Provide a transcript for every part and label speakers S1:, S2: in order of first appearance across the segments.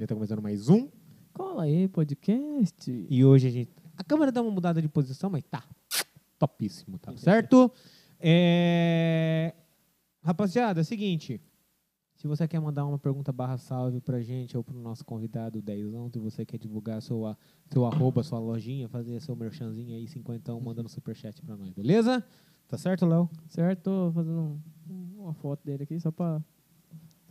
S1: Já tá começando mais um.
S2: Cola aí, podcast.
S1: E hoje a gente. A câmera dá uma mudada de posição, mas tá topíssimo, tá certo? É... Rapaziada, é o seguinte. Se você quer mandar uma pergunta barra salve pra gente ou pro nosso convidado Dezão, se você quer divulgar sua, seu arroba, sua lojinha, fazer seu merchanzinho aí, cinquentão, mandando superchat pra nós, beleza? Tá certo, Léo?
S2: Certo? Tô fazendo um- um- uma foto dele aqui só pra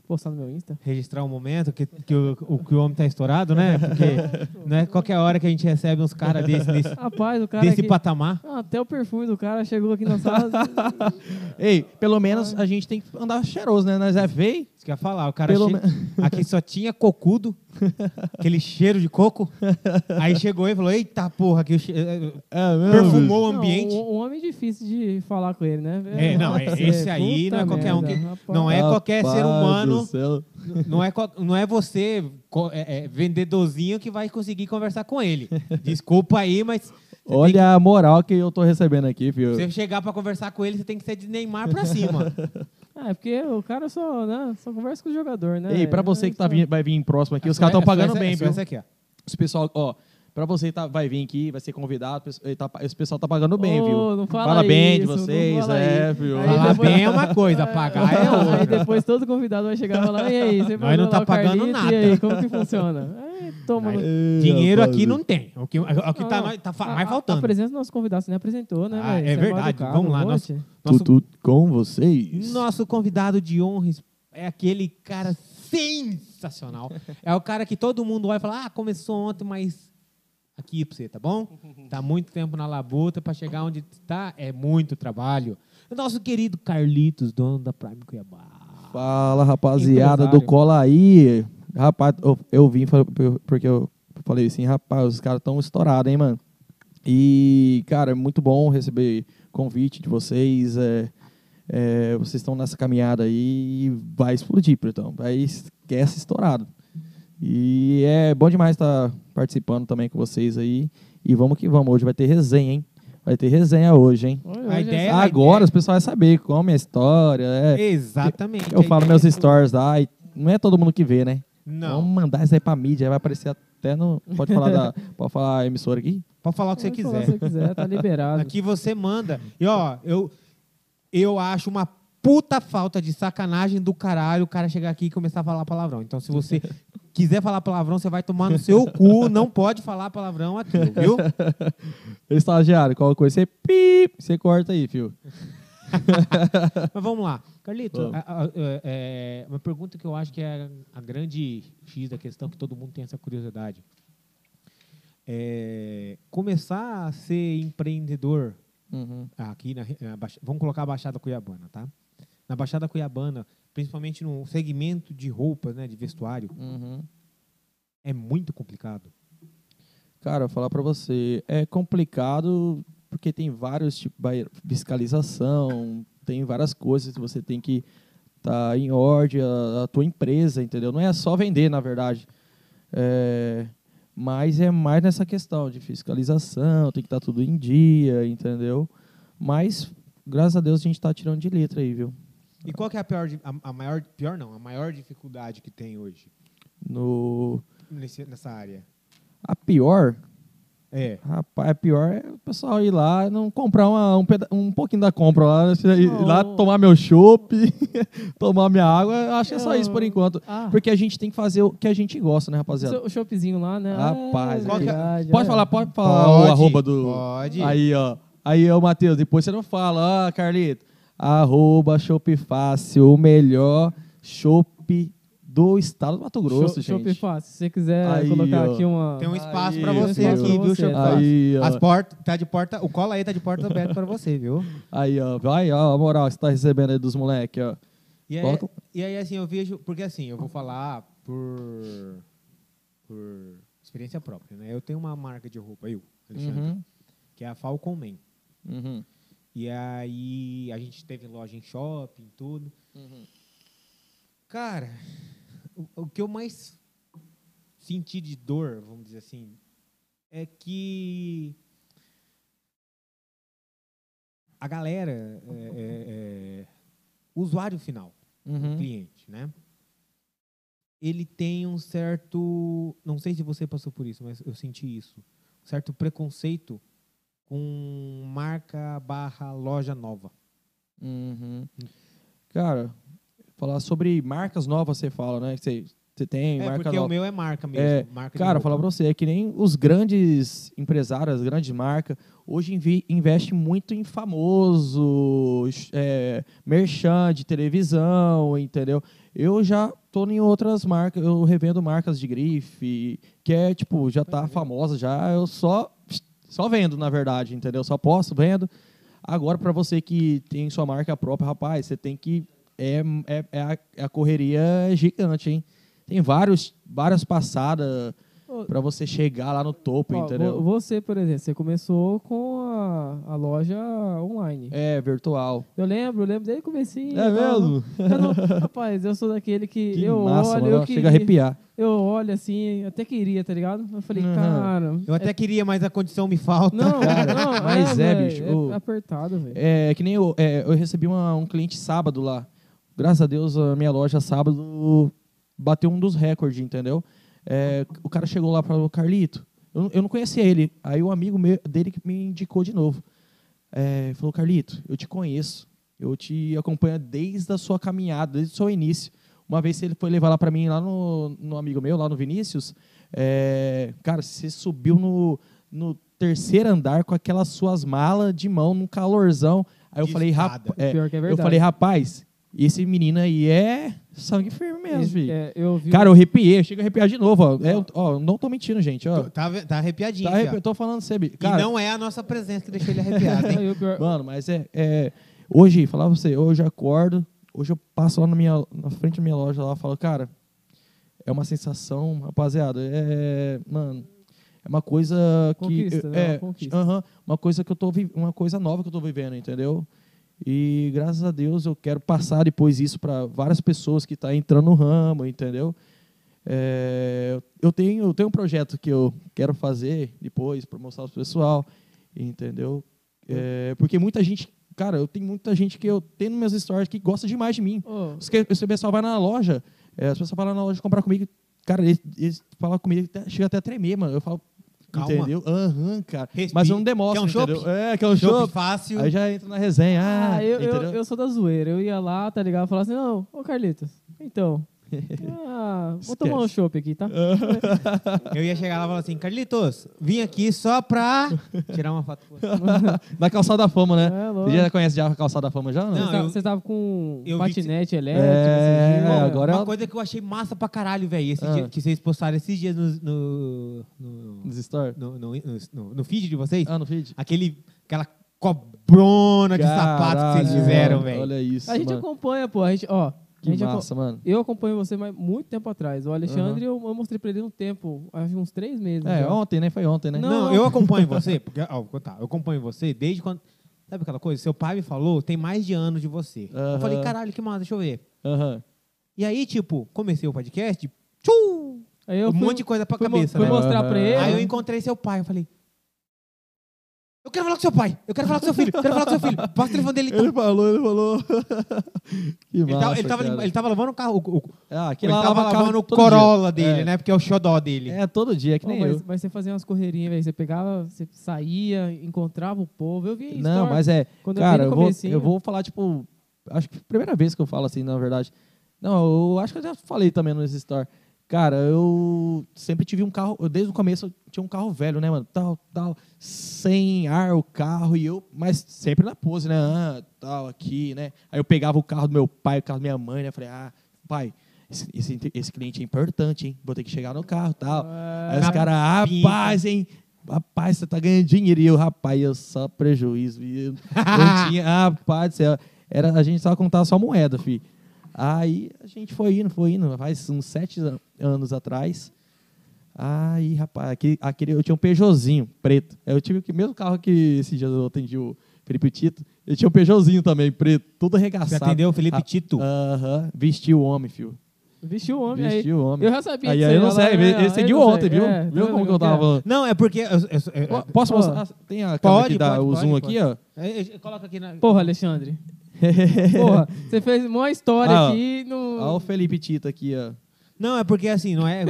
S2: postar no meu Insta.
S1: registrar o momento que, que, o, o- que o homem tá estourado, né? Porque não é qualquer hora que a gente recebe uns caras desse, desse,
S2: Rapaz, o cara
S1: desse
S2: aqui-
S1: patamar.
S2: Ah, até o perfume do cara chegou aqui na sala.
S3: Ei, pelo menos a gente tem que andar cheiroso, né? Nós é feio.
S1: Isso que eu ia falar. O cara
S3: Pelo
S1: che- aqui só tinha cocudo, aquele cheiro de coco. Aí chegou ele e falou: Eita porra, que o che- eh,
S3: É
S1: perfumou o ambiente.
S2: Não, um, um homem difícil de falar com ele, né?
S1: É, não, é-
S2: Nossa,
S1: esse aí
S2: puta
S1: não é qualquer um que-
S2: merda,
S1: não é
S2: rapaz.
S1: qualquer ser humano. Não é, co- não é você, co- é- é vendedorzinho, que vai conseguir conversar com ele. Desculpa aí, mas
S3: Olha a moral que eu tô recebendo aqui, filho.
S1: se você chegar pra conversar com ele, você tem que ser de Neymar pra cima.
S2: Ah, é porque o cara só, né, só conversa com o jogador, né?
S3: Ei, pra
S2: velho?
S3: você que tá
S2: Isso-
S3: vin- vai vir próximo aqui, os caras estão pagando bem, viu?
S1: É, Essa é. aqui, ó.
S3: Os pessoal, ó, pra você que tá, vai vir aqui, vai ser convidado, pes- eh, tá pa- esse pessoal tá pagando bem,
S2: Ô,
S3: viu?
S2: não fala
S3: bem de
S2: isso, não
S3: vocês,
S2: fala
S3: é,
S2: isso.
S3: viu?
S2: Aí
S1: Falar
S2: depois-
S1: bem é uma coisa, pagar é
S2: Aí
S1: outra.
S2: depois todo convidado vai chegar e falar, e aí, você
S1: Nós não
S2: mandou
S1: tá
S2: lá o
S1: pagando
S2: Carlito,
S1: nada."
S2: E aí, como que funciona? Aí, toma.
S1: Nós-
S2: no-
S1: Dinheiro aqui não tem. O que, o que tá,
S3: Ah,
S2: Não, não.
S1: tá fa-
S2: A-
S1: mais
S2: a-
S1: faltando.
S2: Apresenta o nosso convidado, você nem apresentou, né?
S1: Ah,
S2: velho?
S1: é
S2: Você mal
S1: verdade.
S2: educado,
S1: Vamos lá,
S2: um
S1: nosso-
S2: monte.
S1: Nosso,
S3: com vocês.
S1: nosso convidado de honra é aquele cara sensacional. É o cara que todo mundo olha e fala: ah, começou ontem, mas aqui pra você, tá bom? Tá muito tempo na labuta, pra chegar onde tá é muito trabalho. Nosso querido Carlitos, dono da Prime Cuiabá.
S3: Fala, rapaziada
S2: Empresário.
S3: do Cola aí. Rapaz, eu, eu vim fa- por- porque eu falei assim, rapaz, os caras estão estourados, hein, mano? E, cara, é muito bom receber convite de vocês. é, é, vocês estão nessa caminhada aí e vai explodir, Pretão. Vai esquece estourado. E é bom demais estar participando também com vocês aí. E vamos que vamos. Hoje vai ter resenha, hein? Vai ter resenha hoje, hein?
S2: Olha,
S1: A
S2: hoje é
S1: ideia-
S2: só-
S3: Agora os pessoal vai saber como é a história. É,
S1: Exatamente.
S3: eu
S1: A
S3: falo
S1: ideia
S3: meus
S1: é-
S3: stories lá e não é todo mundo que vê, né?
S1: Não.
S3: Vamos mandar isso aí pra mídia, aí vai aparecer até no. Pode falar da. Pode falar a emissora aqui?
S1: Pode falar o que você
S2: Pode falar
S1: quiser.
S2: Se você quiser, tá liberado.
S1: Aqui você manda. E ó, eu, eu acho uma puta falta de sacanagem do caralho o cara chegar aqui e começar a falar palavrão. Então, se você quiser falar palavrão, você vai tomar no seu cu. Não pode falar palavrão aqui, viu?
S3: é Estagiário, qualquer coisa, você pip, você corta aí, fio.
S1: Mas vamos lá. Carlito,
S3: Vamos.
S1: a- a- é, é, uma pergunta que eu acho que é a grande X da questão, que todo mundo tem essa curiosidade. É, começar a ser empreendedor aqui na, re- na Baixa- vamos colocar a Baixada Cuiabana, tá? Na Baixada Cuiabana, principalmente no segmento de roupas, né, de vestuário, é muito complicado.
S3: Cara, eu vou falar pra você, é complicado porque tem vários tipos de fiscalização, tem várias coisas que você tem que estar em ordem, a, a tua empresa, entendeu? Não é só vender, na verdade. É, mas é mais nessa questão de fiscalização, tem que estar tudo em dia, entendeu? Mas, graças a Deus, a gente está tirando de letra aí, viu?
S1: E qual que é a pior, di- a, a maior, pior não, a maior dificuldade que tem hoje
S3: No,
S1: nesse- nessa área?
S3: a pior,
S1: É.
S3: Rapaz, a pior é o pessoal ir lá e não comprar uma- um, peda- um pouquinho da compra lá, né? ir
S2: Não.
S3: lá tomar meu chopp, tomar minha água. Eu Acho que é só isso por enquanto.
S2: Ah,
S3: Porque a gente tem que fazer o que a gente gosta, né, rapaziada?
S2: o shopzinho lá, né?
S3: Rapaz,
S2: é
S1: qual que é-
S2: verdade,
S3: Pode
S2: é.
S3: falar, pode falar o arroba do.
S1: Pode.
S3: Aí, ó. Aí, ó, Matheus, depois você não fala, ah, Carlito. Arroba Chopp Fácil, o melhor chopp do estado do Mato
S2: Shop-
S3: Grosso, gente.
S2: Shopify, se você quiser
S3: Aí,
S2: colocar
S3: ó.
S2: aqui uma...
S1: Tem um espaço
S3: Aí,
S1: pra você
S3: meu.
S1: aqui, viu,
S2: Aí,
S1: Chapéu?
S3: Aí, ó.
S1: As portas, tá de porta, o cola aí tá de portas abertas pra você, viu?
S3: Aí, ó. Vai, ó, a moral que você tá recebendo aí dos moleques, ó.
S1: E aí,
S3: Coloca-
S1: e aí, assim, eu vejo. Porque assim, eu vou falar por. por experiência própria, né? Eu tenho uma marca de roupa, eu, Alexandre,
S3: Uhum.
S1: que é a Falcon Man.
S3: Uhum.
S1: E aí a gente teve loja em shopping, tudo. Cara, o, o que eu mais senti de dor, vamos dizer assim, é que a galera, é, é, é, o usuário final,
S3: Uhum.
S1: cliente, né? ele tem um certo. Não sei se você passou por isso, mas eu senti isso. Um certo preconceito com marca barra loja nova.
S3: Uhum.
S1: Hum.
S3: Cara, falar sobre marcas novas, você fala, né? Que Você você tem
S1: é,
S3: marca
S1: porque
S3: nova.
S1: o meu é marca mesmo.
S3: É,
S1: marca de
S3: Cara,
S1: roupa.
S3: falar pra você, é que nem os grandes empresários, as grandes marcas, hoje invi- investem muito em famoso, sh- é, merchan de televisão, entendeu? Eu já tô em outras marcas, eu revendo marcas de grife, que é, tipo, já tá famosa, já eu só, só vendo, na verdade, entendeu? Só posso, vendo. Agora, pra você que tem sua marca própria, rapaz, você tem que... É, é, é a, é a correria gigante, hein? Tem vários, várias passadas
S2: Ô,
S3: pra você chegar lá no topo,
S2: ó,
S3: Tipo, entendeu?
S2: vo- Você, por exemplo, você começou com a, a loja online.
S3: É, virtual.
S2: Eu lembro, eu lembro desde o comecinho. e tal. Eu não- rapaz, eu sou daquele que,
S3: É Que
S2: eu
S3: massa,
S2: olho,
S3: mano.
S2: eu que,
S3: Chega a arrepiar.
S2: eu olho assim, até queria, tá ligado? Eu falei,
S3: Uhum.
S2: cara,
S1: Eu até queria, mas a condição me falta.
S2: não,
S3: Cara,
S2: não,
S3: mas é,
S2: velho,
S3: bicho,
S2: é
S3: ô.
S2: apertado, velho.
S3: É, que nem eu, é, eu recebi uma- um cliente sábado lá. Graças a Deus, a minha loja sábado bateu um dos recordes, entendeu? É, o cara chegou lá para o Carlito. Eu, eu não conhecia ele. Aí um amigo meu, dele que me indicou de novo. É, falou, Carlito, eu te conheço. Eu te acompanho desde a sua caminhada, desde o seu início. Uma vez ele foi levar lá para mim, lá no, no amigo meu, lá no Vinícius. é, cara, você subiu no, no terceiro andar com aquelas suas malas de mão, num calorzão. Aí eu
S1: De
S3: falei,
S1: escada.
S3: rapaz. é,
S2: Pior que é
S3: eu
S2: verdade.
S3: falei, rapaz, esse menino aí é sangue firme mesmo,
S2: Esse-
S3: filho.
S2: é, eu vi
S3: Cara, eu arrepiei, chega a arrepiar de novo, ó. É, ó, não tô mentindo, gente, ó.
S1: Tô- Tá, tá arrepiadinho.
S3: Tá
S1: já.
S3: arrepi- Eu tô falando sério, bicho.
S1: e
S3: cara.
S1: não é a nossa presença que deixou ele arrepiado, hein?
S2: Aí o pior-
S3: Mano, mas é, é- Hoje, falar pra você, hoje eu acordo, hoje eu passo lá na, minha, na frente da minha loja lá e falo, cara, é uma sensação, rapaziada, é. Mano, é uma coisa que.
S2: Conquista, né? Uma
S3: é,
S2: conquista.
S3: aham, uma coisa que eu tô vi- Uma coisa nova que eu tô vivendo, entendeu? E graças a Deus eu quero passar depois isso para várias pessoas que estão entrando no ramo, entendeu? É, eu, tenho, eu tenho um projeto que eu quero fazer depois para mostrar para o pessoal, entendeu? É, porque muita gente, cara, eu tenho muita gente que eu tenho nos meus stories que gosta demais de mim.
S2: Ô,
S3: Os que- Esse pessoal vai na loja, é, as pessoas falam na loja comprar comigo, cara, eles, eles falam comigo, até- chega até a tremer, mano. Eu falo,
S1: Calma.
S3: entendeu? Aham, cara.
S1: Respira.
S3: Mas eu não demonstro,
S1: Quer um
S3: entendeu?
S1: chopp?
S3: É, que é um
S1: Jogo
S3: chopp.
S1: fácil.
S3: Aí já entra na resenha. Ah,
S2: Ah, eu, eu-
S3: entendeu?
S2: eu sou da zoeira. Eu ia lá, tá ligado? Falava assim, não, ô Carlitos, então. ah, vou tomar um
S3: Esquece. Ah,
S2: chopp aqui, tá?
S1: Eu ia chegar lá e falar assim, Carlitos, vim aqui só pra tirar uma foto. com você."
S3: Na calçada da fama, né?
S2: É, louco.
S3: Você já conhece já a calçada da fama já? ou Não,
S1: Não, eu-
S2: Você tava com
S1: eu vi que
S2: patinete elétrico.
S3: É,
S2: esses dias, né?
S3: agora
S1: Uma
S3: é
S1: coisa que eu achei massa pra caralho, velho, esse
S3: Ah.
S1: dia que vocês postaram esses dias no, no, no,
S3: nos stories.
S1: no, no- no- no feed de vocês,
S3: Ah, no feed?
S1: aquele, aquela cobrona de sapato que
S3: Caralho,
S1: vocês fizeram,
S3: mano,
S1: velho.
S3: Olha isso,
S2: A gente
S3: mano.
S2: acompanha, pô. A gente, ó. a
S3: Que
S2: gente é aco-
S3: massa, mano.
S2: Eu acompanho você mas muito tempo atrás. O Alexandre, eu, eu mostrei pra ele um tempo, acho uns três meses.
S3: É,
S2: já.
S3: ontem, né? Foi ontem, né?
S2: Não,
S1: Não, eu acompanho você, porque, ó, vou contar, eu acompanho você desde quando... Sabe aquela coisa? Seu pai me falou, tem mais de anos de você. Eu
S3: Aham.
S1: falei, caralho, que massa, deixa eu ver.
S3: Aham.
S1: E aí, tipo, comecei o podcast, tchum,
S2: Aí eu
S1: um
S2: fui,
S1: monte de coisa pra
S2: fui, mo-
S1: cabeça,
S2: fui
S1: né?
S2: mostrar pra ele.
S1: Aí eu encontrei seu pai, eu falei. Eu quero falar com seu pai, eu quero falar com seu filho, eu quero falar com seu filho. Passa o telefone dele então.
S3: Ele falou, ele falou. que
S1: Ele, tava,
S3: massa,
S1: ele, tava,
S3: cara.
S1: ele tava lavando o carro. O, o,
S3: Ah, que
S1: ele
S3: lá
S1: tava
S3: lava carro
S1: lavando o
S3: todo dia.
S1: Corolla dele,
S3: É.
S1: né? Porque é o xodó dele.
S3: É, todo dia, que
S2: Pô,
S3: nem
S2: mas,
S3: eu.
S2: mas você fazia umas correrinhas, velho. Você pegava, você saía, encontrava o povo. Eu via
S3: Não,
S2: story.
S3: mas é...
S2: Quando eu vi no
S3: Cara, eu vou,
S2: comecinho-
S3: eu vou falar, tipo... Acho que é a primeira vez que eu falo assim, na verdade. Não, eu acho que eu já falei também nos stories. Cara, eu sempre tive um carro... Eu, desde o começo, eu tinha um carro velho, né, mano? Tal, tal. Sem ar o carro e eu... Mas sempre na pose, né? Ah, tal, aqui, né? Aí eu pegava o carro do meu pai, o carro da minha mãe, né? Falei, ah, pai... Esse, esse, esse cliente é importante, hein? Vou ter que chegar no carro tal. Aí os
S1: Na
S3: caras, rapaz, hein? Rapaz, você tá ganhando dinheiro. E eu, rapaz, eu só prejuízo. E eu não tinha, rapaz do céu. Era, a gente só contava só moeda, fi. Aí a gente foi indo, foi indo, faz uns sete an- anos atrás. Aí, rapaz, aquele, aquele, eu tinha um Peugeotzinho preto. Eu tive o que- mesmo carro que esse dia eu atendi o Felipe Tito. Eu tinha um Peugeotzinho também, preto, todo
S1: Você
S3: arregaçado.
S1: atendeu o Felipe
S3: Ah,
S1: Tito?
S3: Aham, vestiu o homem, filho.
S2: Vestiu o homem aí.
S3: Vestiu o homem.
S2: Eu já sabia
S3: Aí,
S2: disso
S3: aí eu não
S2: olha
S3: sei,
S2: lá,
S3: ele,
S2: olha lá,
S3: ele seguiu
S2: eu é. não
S3: ontem,
S2: sei.
S3: viu?
S2: É,
S3: viu
S2: tá
S3: como
S2: vendo
S3: que eu tava
S2: é?
S3: falando?
S1: Não, é porque. eu- eu- eu-
S3: Ó, Posso
S2: Ó.
S3: mostrar? Tem a câmera
S1: Pode,
S3: que dá
S1: pode,
S3: o
S1: pode,
S3: zoom
S1: pode.
S3: aqui, ó.
S1: eu- eu- Coloca aqui na.
S2: Porra, Alexandre. Porra, você fez uma história
S3: Ah, ó.
S2: aqui no.
S3: Olha o Felipe Tito aqui, ó.
S1: Não, é porque assim, não é.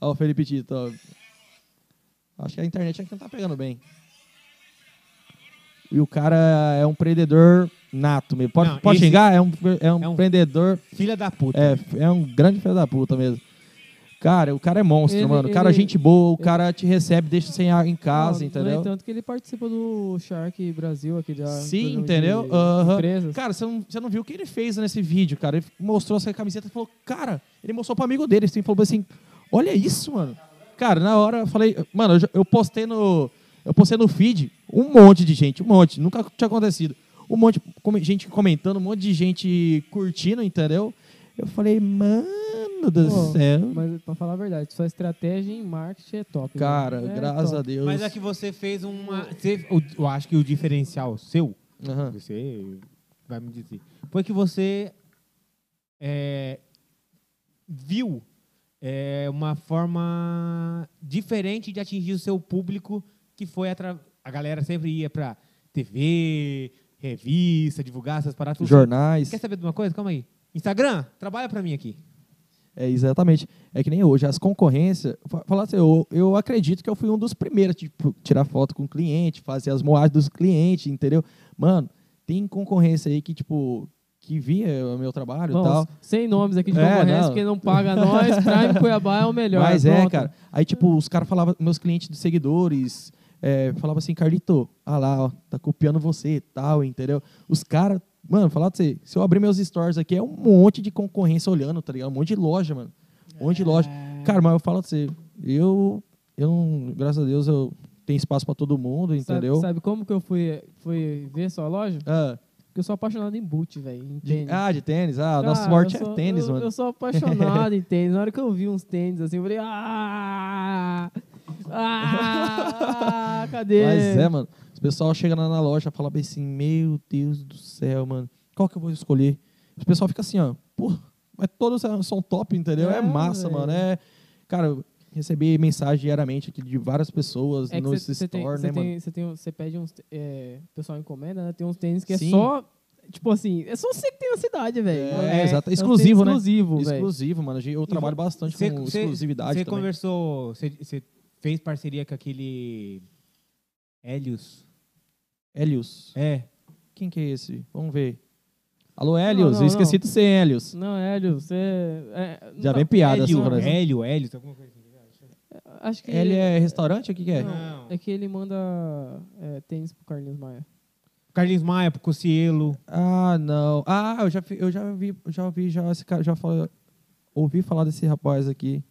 S3: Ó, o Felipe Tito. ó. Acho que a internet aqui não tá pegando bem. E o cara é um prendedor nato mesmo. Pode,
S1: Não,
S3: pode
S1: esse-
S3: xingar? É um, é um
S1: é um-
S3: prendedor.
S1: Filha da puta.
S3: É, é um grande filho da puta mesmo. Cara, o cara é monstro,
S2: Ele-
S3: mano. O cara é
S2: ele-
S3: gente boa, o cara te recebe, deixa você em- em casa,
S2: Não, é
S3: entendeu?
S2: No entanto que ele participa do Shark Brasil aqui da
S3: Sim,
S2: programa
S3: entendeu?
S2: de
S3: Aham.
S2: Empresas.
S3: Cara, você não, você não viu o que ele fez nesse vídeo, cara. Ele mostrou essa camiseta e falou, cara, ele mostrou pro amigo dele, assim, falou assim, olha isso, mano. Cara, na hora eu falei, mano, eu, já- eu postei no. Eu postei no feed um monte de gente, um monte, nunca tinha acontecido. Um monte de come- gente comentando, um monte de gente curtindo, entendeu? Eu falei, mano do
S2: Pô,
S3: céu.
S2: Mas pra falar a verdade, sua estratégia em marketing é top.
S3: Cara,
S2: velho. É
S3: graças
S2: top.
S3: a Deus.
S1: Mas é que você fez uma. você- o- eu acho que o diferencial seu,
S3: Aham.
S1: você vai me dizer, foi que você é, viu é, uma forma diferente de atingir o seu público, que foi atra- a galera sempre ia pra TV, revista, divulgar essas paradas. tudo.
S3: Jornais.
S1: Quer saber de uma coisa? Calma aí. Instagram, trabalha pra mim aqui.
S3: É, exatamente. É que nem hoje, as concorrências. fa- Falar assim, eu, eu acredito que eu fui um dos primeiros, tipo, tirar foto com o cliente, fazer as moagens dos clientes, entendeu? Mano, tem concorrência aí que, tipo, que via o meu trabalho e
S2: Bom,
S3: tal.
S2: Sem nomes aqui de
S3: É,
S2: concorrência,
S3: não.
S2: porque não paga nós, Prime Cuiabá é o melhor.
S3: Mas é,
S2: pronto.
S3: cara. Aí, tipo, os caras falavam, meus clientes dos seguidores, é, falavam assim, Carlito, ah lá, ó, tá copiando você e tal, entendeu? Os caras, mano, falar pra você, se eu abrir meus stores aqui, é um monte de concorrência olhando, tá ligado? Um monte de loja, mano. Um
S2: É.
S3: monte de loja. Cara, mas eu falo pra você, eu, eu não- graças a Deus, eu tenho espaço pra todo mundo,
S2: Sabe-
S3: entendeu?
S2: Sabe, como que eu fui, fui ver sua loja?
S3: Ah,
S2: Porque eu sou apaixonado em boot, velho. Em
S3: de,
S2: tênis.
S3: ah, de tênis? Ah,
S2: Cara,
S3: nosso esporte
S2: eu sou-
S3: é tênis,
S2: eu-
S3: mano.
S2: Eu sou apaixonado em tênis. Na hora que eu vi uns tênis assim, eu falei. Ah! Ah! Cadê?
S3: Mas é, mano. O pessoal chega lá na loja e fala bem assim, meu Deus do céu, mano, qual que eu vou escolher? O pessoal fica assim, ó, pô, mas todos são top, entendeu? É,
S2: É,
S3: massa,
S2: velho.
S3: mano. É. Cara, eu recebi mensagem diariamente aqui de várias pessoas
S2: É que
S3: nos
S2: você tem,
S3: store,
S2: cê
S3: né, mano?
S2: tem, cê tem um- cê pede uns. É, o pessoal encomenda, né? Tem uns tênis que
S3: Sim.
S2: é só. Tipo assim, é só você que tem na cidade, velho.
S3: É, exato.
S2: é uns
S3: Exclusivo,
S2: tênis
S3: né?
S2: Exclusivo, velho.
S3: Exclusivo, mano. Eu trabalho bastante
S1: Cê-
S3: com
S1: cê-
S3: Então, tipo, um exclusividade
S1: Você
S3: também.
S1: conversou, você fez parceria com aquele Helios.
S3: Helios.
S1: É.
S3: Quem que é esse? Vamos ver. Alô, Helios.
S2: não,
S3: eu esqueci
S2: não.
S3: de ser Helios.
S2: Não, Hélio, você. é,
S3: Já
S2: não,
S3: vem piada assim, essa
S1: Hélio,
S2: não,
S3: frase.
S1: Hélio, Hélio, alguma coisa assim.
S2: Acho que.
S3: Ele é restaurante? O que que é?
S1: Não.
S2: É que ele manda é, tênis pro Carlinhos Maia.
S1: Carlinhos Maia, pro Cocielo.
S3: Ah, não. Ah, eu já, fi- eu já vi, eu já vi já esse cara, já fala- ouvi falar desse rapaz aqui.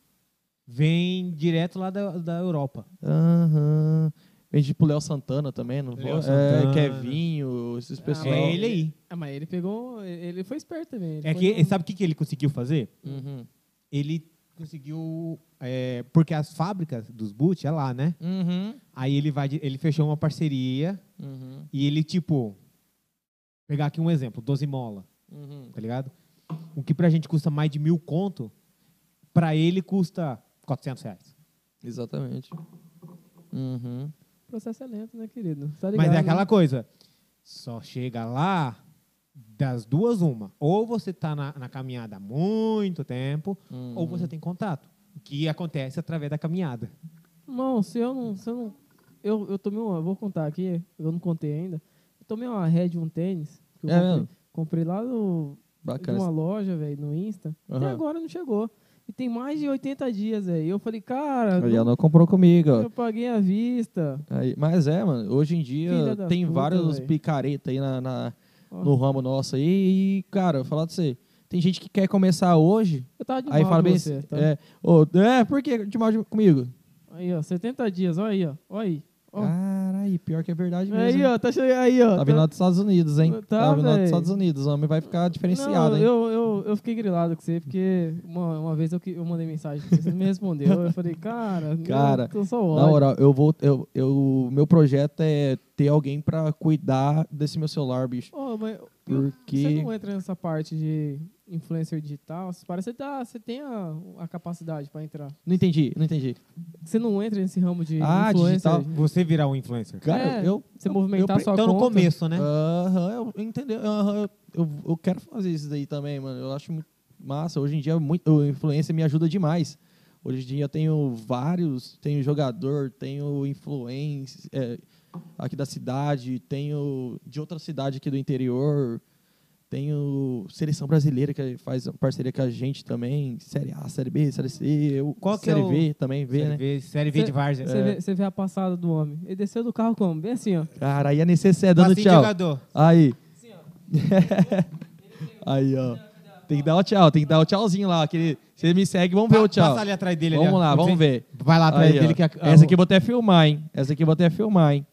S1: Vem direto lá da, da Europa.
S3: Aham. Vende pro Léo Santana também, não
S1: Léo
S3: foi?
S1: Santana.
S3: É, Kevinho, esses pessoal.
S2: Não.
S1: É ele aí.
S2: Ah, mas ele pegou. Ele foi esperto também. ele
S1: É
S2: foi um
S1: que,
S2: no-
S1: sabe o que, que ele conseguiu fazer?
S3: Uhum.
S1: Ele conseguiu... é, porque as fábricas dos boot é lá, né?
S3: Uhum.
S1: Aí ele, vai, de- ele fechou uma parceria
S3: Uhum.
S1: e ele, tipo... Pegar aqui um exemplo, 12 mola,
S2: Uhum.
S1: tá ligado? O que pra gente custa mais de mil conto, pra ele custa 400 reais.
S3: Exatamente. Uhum.
S2: O processo é lento, né, querido? Tá ligado,
S1: Mas é
S2: né?
S1: aquela coisa. Só chega lá das duas, uma. Ou você tá na, na caminhada há muito tempo,
S3: Hum.
S1: ou você tem contato. O que acontece através da caminhada.
S2: Não, se eu não. Se eu, não eu, eu tomei uma. Eu vou contar aqui, eu não contei ainda. Eu tomei uma Red um tênis. Que eu
S3: É
S2: comprei,
S3: mesmo?
S2: comprei lá no,
S3: Bacana.
S2: numa loja, velho, no Insta. Até
S3: Aham.
S2: agora não chegou. E tem mais de 80 dias, velho. E eu falei, cara,
S3: Ele
S2: não-
S3: não comprou comigo, ó.
S2: eu paguei à vista.
S3: Aí- mas é, mano, hoje em dia
S2: Filha da
S3: tem
S2: puta,
S3: vários
S2: véi.
S3: picareta aí na, na-
S2: Ó.
S3: no ramo nosso aí. E, cara, falar pra você, tem gente que quer começar hoje,
S2: Eu tava de
S3: Aí
S2: mal
S3: fala
S2: de
S3: bem
S2: você,
S3: assim,
S2: tá?
S3: é, ô, é, por que de mal de- comigo?
S2: Aí, ó, 70 dias, ó aí, ó. Ó aí. Ó.
S3: Caralho, pior que é verdade mesmo.
S2: aí, ó, tá chegando aí, ó.
S3: Tá vindo lá dos Estados Unidos, hein?
S2: Tá,
S3: Tá vindo lá dos
S2: véi.
S3: Estados Unidos, o homem vai ficar diferenciado,
S2: Não,
S3: hein?
S2: eu, eu, eu fiquei grilado com você, porque uma, uma vez eu, que- eu mandei mensagem, pra você você não me respondeu. Eu falei, cara,
S3: Cara,
S2: eu tô só
S3: Na
S2: ódio.
S3: moral, eu vou. Eu, eu, meu projeto é ter alguém pra cuidar desse meu celular, bicho.
S2: Ô, mas eu- você
S3: Porque.
S2: não é. entra nessa parte de influencer digital? Você Parece que tá- você tem a, a capacidade pra entrar.
S3: Não entendi, não entendi.
S2: Você não entra nesse ramo de
S3: Ah,
S2: influencer.
S3: digital.
S1: Você virar um influencer.
S3: Cara,
S2: É,
S3: eu.
S2: Você
S3: eu-
S2: movimentar
S3: eu,
S2: sua
S1: então, no
S2: conta.
S3: Ah,
S1: começo, né?
S3: Aham, eu entendeu? Aham, eu, eu, eu quero fazer isso daí também, mano. Eu acho muito, massa. Hoje em dia, muito, o influencer me ajuda demais. Hoje em dia eu tenho vários, tenho jogador, tenho influência é, aqui da cidade, tenho de outra cidade aqui do interior, tenho seleção brasileira que faz parceria com a gente também, série A, série B, série C, eu,
S1: Qual que
S3: série
S1: é o-
S3: V também, V,
S1: série
S3: né?
S1: V, série V de Várzea.
S3: É.
S2: Você vê, você vê a passada do homem. Ele desceu do carro como? Bem assim, ó.
S3: Cara, aí é necessário, dando
S1: Passinho de
S3: tchau.
S1: Tá assim, jogador. Assim,
S3: Aí. aí, ó. Tem que dar o tchau, tem que dar o tchauzinho lá. Aquele, você me segue, vamos ver o
S1: Pa-
S3: tchau.
S1: Passa ali atrás dele. ali,
S3: Vamos
S1: ó.
S3: lá, vamos ver.
S1: Vai lá atrás
S3: Aí, ó.
S1: dele. Que a- a-
S3: Essa aqui eu vou até filmar, hein? Essa aqui eu vou até filmar, hein?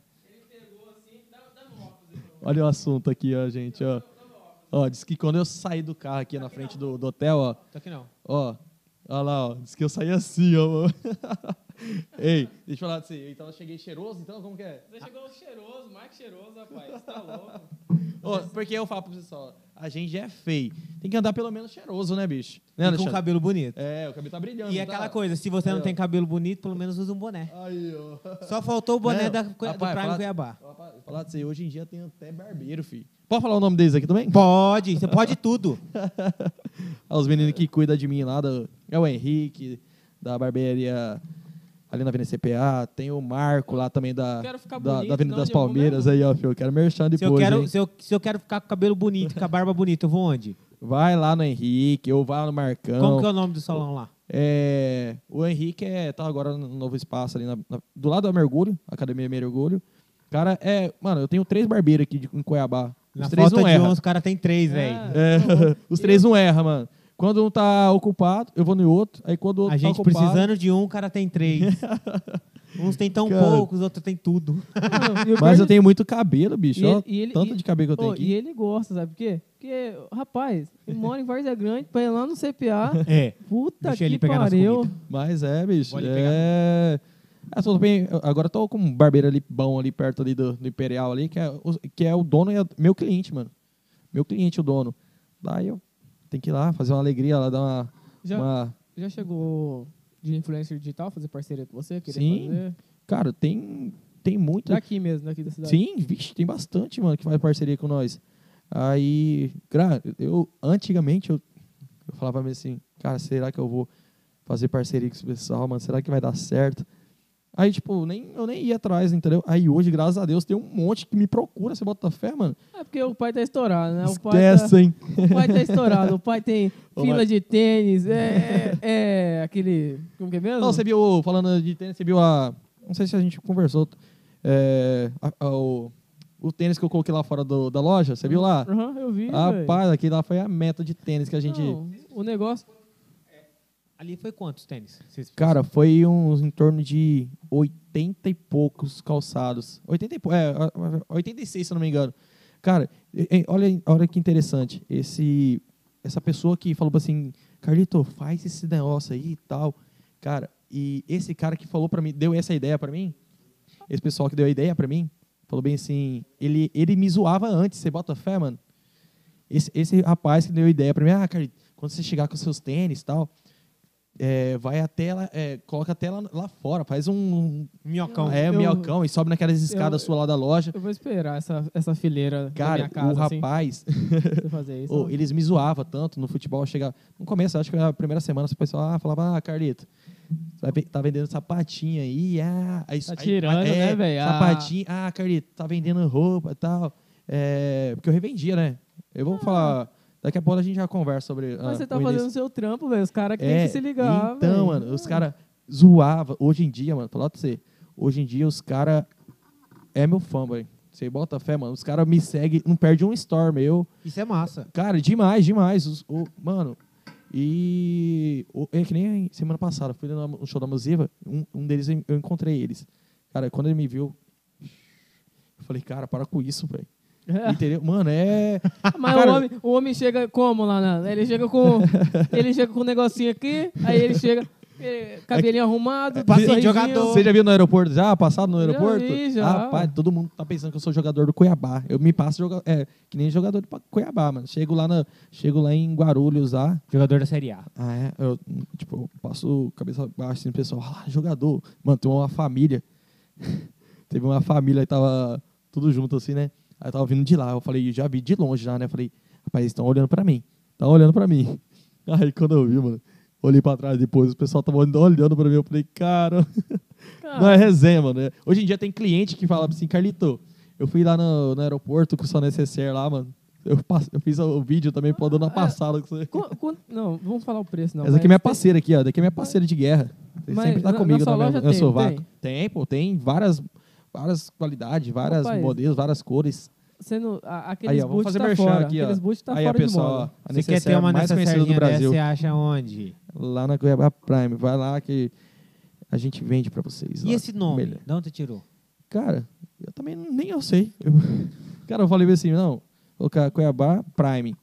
S3: Olha o assunto aqui, ó, gente, ó. Ó, diz que quando eu saí do carro aqui na frente do, do hotel, ó,
S1: Tá aqui não.
S3: ó, ó lá, ó, diz que eu saí assim, ó. Ei, deixa eu falar disso aí. Então eu cheguei cheiroso, então como que é?
S2: Você chegou cheiroso, mais cheiroso, rapaz. Tá louco.
S3: Ô, porque eu falo pro pessoal, a gente é feio. Tem que andar pelo menos cheiroso, né, bicho? Né,
S1: e com
S3: Alexandre?
S1: cabelo bonito.
S3: É, o cabelo tá brilhando.
S1: E
S3: não
S1: aquela
S3: tá?
S1: coisa, se você não
S3: Aí, ó.
S1: tem cabelo bonito, pelo menos usa um boné.
S3: Aí, ó.
S1: Só faltou o boné
S3: Não,
S1: da, do
S3: rapaz,
S1: Prime
S3: fala-
S1: Cuiabá.
S3: Ó, pra- Falar disso aí, hoje em dia tem até barbeiro, filho. Pode falar o nome deles aqui também?
S1: Pode, você pode tudo.
S3: Ah, Os meninos que cuidam de mim lá, do, é o Henrique, da barbearia ali na Avenida CPA. Tem o Marco lá também da,
S2: Quero ficar
S3: da,
S2: bonito, então,
S3: da Avenida
S2: não,
S3: das
S2: eu vou
S3: Palmeiras aí, ó, filho. Eu quero merchan
S1: Se eu,
S3: depois,
S1: quero,
S3: hein?
S1: se, eu, se eu quero ficar com o cabelo bonito, com a barba bonita, eu vou onde?
S3: Vai lá no Henrique, ou vai lá no Marcão.
S1: Como que é o nome do salão lá?
S3: É, o Henrique é, tá agora no novo espaço ali na- na- do lado da Mergulho, Academia Mergulho. Cara, é. Mano, eu tenho três barbeiros aqui de- em Cuiabá.
S1: Na
S3: os três
S1: falta
S3: não
S1: de
S3: erram.
S1: uns, os caras tem três, velho.
S3: É, os três não erram, mano. Quando um tá ocupado, eu vou no outro. Aí quando o outro
S1: A gente
S3: tá ocupado,
S1: precisando de um, o cara tem três. uns tem tão
S3: Cara.
S1: poucos, outros tem tudo.
S3: Mas eu tenho muito cabelo, bicho.
S2: é E
S3: ó,
S2: ele- e ele-
S3: tanto
S2: e-
S3: de cabelo que eu tenho
S2: Ô,
S3: aqui.
S2: E ele gosta, sabe por quê? Porque, rapaz, ele mora em Várzea Grande, pra ir lá no CPA.
S1: É.
S2: Puta
S1: Deixa
S2: que
S1: ele pegar nas
S2: pariu.
S1: comidas.
S3: Mas é, bicho.
S1: Vou ali pegar.
S3: É. Ah, só tô bem- agora eu tô com um barbeiro ali bom ali perto ali do, do Imperial ali, que é, o, que é o dono e é meu cliente, mano. Meu cliente, o dono. Daí eu tenho que ir lá fazer uma alegria lá, dar uma.
S2: Já,
S3: uma-
S2: já chegou de influencer digital fazer parceria com você? Querer
S3: Sim.
S2: fazer?
S3: Cara, tem, tem muito.
S2: Daqui mesmo, daqui da cidade.
S3: Sim, vixe, tem bastante, mano, que faz parceria com nós. Aí, cara, eu antigamente eu, eu falava pra mim assim, cara, será que eu vou fazer parceria com esse pessoal, mano? Será que vai dar certo? Aí, tipo, nem, eu nem ia atrás, entendeu? Aí hoje, graças a Deus, tem um monte que me procura, você bota fé, mano.
S2: É porque o pai tá estourado, né? O pai tá,
S3: Esquece, hein?
S2: o pai tá estourado. O pai tem
S3: Ô,
S2: fila
S3: mas-
S2: de tênis, é, é aquele... Como que é mesmo?
S3: Não, você viu, falando de tênis, você viu a. Não sei se a gente conversou. é, a- a- o, o tênis que eu coloquei lá fora do- da loja, você viu lá?
S2: Aham, eu vi, velho.
S3: Rapaz, aquele lá foi a meta de tênis que a gente.
S2: Não, o negócio...
S1: Ali foi quantos tênis? Vocês-
S3: Cara, foi uns em torno de 80 e poucos calçados. 80 e pou- é, ó, ó, 86, se eu não me engano. Cara, e- e- olha, olha que interessante. Esse, essa pessoa que falou assim, Carlito, faz esse negócio aí e tal. Cara, e esse cara que falou pra mim, deu essa ideia pra mim, esse pessoal que deu a ideia pra mim, falou bem assim, ele, ele me zoava antes, você bota fé, mano? Esse, esse rapaz que deu a ideia pra mim, ah, Carlito, quando você chegar com seus tênis e tal, é, vai até lá, é, coloca até lá, lá fora, faz um,
S1: Minhocão.
S3: é,
S2: eu-
S3: um miocão e sobe naquelas escadas
S2: eu-
S3: sua lá da loja.
S2: Eu vou esperar essa, essa fileira da
S3: Cara,
S2: minha casa,
S3: o
S2: assim,
S3: rapaz,
S2: pra você fazer isso.
S3: ô, eles me zoavam tanto no futebol, chegava, no começo, acho que na primeira semana, o pessoal ah, falava, ah, Carlito, vai ve- tá vendendo sapatinho aí, ah, aí
S2: Tá
S3: aí-
S2: tirando,
S3: é,
S2: né, velho? Ah.
S3: Sapatinho, ah, Carlito, tá vendendo roupa e tal, é, porque eu revendia, né? Eu vou falar, daqui a pouco a gente já conversa sobre ah,
S2: Ah. Mas você tá
S3: o
S2: fazendo
S3: início.
S2: o seu trampo, velho. Os caras que tem que se ligar,
S3: Então,
S2: velho.
S3: mano, os caras zoavam. Hoje em dia, mano, falar pra você. Hoje em dia, os caras. É meu fã, velho. Você bota fé, mano. Os caras me seguem, não perde um store meu.
S1: Isso é massa.
S3: Cara, demais, demais. Os- o- mano, e. o- é que nem semana passada, fui no no show da Musiva, um, um deles eu eu encontrei eles. Cara, quando ele me viu. Eu falei, cara, para com isso, velho. Entendeu? Mano, é.
S2: Mas
S3: Cara,
S2: o, homem, o homem chega como lá, na, ele chega com ele chega com um negocinho aqui, aí ele chega eh, cabelinho arrumado,
S1: passinho de
S2: sorrisinho.
S1: jogador.
S3: Você já viu no aeroporto já? Passado no
S2: Já
S3: aeroporto?
S2: vi, já.
S3: Rapaz, todo mundo tá pensando que eu sou jogador do Cuiabá. Eu me passo joga- é, que nem jogador do Pa- Cuiabá, mano. Chego lá, na, chego lá em Guarulhos lá.
S1: Jogador da Série A.
S3: Ah, é, eu, tipo, eu passo cabeça baixa assim, o pessoal, ah, jogador. Mano, tem uma família. Teve uma família e tava tudo junto assim, né? Aí tava vindo de lá. Eu falei, já vi de longe já, né? Eu falei, rapaz, eles estão olhando pra mim. Estão olhando pra mim. Aí quando eu vi, mano, olhei pra trás depois, o pessoal tava olhando pra mim, eu falei, cara,
S2: Cara,
S3: não é resenha, mano. É- Hoje em dia tem cliente que fala assim, Carlito, eu fui lá no, no aeroporto com o Só Necessaire lá, mano. Eu, passe- eu fiz o vídeo também, pô, dando uma
S2: Ah,
S3: passada com você.
S2: qu- qu- não, vamos falar o preço, não.
S3: Essa aqui é minha
S2: mas-
S3: parceira aqui, ó. Daqui é minha parceira de guerra. Você
S2: Mas
S3: sempre tá
S2: na-
S3: comigo
S2: na sua
S3: também.
S2: loja
S3: eu
S2: tem,
S3: sou
S2: tem?
S3: vaca. Tem, pô, tem várias, várias qualidades, várias
S2: Rapaz.
S3: modelos, várias cores.
S2: Sendo, a, aqueles
S3: Aí, ó, vamos
S2: boot
S3: fazer
S2: tá
S3: merchan
S2: fora.
S3: aqui, ó.
S2: aqueles boot tá
S3: Aí a
S2: fora de
S3: pessoa,
S2: moda.
S3: ó, a
S1: Você quer ter
S3: necessaire
S1: uma
S3: mais conhecida do
S1: necessairinha dessa,
S3: Brasil.
S1: você acha onde?
S3: Lá na Cuiabá Prime. Vai lá que a gente vende pra vocês.
S1: E
S3: lá.
S1: esse nome?
S3: Melhor.
S1: De onde você tirou?
S3: Cara, eu também não- nem eu sei. Eu- cara, eu falei assim, não, colocar Cuiabá Prime.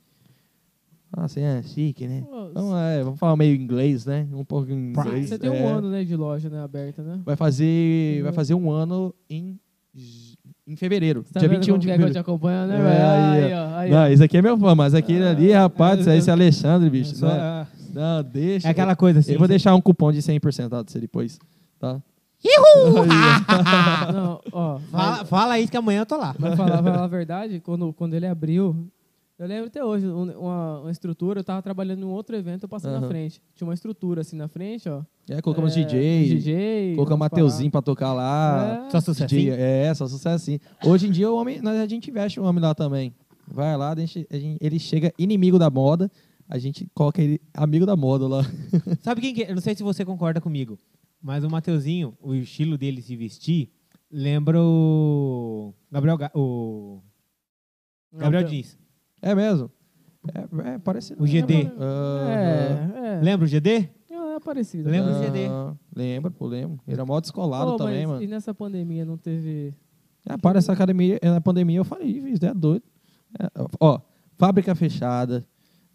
S3: Ah, assim é chique, né?
S2: Ó,
S3: Então, é, vamos falar meio inglês, né? Um pouco em
S1: Prime.
S3: inglês.
S2: Você tem
S3: é.
S2: um ano, né, de loja, né, aberta, né?
S3: Vai fazer, vai fazer um ano em, j- em fevereiro.
S2: Você tá
S3: dia
S2: vendo
S3: 21
S2: como
S3: de
S2: que é que eu
S3: fevereiro.
S2: te acompanho, né,
S3: É,
S2: velho?
S3: aí,
S2: Aí, ó, aí, ó.
S3: Não, isso aqui é meu fã, mas aquele ali, rapaz, isso aí, esse é Alexandre, bicho.
S1: Só-
S3: não, não, deixa.
S1: é aquela coisa assim.
S3: Eu vou deixar um cupom de 100% pra você depois, tá?
S2: Não, ó, vai-
S1: Fala, fala aí que amanhã eu tô lá.
S2: Vai falar, vai falar a verdade, quando, quando ele abriu, eu lembro até hoje, um- uma, uma estrutura, eu tava trabalhando em um outro evento, eu passei na
S3: Aham.
S2: frente. Tinha uma estrutura assim na frente, ó.
S3: É, colocamos
S2: É,
S3: DJ,
S2: DJ.
S3: colocamos
S2: umas
S3: Mateuzinho pra tocar lá.
S2: paradas.
S1: Só sucesso.
S3: DJ, é, só sucesso sim. Hoje em dia o homem, nós- a gente investe o homem lá também. Vai lá, deixa- a gente- ele chega inimigo da moda, a gente coloca ele amigo da moda lá.
S1: Sabe quem que é? Eu não sei se você concorda comigo, mas o Mateuzinho, o estilo dele se vestir, lembra o Gabriel, Ga- o
S2: É.
S1: Gabriel Diniz.
S3: É mesmo? É, é parecido.
S1: O GD.
S3: Aham.
S2: É, é.
S1: Lembra o GD?
S2: Ah, é parecido.
S1: Lembra do
S3: Ah,
S1: GD.
S3: Lembra, pô, lembro. Ele é mó descolado
S2: Pô,
S3: também,
S2: mas
S3: mano.
S2: E nessa pandemia não teve.
S3: Ah, para essa academia, na pandemia eu falei, isso é doido. É, ó, fábrica fechada.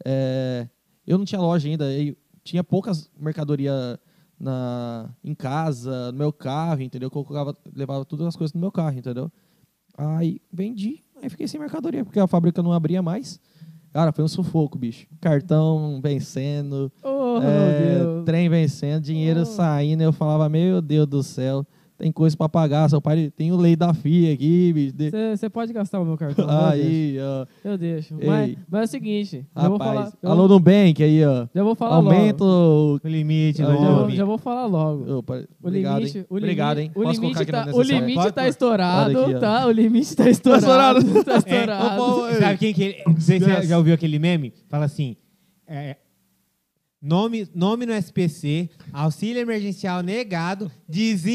S3: é, eu não tinha loja ainda, eu tinha poucas mercadoria na em casa, no meu carro, entendeu? Que eu colocava, levava todas as coisas no meu carro, entendeu? Aí vendi, aí fiquei sem mercadoria, porque a fábrica não abria mais. Cara, foi um sufoco, bicho. Cartão vencendo,
S2: Oh,
S3: é,
S2: meu Deus.
S3: trem vencendo, dinheiro
S2: Oh.
S3: saindo. Eu falava, meu Deus do céu, tem coisa pra pagar. Seu pai tem o lei da FIA aqui, bicho. De-
S2: Você pode gastar o meu cartão. Aí.
S3: Aí, ó.
S2: Eu deixo.
S3: Ei.
S2: Mas, mas é o seguinte, já vou falar.
S3: Rapaz,
S2: eu-
S3: alô Nubank aí, ó.
S2: já vou falar
S3: Aumenta
S2: logo.
S3: o.
S1: O limite do
S3: Ah,
S2: Já vou-
S1: homem.
S2: já vou falar logo.
S3: Ô, pai,
S2: O
S3: obrigado,
S2: limite,
S3: hein?
S2: o
S3: obrigado, hein?
S2: limite,
S3: Posso
S2: o
S3: colocar
S2: limite,
S3: aqui
S2: tá,
S3: na
S2: o
S3: necessária?
S2: limite
S1: Pode
S2: tá
S1: pôr.
S2: estourado,
S3: Olha aqui, ó.
S2: tá? O limite tá
S3: estourado.
S2: estourado. tá
S1: É, ô,
S2: estourado.
S1: pô, sabe quem que ele, não sei se você
S3: Yes.
S1: já ouviu aquele meme? Fala assim, é, nome, nome no SPC, auxílio emergencial negado,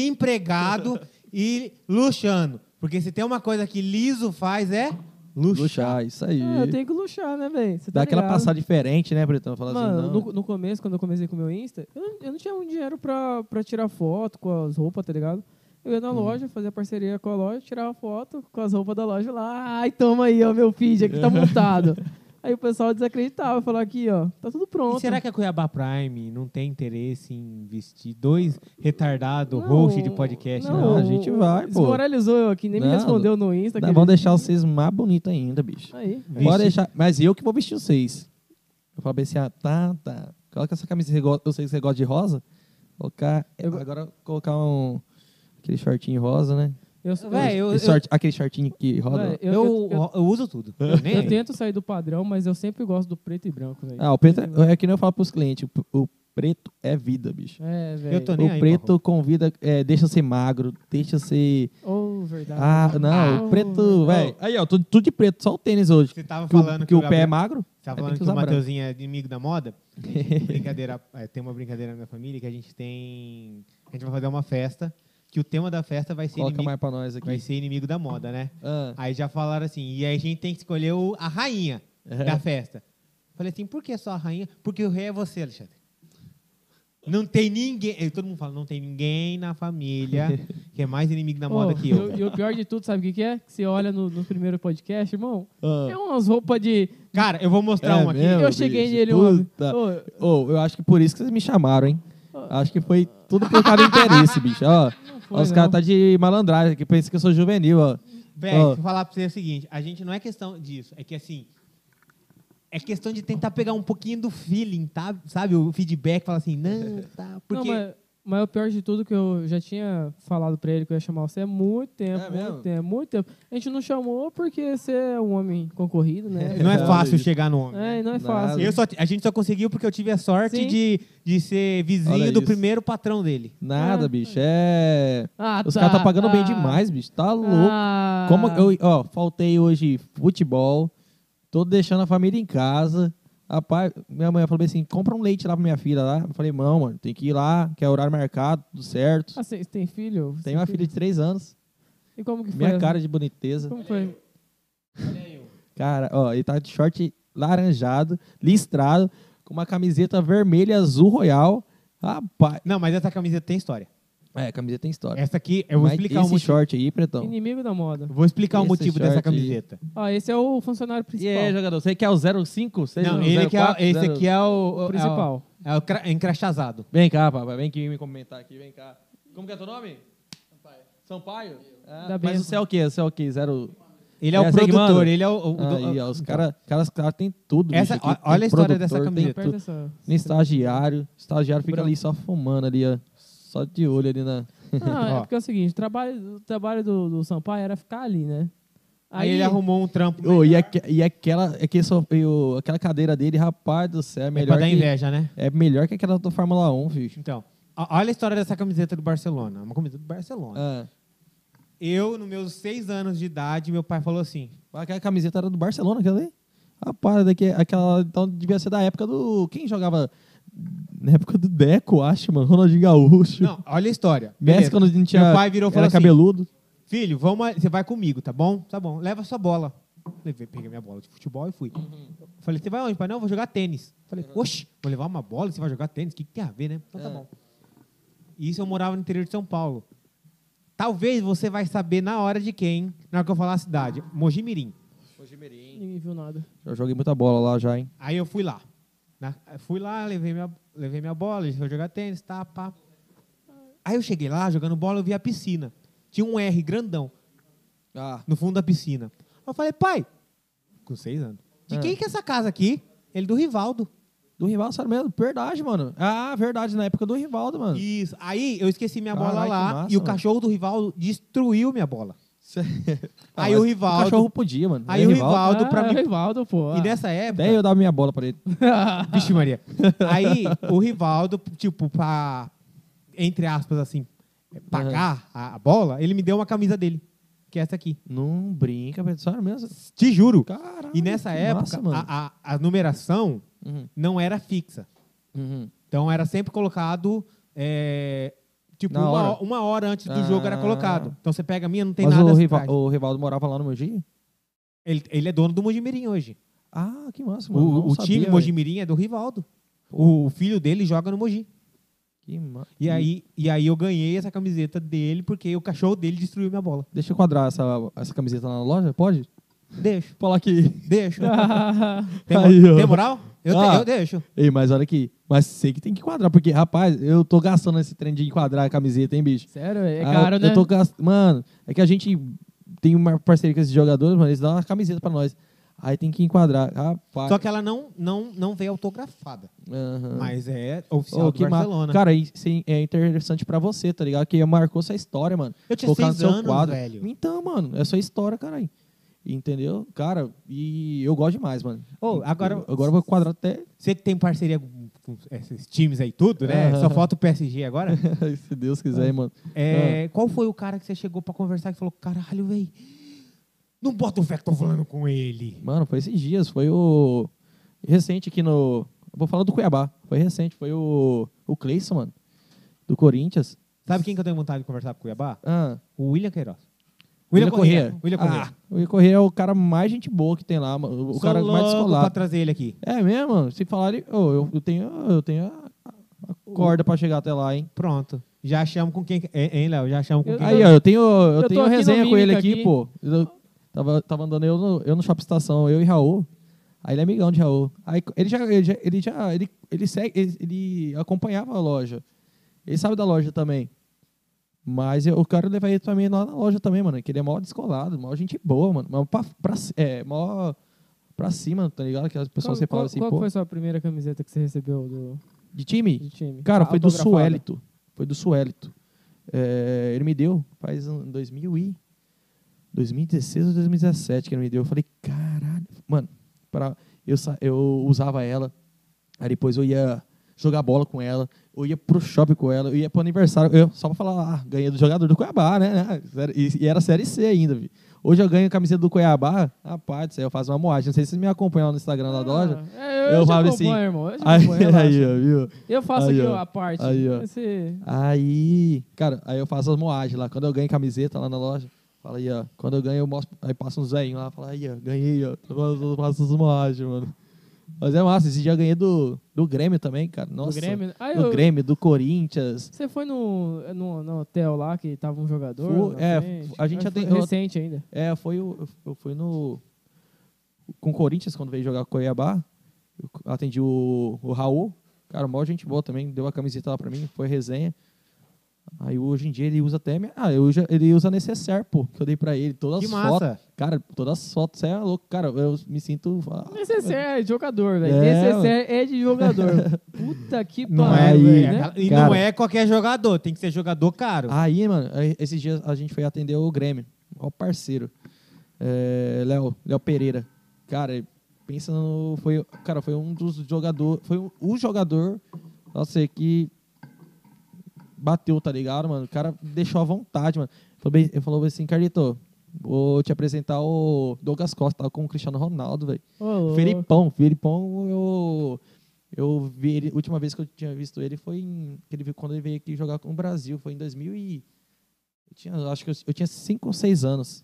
S1: desempregado e luxando. Porque se tem uma coisa que liso faz é luxar.
S3: Luxar, isso aí.
S2: Ah, eu tenho que luxar, né, velho? Você
S3: Dá
S2: Tá
S3: aquela
S2: ligado?
S3: passada diferente, né, Bretão? Falar
S2: Mano,
S3: assim, não.
S2: no, no começo, quando eu comecei com o meu Insta, eu não, eu não tinha muito dinheiro pra, pra tirar foto com as roupas, tá ligado? Eu ia na
S3: Uhum.
S2: loja, fazia parceria com a loja, tirava foto com as roupas da loja lá. Ai, toma aí, ó, meu feed aqui tá montado. aí o pessoal desacreditava, falava aqui, ó, tá tudo pronto.
S1: E será que a Cuiabá Prime não tem interesse em investir dois retardados
S2: Não,
S1: host de podcast?
S3: não?
S1: Não,
S3: né? A gente vai, pô.
S2: Desmoralizou eu aqui, nem me
S3: Não,
S2: respondeu no Insta.
S3: Nós vamos deixar vocês mais bonitos ainda, bicho.
S2: Aí.
S1: Vixe.
S3: Pode deixar. Mas eu que vou vestir vocês. Eu falo pra esse, ah, tá, tá. Coloca essa camisa, que você gosta- eu sei que você gosta de rosa. Colocar,
S2: Eu go-
S3: agora colocar um, aquele shortinho rosa, né?
S2: Eu,
S1: Véi, eu,
S3: Esse é
S1: eu,
S3: short- aquele shortinho que roda.
S2: Véi,
S1: eu, eu- eu uso tudo. Eu nem
S2: eu
S1: aí.
S2: tento sair do padrão, mas eu sempre gosto do preto e branco, velho.
S3: ah, o preto, é, é que nem eu falo pros clientes, o, o preto é vida, bicho.
S2: É, velho.
S1: Eu tô nem aí,
S3: O preto convida, é, deixa você magro, deixa você...
S2: Oh, verdade.
S3: Ah, não,
S2: Ah.
S3: o preto, velho... Aí, ó, tudo, tudo de preto, só o tênis hoje.
S1: Você tava
S3: Que o-
S1: Tá falando
S3: que o pé é
S1: Gabriel-
S3: magro,
S1: Você tá
S3: Aí tem
S1: falando
S3: que
S1: que,
S3: usar
S1: o
S3: branco.
S1: Mateuzinho é inimigo da moda? Brincadeira, é, tem uma brincadeira na minha família que a gente tem. A gente vai fazer uma festa, que o tema da festa vai ser,
S3: coloca
S1: inimigo,
S3: mais pra nós aqui.
S1: vai ser inimigo da moda, né?
S3: Ah,
S1: Aí já falaram assim, e aí a gente tem que escolher o- a rainha
S3: É.
S1: da festa. Falei assim, por que só a rainha? Porque o rei é você, Alexandre. Não tem ninguém. eh, Todo mundo fala, não tem ninguém na família que é mais inimigo da moda
S2: Oh,
S1: que
S2: e
S1: eu.
S2: o- E, o pior de tudo, sabe o que, que é? Que você olha no, no primeiro podcast, irmão,
S3: ah.
S2: é umas roupas de.
S1: Cara, eu vou mostrar
S3: É
S1: uma aqui.
S3: mesmo? Meu
S2: eu cheguei
S3: bicho,
S2: nele uma.
S3: puta.
S2: Ô,
S3: Ô, eu acho que por isso que vocês me chamaram, hein? Acho que foi tudo por causa do interesse, bicho. Ó,
S2: foi,
S3: Ó, os caras
S2: não.
S3: tá de malandragem aqui, pensa que eu sou juvenil, ó.
S1: Velho,
S3: Ó.
S1: deixa eu falar pra você o seguinte: a gente não é questão disso, é que assim. É questão de tentar pegar um pouquinho do feeling, tá? Sabe? O feedback, falar assim, não, tá. Porque.
S2: Não, mas, Mas o pior de tudo que eu já tinha falado pra ele que eu ia chamar você há muito tempo,
S3: É mesmo?
S2: muito tempo, muito tempo. A gente não chamou porque você é um homem concorrido, né?
S1: Não é
S3: Verdade.
S1: fácil chegar no homem.
S2: É, e não é
S3: Nada.
S2: fácil.
S1: Eu só, a gente só conseguiu porque eu tive a sorte
S2: Sim.
S1: de, de ser
S3: Olha
S1: vizinho do
S3: isso.
S1: primeiro patrão dele.
S3: Nada,
S2: Ah.
S3: bicho. É.
S2: Ah,
S3: Os caras tá pagando bem
S2: ah,
S3: demais, bicho. Tá louco.
S2: ah.
S3: Como eu, ó, faltei hoje futebol. Tô deixando a família em casa. Rapaz, minha mãe falou bem assim: compra um leite lá pra minha filha lá. Eu falei, não, mano, tem que ir lá, que é horário marcado, tudo certo.
S2: Ah, você tem filho? Você
S3: Tem uma filha de três anos.
S2: E como que foi?
S3: Minha
S2: essa-
S3: cara de boniteza.
S2: Como foi?
S3: Cara, ó, ele tá de short laranjado, listrado, com uma camiseta vermelha e azul royal. Rapaz.
S1: Não, mas essa camiseta tem história.
S3: É, camiseta tem história.
S1: Essa aqui, eu vou
S3: Mas
S1: explicar o
S3: esse
S1: motivo.
S3: short aí, pretão.
S2: Inimigo da moda.
S1: Vou explicar o
S3: Esse
S1: motivo dessa
S3: short aí.
S1: camiseta.
S2: Ó, esse é o funcionário principal.
S3: jogador? Você quer o 05? Seja
S1: Não,
S3: o
S1: ele que é,
S3: 04,
S1: esse
S3: um zero-
S1: aqui é o. o-
S2: principal.
S1: É o, é o cra- encrachazado.
S3: Vem cá, papai, vem aqui me comentar aqui, vem cá. Como que é teu nome? Sampaio. Sampaio? Ah,
S2: Da
S3: mas
S2: benção.
S3: você é o quê? Você é o quê? Zero...
S1: Ele é,
S3: É,
S1: o
S3: você que
S1: produtor,
S3: manda?
S1: ele é o. o- o do-
S3: Ah, Aí, ó, os caras cara, cara, tem tudo.
S1: Essa-
S3: bicho,
S1: ó-
S3: aqui,
S1: olha
S3: tem
S1: a história
S3: produtor,
S1: dessa
S3: tem
S1: camiseta.
S2: Perto
S3: tudo.
S2: dessa.
S3: Nem estagiário. Estagiário fica ali só fumando ali, ó. Só de olho ali na.
S2: Ah,
S1: Ó.
S2: é porque é o seguinte, o trabalho, o trabalho do, do Sampaio era ficar ali, né?
S1: Aí ele arrumou um trampo.
S3: Ô, e, aque- e aquela, aquele so- e o- aquela cadeira dele, rapaz do céu, é
S1: É pra
S3: melhor.
S1: dar
S3: que,
S1: inveja, né?
S3: é melhor que aquela da Fórmula 1, filho.
S1: Então, ó- olha a história dessa camiseta do Barcelona. Uma camiseta do Barcelona.
S3: Ah,
S1: Eu, nos meus seis anos de idade, meu pai falou assim:
S3: mas É. aquela camiseta era do Barcelona, aquela ali? Rapaz, daqui, aquela então devia ser da época do. Quem jogava? Na época do Deco, acho, mano. Ronaldinho Gaúcho.
S1: Não, olha a história.
S3: Messi,
S1: Beleza.
S3: quando não tinha.
S1: Meu pai virou e falou
S3: era
S1: assim,
S3: cabeludo.
S1: Filho, vamos, a- você vai comigo, tá bom? Tá bom. Leva sua bola. Levei, peguei minha bola de futebol e fui. Falei, você vai onde, pai? Não, eu vou jogar tênis. Falei, oxe, vou levar uma bola, você vai jogar tênis? O que, que tem a ver, né? Então tá
S3: É.
S1: bom. E isso eu morava no interior de São Paulo. Talvez você vai saber na hora de quem, na hora que eu falar a cidade. Mogi Mirim.
S2: Ninguém viu nada.
S3: Eu joguei muita bola lá já, hein?
S1: Aí eu fui lá. Na- fui lá, levei minha, levei minha bola, a gente foi jogar tênis, tá, pá. Aí eu cheguei lá, jogando bola, eu vi a piscina. Tinha um R grandão.
S3: Ah.
S1: no fundo da piscina. Aí Eu falei, pai, com seis anos, de
S3: Ah.
S1: quem que é essa casa aqui? Ele do Rivaldo.
S3: Do Rivaldo, sério mesmo? Verdade, mano. Ah, verdade, na época do Rivaldo, mano.
S1: Isso. Aí eu esqueci minha bola
S3: Caralho,
S1: lá
S3: que massa,
S1: e o
S3: mano.
S1: cachorro do Rivaldo destruiu minha bola.
S3: Ah,
S1: Aí
S3: mas
S1: o Rivaldo-
S3: cachorro podia, mano.
S1: Aí
S3: Ele é
S1: o Rivaldo, pra
S2: Ah,
S1: mim-
S2: Rivaldo, pô.
S1: E nessa época.
S3: Até eu dava minha bola pra ele.
S1: Vixe, Maria. Aí o Rivaldo, tipo, pra. Entre aspas, assim, pagar a, a bola, ele me deu uma camisa dele. Que é essa aqui.
S3: Não brinca, velho. Sério mesmo?
S1: Te juro.
S3: Caralho.
S1: E nessa
S3: que
S1: época,
S3: massa, mano.
S1: a- a- a numeração
S3: Uhum,
S1: não era fixa.
S3: uhum.
S1: Então era sempre colocado. é, tipo,
S3: Na
S1: uma
S3: hora.
S1: ho- uma, hora antes do
S3: Ah.
S1: jogo era colocado. Então você pega a minha, não tem
S3: Mas
S1: nada. assim
S3: o,
S1: atrás.
S3: Riva- o Rivaldo morava lá no Mogi?
S1: Ele, ele é dono do Mojimirim hoje.
S3: Ah, que massa, mano.
S1: O,
S3: Não
S1: o
S3: sabia,
S1: time
S3: velho.
S1: Mojimirim é do Rivaldo. O, o filho dele joga no Mogi.
S3: Que ma...
S1: E aí, e aí eu ganhei essa camiseta dele porque o cachorro dele destruiu minha bola.
S3: Deixa eu quadrar essa, essa camiseta lá na loja, pode?
S1: Deixo,
S3: Falar aqui.
S1: deixo. Tem, mo-
S3: Aí, ó.
S1: tem moral? Eu, te-
S3: Ah.
S1: eu deixo.
S3: Ei, mas olha aqui. Mas sei que tem que enquadrar, porque, rapaz, eu tô gastando esse trem de enquadrar a camiseta, hein, bicho?
S2: Sério, é
S3: Ah,
S2: caro,
S3: eu,
S2: né?
S3: eu tô gast- Mano, é que a gente tem uma parceria com esses jogadores, mano, eles dão uma camiseta pra nós. Aí tem que enquadrar. Rapaz.
S1: Só que ela não, não, não veio autografada.
S3: Aham.
S1: Mas é
S3: Ah. Ô,
S1: oficial
S3: que
S1: do
S3: ma-
S1: Barcelona.
S3: Cara, isso é interessante pra você, tá ligado? Que marcou sua história, mano.
S1: eu tinha
S3: Colocar no
S1: seis
S3: seu
S1: anos,
S3: quadro.
S1: velho.
S3: Então, mano, é sua história, caralho. Entendeu? Cara, e eu gosto demais, mano.
S1: Ô, agora-
S3: eu, agora eu vou quadrar até.
S1: Você que tem parceria com, com esses times aí tudo, né?
S3: Aham.
S1: Só falta o PSG agora.
S3: Se Deus quiser, hein, mano.
S1: É,
S3: Ah.
S1: Qual foi o cara que você chegou pra conversar e falou, caralho, velho, não bota o fé que tô falando com ele.
S3: Mano, foi esses dias, foi o. Recente aqui no. eu Vou falar do Cuiabá. Foi recente, foi o. O Cleison, mano. Do Corinthians.
S1: Sabe quem que eu tenho vontade de conversar com o Cuiabá?
S3: Ah,
S1: O William Queiroz. William Corrêa. William Corrêa.
S3: Ah, o William Corrêa é o cara mais gente boa que tem lá, mano. O
S1: Sou
S3: cara mais
S1: louco pra
S3: descolado.
S1: trazer ele aqui.
S3: É mesmo? mano? Se falarem, ô, eu, eu tenho, eu tenho a, a corda pra chegar até lá, hein?
S1: Pronto. Já achamos com quem... é, Hein, Léo? Já achamos com
S2: Eu-
S1: quem...
S3: Aí, ó, eu tenho, eu
S2: eu tô
S3: tenho
S2: aqui no
S3: resenha com ele
S2: Mímica
S3: aqui,
S2: aqui.
S3: pô. Eu, tava, tava andando eu no, eu no Shopping Estação, eu e Raul. Aí ele é amigão de Raul. Aí ele já, ele já, ele, já- ele, ele segue, ele, ele acompanhava a loja. Ele sabe da loja também. Mas eu, eu quero levar ele também lá na loja também, mano. Que ele é mó descolado, mó gente boa, mano. Mó pra, pra, é, mó pra cima, tá ligado? Que as
S2: Qual-
S3: pessoas sempre falam
S2: qual,
S3: assim,
S2: qual
S3: pô.
S2: foi a sua primeira camiseta que você recebeu do,
S3: De time?
S2: de time?
S3: Cara, foi do
S2: Autografada.
S3: Suélito. Foi do Suélito. É, ele me deu, faz um 2000 e 2016 ou 2017 que ele me deu. Eu falei, caralho, mano, pra, eu, sa- eu usava ela, aí depois eu ia jogar bola com ela, eu ia pro shopping com ela, eu ia pro aniversário, eu, só pra falar, ah, ganhei do jogador do Cuiabá, né? E, e era Série C ainda, vi. Hoje eu ganho a camiseta do Cuiabá, rapaz, do céu, eu faço uma moagem. Não sei se vocês me acompanham lá no Instagram lá da loja.
S2: Ah, é, eu,
S3: eu
S2: te
S3: falo
S2: acompanho,
S3: assim,
S2: irmão. Eu, te
S3: Aí,
S2: acompanho, relaxa.
S3: aí, ó, viu?
S2: eu faço
S3: aí,
S2: aqui
S3: ó.
S2: ó, a parte.
S3: Aí, ó.
S2: Esse-
S3: Aí, cara, aí eu faço as moagens lá. Quando eu ganho camiseta lá na loja, fala aí, ó. Quando eu ganho, eu mostro. Aí passa um zeinho lá, fala aí, ó, ganhei, ó. Eu faço as moagens, mano. Mas é massa, esse dia eu ganhei do, do Grêmio também, cara. Nossa.
S2: do Grêmio. né? Aí,
S3: Do
S2: eu-
S3: Grêmio, do Corinthians.
S2: Você foi no, no, no hotel lá que tava um jogador?
S3: Fui,
S2: na
S3: é,
S2: frente?
S3: a gente
S2: Ah,
S3: já tem-
S2: foi Recente ainda.
S3: É, foi o, eu fui no. Com o Corinthians, quando veio jogar com o Cuiabá. Eu atendi o, o Raul. Cara, maior gente boa também. Deu a camiseta lá pra mim, foi resenha. Aí hoje em dia ele usa até. Minha, ah, eu usa- ele usa necessaire, pô, que eu dei pra ele. Todas
S1: Que
S3: as fotos.
S1: massa.
S3: Cara, todas as fotos, você é louco. Cara, eu me sinto. ah,
S2: Necessaire é de jogador, velho.
S3: É,
S2: Necessaire é de jogador. Puta que
S3: Não
S2: pariu,
S3: é,
S2: velho,
S3: é
S2: né?
S3: aquela-
S1: E
S3: Cara. Ah,
S1: não é qualquer jogador, tem que ser jogador caro.
S3: Aí, mano, aí, esses dias a gente foi atender o Grêmio, ó parceiro. É, Léo, Léo Pereira. Cara, pensa no. Foi, cara, foi um dos jogadores. Foi um, o jogador, nossa, que bateu, tá ligado, mano? O cara deixou à vontade, mano. Falou bem- Ele falou assim, Carlito, vou te apresentar o Douglas Costa, tava com o Cristiano Ronaldo, velho.
S2: Ô, louco.
S3: Felipão, Felipão, eu eu vi ele, a última vez que eu tinha visto ele foi em, que ele veio- quando ele veio aqui jogar com o Brasil, foi em 2000 e eu tinha, eu acho que eu, eu tinha 5 ou 6 anos.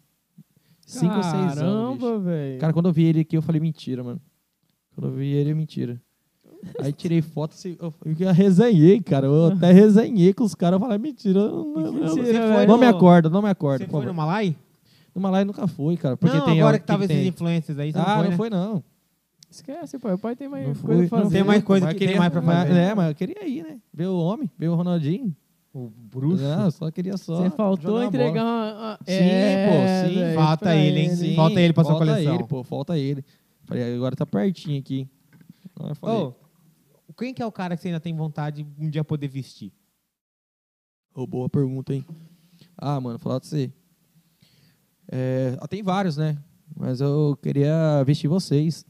S3: 5 ou 6 anos. bicho.
S2: Caramba, velho.
S3: Cara, quando eu vi ele aqui, eu falei mentira, mano. Quando eu vi ele, é mentira. Aí tirei foto, assim, eu, eu resenhei, cara. Eu até resenhei com os caras. Eu falei, mentira. eu Não,
S2: Mentira,
S3: não-
S2: velho.
S3: não, me acorda, não me acorda.
S1: Você
S3: por
S1: foi
S3: favor.
S1: no Malai?
S3: No Malai nunca foi, cara. Porque
S1: não,
S3: tem
S1: agora
S3: a-
S1: que tava
S3: tem-
S1: esses influencers aí, você
S3: Ah,
S1: não foi, né?
S3: não.
S2: Esquece, pai. O pai tem mais
S3: Não
S2: coisa
S3: fui,
S2: pra fazer.
S3: não
S1: Tem mais coisa
S3: Mas
S1: que tem
S3: queria-
S1: mais pra
S3: mas-
S1: fazer.
S3: É, mas eu queria ir, né? Ver o homem, ver o Ronaldinho.
S1: O Bruxo.
S3: Não, só queria só.
S2: Você faltou
S3: jogar uma
S2: entregar
S3: bola.
S2: uma... uma-
S3: Sim,
S2: É,
S3: pô, sim.
S2: velho,
S1: Falta
S2: pra
S1: um ele, hein?
S3: Sim,
S1: Falta ele pra sua
S3: falta
S1: coleção.
S3: Ele, pô, falta ele. Falei, agora tá pertinho aqui. Então eu falei,
S1: Ô, quem que é o cara que você ainda tem vontade de um dia poder vestir?
S3: ô, boa pergunta, hein? Ah, mano, falar de você. É, ah, tem vários, né? Mas eu queria vestir vocês.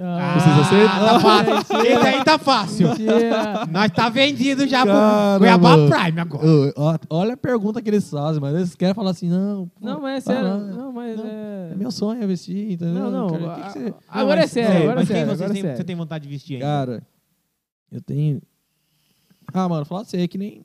S2: Ah,
S3: Vocês aceitam?
S1: tá fácil. Esse aí tá fácil.
S2: mentira.
S1: Nós tá vendido já
S3: Caramba.
S1: pro Cuiabá Prime agora.
S3: Ô, ó, olha a pergunta que eles fazem, mas eles querem falar assim, não. pô,
S2: Não, mas é
S3: vai
S2: sério.
S3: lá.
S2: Não, mas
S3: Ah, Não,
S2: é...
S3: É meu sonho é vestir,
S2: Não,
S3: entendeu?
S2: não.
S3: Cara, o que que
S2: a-
S3: você-
S2: Agora é sério,
S1: Ei,
S2: agora é
S1: mas quem
S2: sério.
S1: vocês
S2: agora é
S1: têm-
S2: sério.
S1: você tem vontade de vestir ainda?
S3: Cara, eu tenho. Ah, mano, falar pra você é que nem.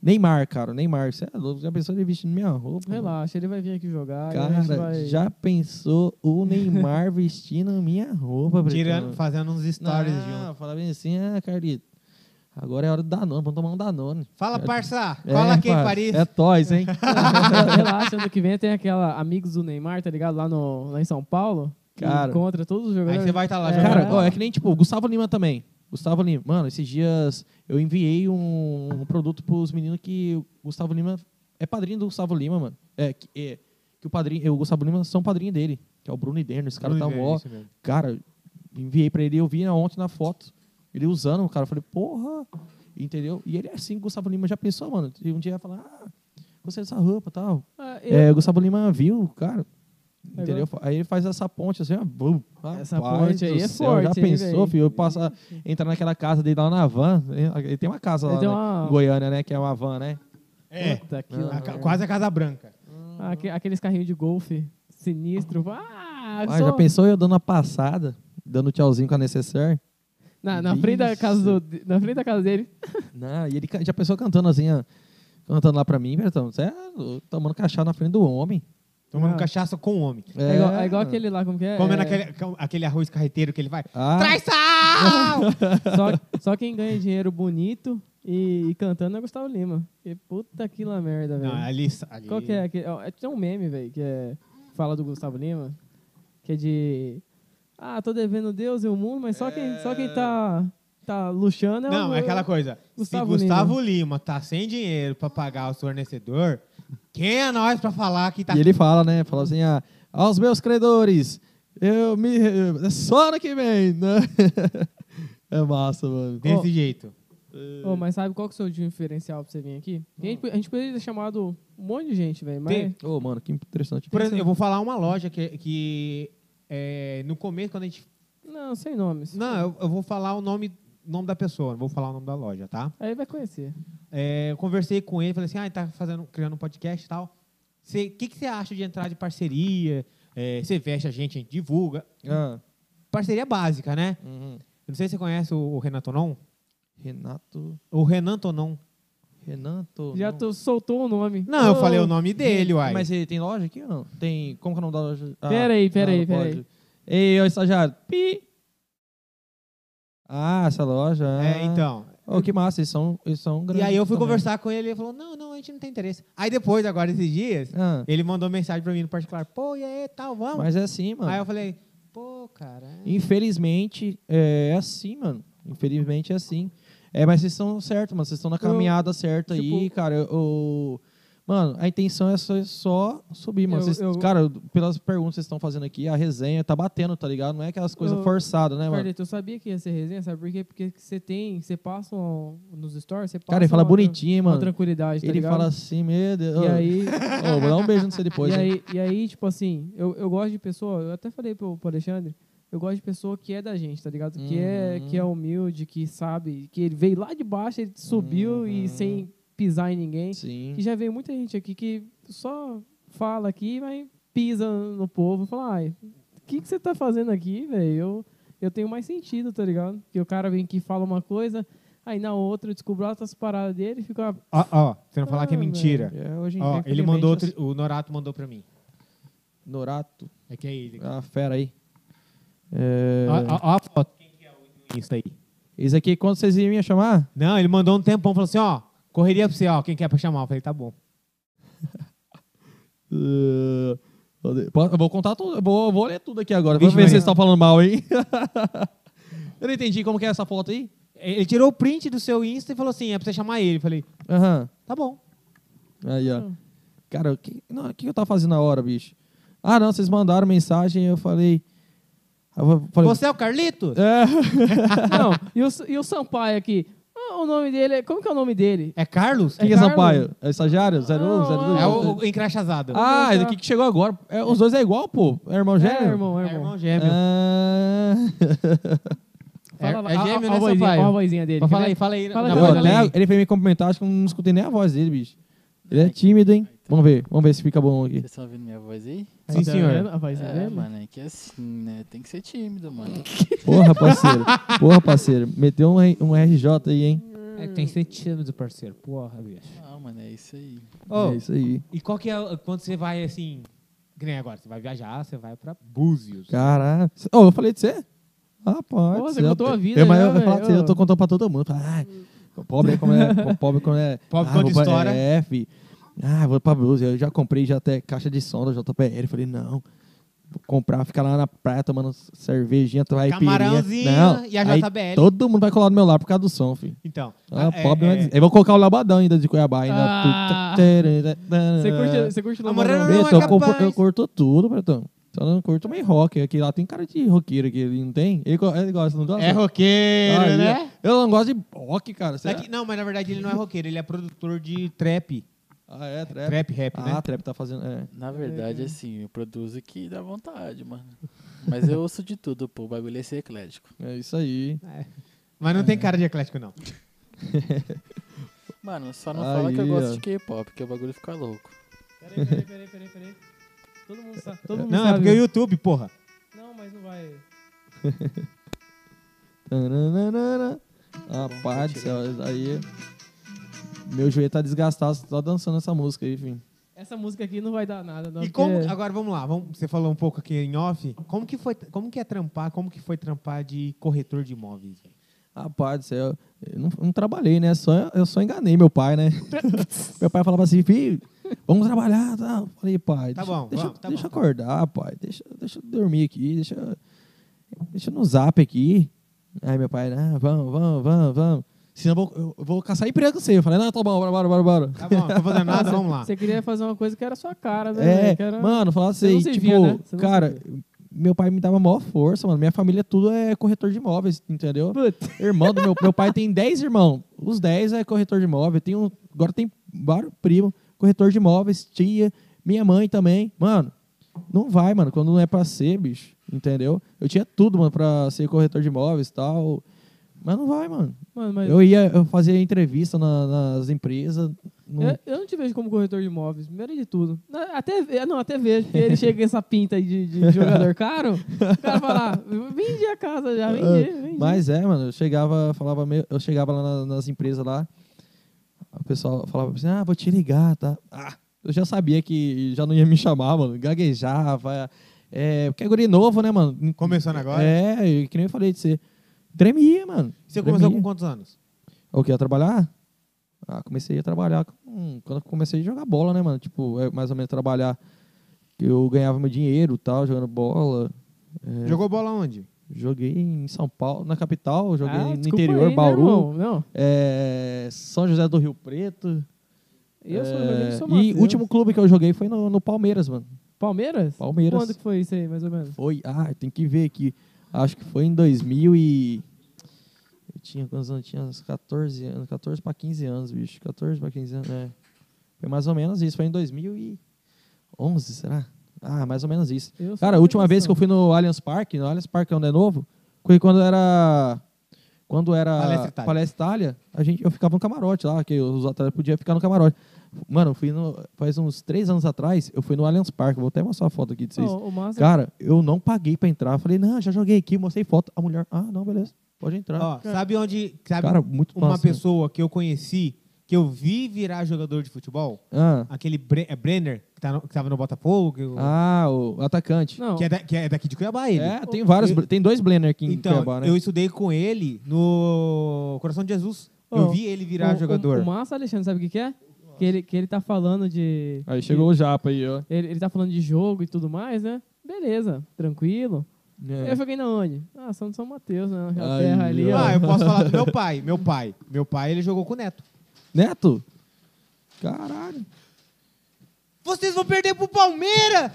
S3: Neymar, cara, Neymar, você é louco, já pensou ele vestindo minha roupa?
S2: Relaxa, ele vai vir aqui jogar. e a gente
S3: Cara,
S2: vai...
S3: já pensou o Neymar vestindo minha roupa,
S1: Tirando,
S3: Bretão?
S1: fazendo uns stories
S3: Não,
S1: junto.
S3: fala bem assim, ah, Carlito, agora é hora do Danone, vamos tomar um Danone.
S1: Fala, parça.
S3: É,
S1: Cola aqui em
S3: parça,
S1: Paris.
S3: É toys, hein?
S2: Relaxa, ano que vem tem aquela Amigos do Neymar, tá ligado? Lá, no, lá em São Paulo. Que
S3: Cara.
S2: encontra todos os
S1: Aí
S2: jogadores.
S1: você vai estar lá
S2: É.
S1: jogando.
S3: Cara, ó, é que nem tipo, o Gustavo Lima também. Gustavo Lima, mano, esses dias eu enviei um, um produto pros meninos que o Gustavo Lima é padrinho do Gustavo Lima, mano. É que, é, que o padrinho, o Gustavo Lima são padrinho dele, que é o Bruno e Denner. Esse cara
S1: Bruno
S3: tá
S1: Verde,
S3: mó.
S1: isso mesmo.
S3: Cara, enviei pra ele, eu vi né, ontem na foto. Ele usando, cara, eu falei, porra, entendeu? E ele é assim, Gustavo Lima já pensou, mano. E um dia ia falar, ah, gostei dessa roupa e tal.
S2: Ah, eu-
S3: É, o Gustavo Lima viu, cara. Entendeu? Aí ele faz essa ponte assim, ó. bum,
S2: Essa
S3: rapaz
S2: ponte aí
S3: do
S2: é
S3: céu,
S2: forte,
S3: Já
S2: hein,
S3: pensou,
S2: véi?
S3: filho? Eu passar, entrar naquela casa dele lá na van. Ele tem uma casa
S2: Ele
S3: lá
S2: tem
S3: né,
S2: uma-
S3: em Goiânia, né? Que é uma van, né?
S1: É.
S2: Puta que
S1: A ca-
S2: pariu.
S1: Quase a Casa Branca.
S2: Ah, aque- Aqueles carrinhos de golfe sinistro. Ah,
S3: Ah,
S2: só-
S3: já pensou eu dando uma passada, dando tchauzinho com a necessaire?
S2: na, na frente da
S3: Isso.
S2: casa do- na frente da casa dele.
S3: Não, e ele ca- já pensou cantando assim, ó. Cantando lá pra mim, Bertão. Você é louco, tomando cachaça na frente do homem.
S1: Tomando
S2: Ah.
S1: cachaça com o homem.
S2: É, igual, é igual aquele lá, como que é?
S1: Comendo
S2: É,
S1: aquele, com- aquele arroz carreteiro que ele vai.
S3: Ah.
S1: Traição!
S2: Só, só quem ganha dinheiro bonito e, e cantando é Gustavo Lima. Que puta que lá merda,
S1: Não,
S2: velho.
S1: ali, ali-
S2: Qual que é? aquele- ó, é- Tem um meme, velho, que é, fala do Gustavo Lima, que é de... Ah, tô devendo Deus e o mundo, mas só quem, só quem tá, tá luxando é o-
S1: Não, é aquela coisa.
S2: Gustavo
S1: Se Gustavo Lima. tá sem dinheiro pra pagar o fornecedor, quem é nós pra falar que tá.
S3: E ele fala, né? Fala assim, ah, aos meus credores, eu me. é Só ano que vem, né? É massa, mano.
S1: Desse jeito.
S2: Ô, mas sabe qual que é o seu diferencial pra você vir aqui? Porque A gente, a gente poderia ter chamado um monte de gente, velho. Mas
S1: Tem.
S3: Ô, mano, que interessante.
S1: Por exemplo, eu vou falar uma loja que, que é, no começo, quando a gente.
S2: Não, sem nomes.
S1: Não, eu, eu vou falar o nome, nome da pessoa, não vou falar o nome da loja, tá?
S2: Aí vai conhecer.
S1: É, eu conversei com ele, falei assim: ah, ele tá fazendo, criando um podcast e tal. O que, que você acha de entrar de parceria? É, Você veste a gente, a gente divulga.
S3: Ah,
S1: Parceria básica, né?
S3: uhum.
S1: Eu não sei se você conhece o, o Renan Tonon.
S3: Renato.
S1: O Renan Tonon.
S3: Renato.
S2: Já tô- soltou o nome.
S1: Não, eu
S2: Ô,
S1: falei o nome dele, uai.
S3: Mas ele tem loja aqui ou não? Tem. Como que é o nome da loja? Ah,
S2: Pera aí, pera
S3: não,
S2: aí,
S3: não
S2: pera
S3: pode.
S2: aí.
S3: Ei, ô estagiário. Pi. Ah, essa loja.
S1: É,
S3: ah.
S1: então.
S3: Ô, que massa, eles são, eles são
S1: E
S3: grandes.
S1: aí eu fui
S3: também.
S1: conversar com ele e ele falou: não, não, a gente não tem interesse. Aí depois, agora esses dias,
S3: Ah,
S1: ele mandou mensagem pra mim no particular: pô, e aí, tal, vamos.
S3: mas é assim, mano.
S1: Aí eu falei: pô, cara. é-
S3: Infelizmente, é assim, mano. Infelizmente é assim. É, mas vocês estão certo, mano. Vocês estão na caminhada certa aí,
S2: tipo-
S3: cara. O... Mano, a intenção é só, é só subir, mano.
S2: Eu-
S3: Vocês-
S2: eu-
S3: Cara, pelas perguntas que vocês estão fazendo aqui, a resenha tá batendo, tá ligado? Não é aquelas coisas
S2: Eu-
S3: forçadas, né, mano?
S2: Carlito, eu sabia que ia ser resenha, sabe por quê? Porque você tem, você passa um- nos stories, você passa.
S3: Cara, ele fala
S2: uma-
S3: bonitinho, hein,
S2: uma
S3: mano.
S2: tranquilidade, tá
S3: Ele
S2: ligado?
S3: fala assim, meu Deus.
S2: E aí,
S3: Ô, vou dar um beijo no você depois.
S1: é.
S2: e,
S3: hein?
S2: aí, e aí, tipo assim, eu, eu gosto de pessoa, eu até falei pro, pro Alexandre, eu gosto de pessoa que é da gente, tá ligado? Que, é,
S3: Uhum.
S2: que é humilde, que sabe, que ele veio lá de baixo, ele subiu
S3: Uhum.
S2: e sem pisar em ninguém.
S3: Sim.
S2: Que já veio muita gente aqui que só fala aqui, mas pisa no povo, fala, ai, o que, que você tá fazendo aqui, velho? Eu, eu tenho mais sentido, tá ligado? Que o cara vem aqui e fala uma coisa, aí na outra eu descubro outras paradas dele e fica
S1: Ó, ó, você não falar que é
S2: Ah,
S1: mentira.
S3: É, hoje em
S1: Ó,
S3: dia,
S1: ele mandou
S3: infelizmente,
S1: outro, o Norato mandou pra mim.
S3: assim, Norato.
S1: É que é ele.
S3: Ah, fera aí. É...
S1: Ó,
S2: Ah,
S1: ó, ó a foto. Quem que é o Insta aí?
S3: Isso aqui, quando vocês iam me chamar?
S1: Não, ele mandou um tempão, falou assim, ó, correria pra você, ó, quem quer pra chamar? Eu falei, tá bom.
S3: Uh, pode- eu vou contar tudo. eu Vou, eu vou ler tudo aqui agora. Vamos
S1: Eh, Vixe, Maria.
S3: ver se vocês estão falando mal, hein? eu não entendi como que é essa foto aí.
S1: Ele tirou o print do seu Insta e falou assim, é pra você chamar ele. Eu falei,
S3: Aham.
S1: tá bom.
S3: Aí, ó.
S2: Hum.
S3: Cara, o que, não, o que eu tava fazendo na hora, bicho? Ah, não, vocês mandaram mensagem eu falei. Eu falei
S1: Você é o Carlitos?
S3: É.
S2: Não, e o, e o Sampaio aqui? Ah, o nome dele é. Como que é o nome dele?
S1: É Carlos?
S3: Quem é
S2: Carlos?
S3: Sampaio? É estagiário? 01, 02?
S2: não.
S1: É o, o encrachazado.
S3: Ah, é daqui que chegou agora. É, os dois é igual, pô. É irmão gêmeo?
S2: É, irmão, é,
S1: é
S2: irmão.
S1: irmão gêmeo.
S3: Ah.
S1: É,
S2: Fala-
S1: é
S2: a- a-
S1: gêmeo,
S2: a,
S1: né,
S2: vozinha,
S1: Sampaio?
S2: ó a vozinha dele. né?
S1: Mas
S2: quer
S1: fala
S2: ver?
S1: aí, fala aí.
S2: Fala
S1: na
S2: aí,
S1: voz
S3: Pô,
S2: fala
S1: dele.
S3: até a- ele foi me cumprimentar, acho que eu não escutei nem a voz dele, bicho. Ele é tímido, hein? Vamos ver, vamos ver se fica bom aqui.
S4: Vocês estão ouvindo minha voz aí?
S1: Sim,
S2: Tá
S1: senhor.
S2: vendo A vozinha
S4: É,
S2: dele?
S4: mano, é que assim, né? Tem que ser tímido, mano.
S3: Porra, parceiro. Porra, parceiro. Meteu um, R- um RJ aí, hein?
S1: É, tem que ser tímido, parceiro. Porra, bicho.
S4: Não, mano, é isso aí.
S1: Ô,
S3: É isso aí.
S1: e qual que é, o- quando você vai, assim, que nem agora, você vai viajar, você vai pra Búzios.
S3: Caralho. Ô, eu falei de você? Rapaz.
S2: Pô,
S3: do
S2: você
S3: céu.
S2: contou a vida
S3: Eu, mas
S2: já,
S3: eu, vou falar
S2: velho.
S3: de você, eu tô contando pra todo mundo. Fala, Ai, o pobre é como é. o Pobre como é.
S1: Pobre conta
S3: vou pra-
S1: história.
S3: É, fi. Ah, vou pra Blues. Eu já comprei já até caixa de som da JPL. Falei, não. Vou comprar, ficar lá na praia tomando cervejinha, traipirinha.
S1: Camarãozinho
S3: Não,
S1: e a
S3: aí
S1: JBL.
S3: Todo mundo vai colar no meu lado por causa do som, filho.
S1: Então.
S3: Ah,
S1: é-
S3: pobre,
S1: é-
S3: mas... Eu vou colocar o Labadão ainda de Cuiabá. Ainda.
S2: Ah. Você curte, você curte
S1: Tá
S2: Lobão, É. não?
S1: morando-
S3: Beto,
S1: Não é
S3: então, eu, compro-
S1: capaz.
S3: eu curto tudo, Bretão. Só não curto meio rock. Aqui lá tem cara de roqueiro que ele não tem. Ele, go- ele gosta, não gosta?
S1: É roqueiro,
S3: Olha, é.
S1: né?
S3: Eu não gosto de rock, cara. Você-
S1: Daqui- não, mas na verdade ele não é roqueiro, ele é produtor de trap.
S3: Ah, é, trap.
S1: Trap rap, né?
S3: Ah, trap tá fazendo. É.
S4: Na verdade, assim, eu produzo o que dá vontade, mano. Mas eu ouço de tudo, pô. O bagulho é ser eclético.
S3: É isso aí.
S1: Mas não tem cara de eclético, não.
S4: Mano, só não fala que eu
S3: Aí, ó.
S4: gosto de K-pop, que o bagulho fica louco.
S2: Peraí, peraí, peraí, peraí, peraí. Todo mundo sabe. Todo mundo
S1: Não, é
S2: sabe. né?
S1: porque o YouTube, porra.
S2: Não, mas não vai.
S3: Tananana. Rapaz do céu, isso aí. Meu joelho tá desgastado só dançando essa música aí, enfim.
S2: Essa música aqui não vai dar nada, não.
S1: E
S2: porque-
S1: como. Agora vamos lá, vamos- você falou um pouco aqui em off. Como que foi. Como que é trampar? Como que foi trampar de corretor de imóveis? velho?
S3: Rapaz do céu, eu não, não trabalhei, né? Só, eu só enganei meu pai, né? meu pai falava assim, filho, vamos trabalhar. Tá? Eu Falei, pai,
S1: Tá
S3: deixa,
S1: bom,
S3: deixa,
S1: vamos, tá
S3: deixa eu
S1: bom, tá
S3: acordar, pai. Deixa, deixa eu dormir aqui, deixa, eu- deixa eu no zap aqui. Aí meu pai, não, vamos, vamos, vamos, vamos. Senão eu vou, eu vou caçar emprego com você. Eu falei, não, tá bom, bora, bora, bora, bora.
S1: Tá bom, não tô fazendo nada, vamos lá.
S2: Você queria fazer uma coisa que era a sua cara, né?
S3: É,
S2: que era-
S3: mano, falar
S2: Você não
S3: assim,
S2: se
S3: tipo,
S2: via, né? Você não se
S3: cara, meu pai me dava a maior força, mano. Minha família tudo é corretor de imóveis, entendeu?
S2: Puta.
S3: Irmão do meu, meu pai tem 10 irmãos. Os 10 é corretor de imóvel. Tem um, agora tem vários primos, corretor de imóveis, tia, minha mãe também. Mano, não vai, mano, quando não é pra ser, bicho. Entendeu? Eu tinha tudo, mano, pra ser corretor de imóveis e tal. Mas não vai, mano.
S2: Mano, mas eu,
S3: Eu ia eu fazia entrevista na- nas empresas. não-
S2: eu não te vejo como corretor de imóveis, primeiro de tudo. Na- Até, ve- não, até vejo, porque ele chega com essa pinta aí de, de jogador caro, o cara fala, "Ah, vendi a casa já, vendi, vendi.
S3: Ah, Mas é, mano, eu chegava, falava, meio- eu chegava lá na- nas empresas lá, o pessoal falava assim, ah, vou te ligar, tá? Ah, eu já sabia que já não ia me chamar, mano. Gaguejava. É, porque é guri novo, né, mano?
S1: Começando agora?
S3: É, e que nem eu falei de você. Tremia, mano.
S1: Você começou com
S3: Tremia.
S1: quantos anos?
S3: O que? A trabalhar? Ah, comecei a trabalhar com- quando eu comecei a jogar bola, né, mano? Tipo, é mais ou menos trabalhar. que Eu ganhava meu dinheiro e tal, jogando bola. É,
S1: Jogou bola onde?
S3: Joguei em São Paulo, na capital, joguei
S2: Ah,
S3: no
S2: desculpa
S3: interior,
S2: aí, né,
S3: Bauru,
S2: irmão? não,
S3: é, São José do Rio Preto.
S2: eu sou,
S3: é,
S2: eu sou
S3: e
S2: Matheus.
S3: o último clube que eu joguei foi no, no Palmeiras, mano.
S2: Palmeiras?
S3: Palmeiras.
S2: Quando que foi isso aí, mais ou menos?
S3: Foi, ah, tem que ver aqui. Acho que foi em 2000 e... Eu tinha quantos anos? Eu Tinha uns 14 anos, 14 pra 15 anos, bicho. 14 pra 15 anos, é. Foi mais ou menos isso, foi em 2011, será? Ah, mais ou menos isso.
S2: Eu sou
S3: Cara, a última vez que eu
S2: Matheus.
S3: fui no Allianz Parque, no Allianz Parque onde é novo, foi quando era quando era
S1: Palestra Itália.
S3: Palestra Itália, a gente eu ficava no camarote lá, que os atletas podiam ficar no camarote. Mano, eu fui no faz uns três anos atrás, eu fui no Allianz Parque, vou até mostrar a foto aqui de vocês.
S2: Ó, o Massa
S3: Cara, eu não paguei pra entrar, falei: "Não, já joguei aqui, mostrei foto". A mulher: "Ah, não, beleza. Pode entrar".
S1: Ó, sabe onde. Sabe
S3: Cara, muito né?
S1: uma
S3: massa.
S1: pessoa que eu conheci, que eu vi virar jogador de futebol?
S3: Ah,
S1: Aquele Bre- é Brenner, que, tá no- que tava no Botafogo, que, o-
S3: ah, o atacante.
S2: Não,
S1: que é da- que é daqui de Cuiabá, ele.
S3: É, tem vários,
S1: Eu-
S3: tem dois Blenner aqui em
S1: então,
S3: Cuiabá, né?
S1: eu estudei com ele no Coração de Jesus.
S2: Ó,
S1: eu vi ele
S3: um-
S1: virar
S2: o,
S1: jogador.
S2: O, o Massa, Alexandre, sabe o que, que é? Que ele, que ele tá falando de.
S3: Aí chegou o Japa aí, ó.
S2: de- ele, ele tá falando de jogo e tudo mais, né? Beleza, tranquilo.
S3: É.
S2: Eu joguei na onde? Ah, São de São Mateus, né? Aquela
S3: Aí,
S2: terra ali, ó.
S1: ah, eu posso falar do meu pai. Meu pai. Meu pai, ele jogou com o Neto.
S3: Neto? Caralho.
S1: Vocês vão perder pro Palmeiras!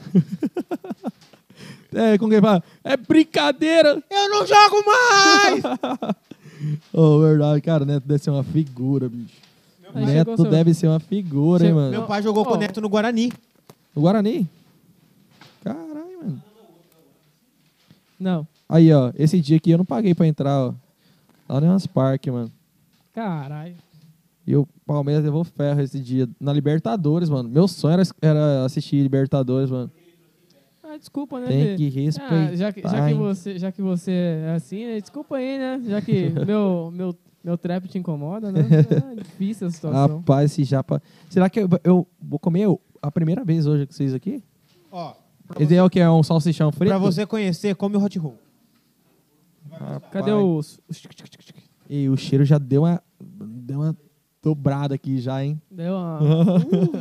S3: É, com quem fala? É brincadeira!
S1: Eu não jogo mais!
S3: Ô, verdade, cara, o Neto deve ser uma figura, bicho.
S2: Aí chegou
S3: Neto
S2: seu-
S3: deve ser uma figura, hein,
S2: Chegou-
S3: mano.
S1: meu pai jogou com
S2: Ó.
S1: o Neto no Guarani.
S3: O Guarani? Caralho, mano.
S2: Não.
S3: Aí, ó, esse dia aqui eu não paguei pra entrar, ó. Lá no Allianz Parque, mano.
S2: Caralho.
S3: E o Palmeiras levou ferro esse dia. Na Libertadores, mano. Meu sonho era, era assistir Libertadores, mano.
S2: Ah, desculpa, né?
S3: Tem
S2: Fê?
S3: que respeitar.
S2: Ah, já, que, já, que
S3: hein?
S2: você, já que você é assim, né? desculpa aí, né? Já que meu, meu, meu trap te incomoda, né? Ah, difícil a situação.
S3: Rapaz, esse japa. Será que eu, eu vou comer a primeira vez hoje com vocês aqui?
S1: Ó,
S3: Esse é o que? É um salsichão frito?
S1: pra você conhecer, come o Hot Roll.
S3: Ah, Rapaz.
S2: Cadê os. os-
S3: E o cheiro já deu uma, deu uma dobrada aqui já, hein?
S2: Deu uma. Uh,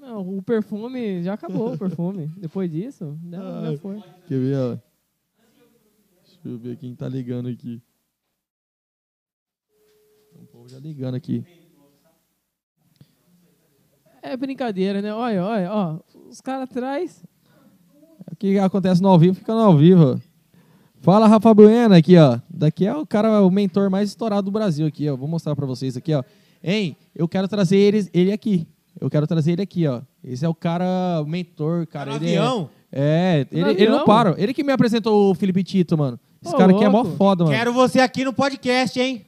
S2: não, o perfume já acabou o perfume. Depois disso, já, já foi.
S3: Quer ver, ó? Deixa eu ver quem tá ligando aqui. O povo já ligando aqui.
S2: É brincadeira, né? Olha, olha, ó. Os caras atrás.
S3: É O que acontece no ao vivo fica no ao vivo. Fala, Rafa Bueno aqui, ó. Daqui é o cara, o mentor mais estourado do Brasil aqui, ó. Vou mostrar pra vocês aqui, ó. Hein, eu quero trazer eles, ele aqui. Eu quero trazer ele aqui, ó. Esse é o cara, o mentor, cara.
S1: Tá no
S3: ele é-
S1: avião?
S3: É,
S2: no
S3: ele, ele não
S2: avião?
S3: para. Ele que me apresentou o Felipe Tito, mano. Esse
S2: Ô,
S3: cara aqui é mó
S2: louco.
S3: foda, mano.
S1: Quero você aqui no podcast, hein?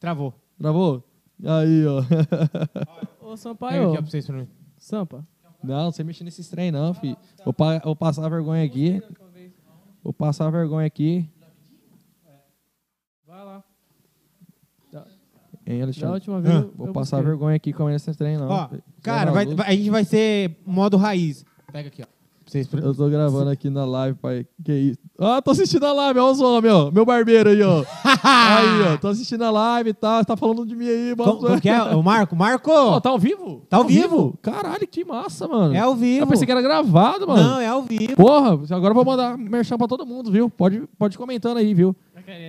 S1: Travou.
S3: Travou? Aí, ó.
S1: Pega
S2: Ô, Sampaio.
S1: aqui ó, pra vocês pra mim.
S2: Sampa.
S3: não, não sei mexer nesses trem, não, fi. Vou, pa- vou passar vergonha aqui. Vou passar vergonha aqui.
S2: Vai lá.
S3: Hein,
S2: Da
S3: Alexandre?
S2: última vez. eu-
S3: Ah, Vou
S2: eu
S3: passar
S2: busquei.
S3: vergonha aqui comendo esses trem, não.
S1: Ó,
S3: Você é
S1: cara, vai-
S3: maluco?
S1: vai- a gente vai ser modo raiz. Pega aqui, ó. Pra vocês pra...
S3: Eu tô gravando aqui na live, pai. Que isso? Ah, tô assistindo a live, ó os homens, ó. Meu barbeiro aí, ó. aí, ó. Tô assistindo a live e tal. Você tá falando de mim aí,
S1: Como, como
S3: mano.
S1: que é? O Marco? Marco!
S3: Ó, tá ao vivo?
S1: Tá ao vivo.
S3: Caralho, que massa, mano.
S1: É ao vivo.
S3: Eu pensei que era gravado, mano.
S1: Não, é ao vivo.
S3: Porra, agora eu vou mandar merchan pra todo mundo, viu? Pode, pode ir comentando aí, viu?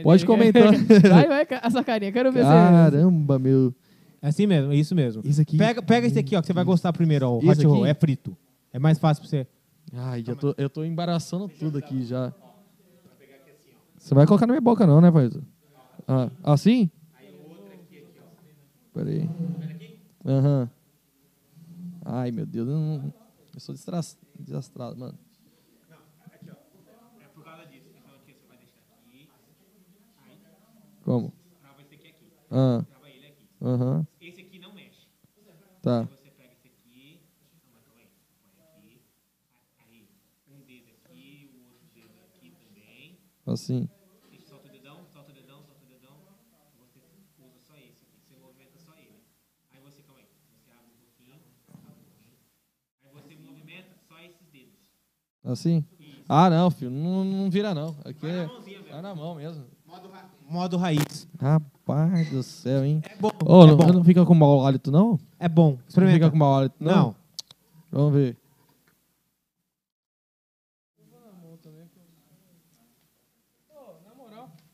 S3: Pode comentar.
S2: Vai, vai, ca- essa carinha. Quero ver se.
S3: Caramba, meu.
S1: É assim mesmo, é isso mesmo.
S3: Isso aqui.
S1: Pega, pega esse aqui, ó, que você vai gostar primeiro, ó. o
S3: Isso
S1: Hot Roll,
S3: aqui?
S1: é frito. É mais fácil pra você.
S3: Ai, Ah, já tô, eu tô embaraçando
S1: tá
S3: tudo aqui já.
S1: assim,
S3: Você vai colocar na minha boca não, né, pai? Ah, assim?
S1: Tá
S3: Peraí. Aham. Ai, meu Deus, eu, não- eu sou destra- desastrado, mano.
S1: É Então,
S3: Como? Ah. Aham.
S1: Esse aqui não mexe.
S3: Tá.
S1: Você pega esse aqui. Não, mas calma aí. Põe aqui. Aí, um dedo aqui, o outro dedo aqui também.
S3: Assim.
S1: Você solta o dedão, solta o dedão, solta o dedão. Você usa só esse aqui. Você movimenta só ele. Aí você, calma aí. Você abre um pouquinho. abre um pouquinho. Aí você movimenta só esses dedos.
S3: Assim? Ah, não, filho. Não, não vira, não. Aqui é... Vai na mão mesmo.
S1: Modo raiz.
S3: Rapaz do céu, hein?
S1: É bom.
S3: Ô,
S1: é,
S3: não,
S1: bom.
S3: não fica com mau hálito, não?
S1: é bom.
S3: Não fica
S1: Experimenta.
S3: com mau hálito, não?
S1: Não.
S3: Vamos ver.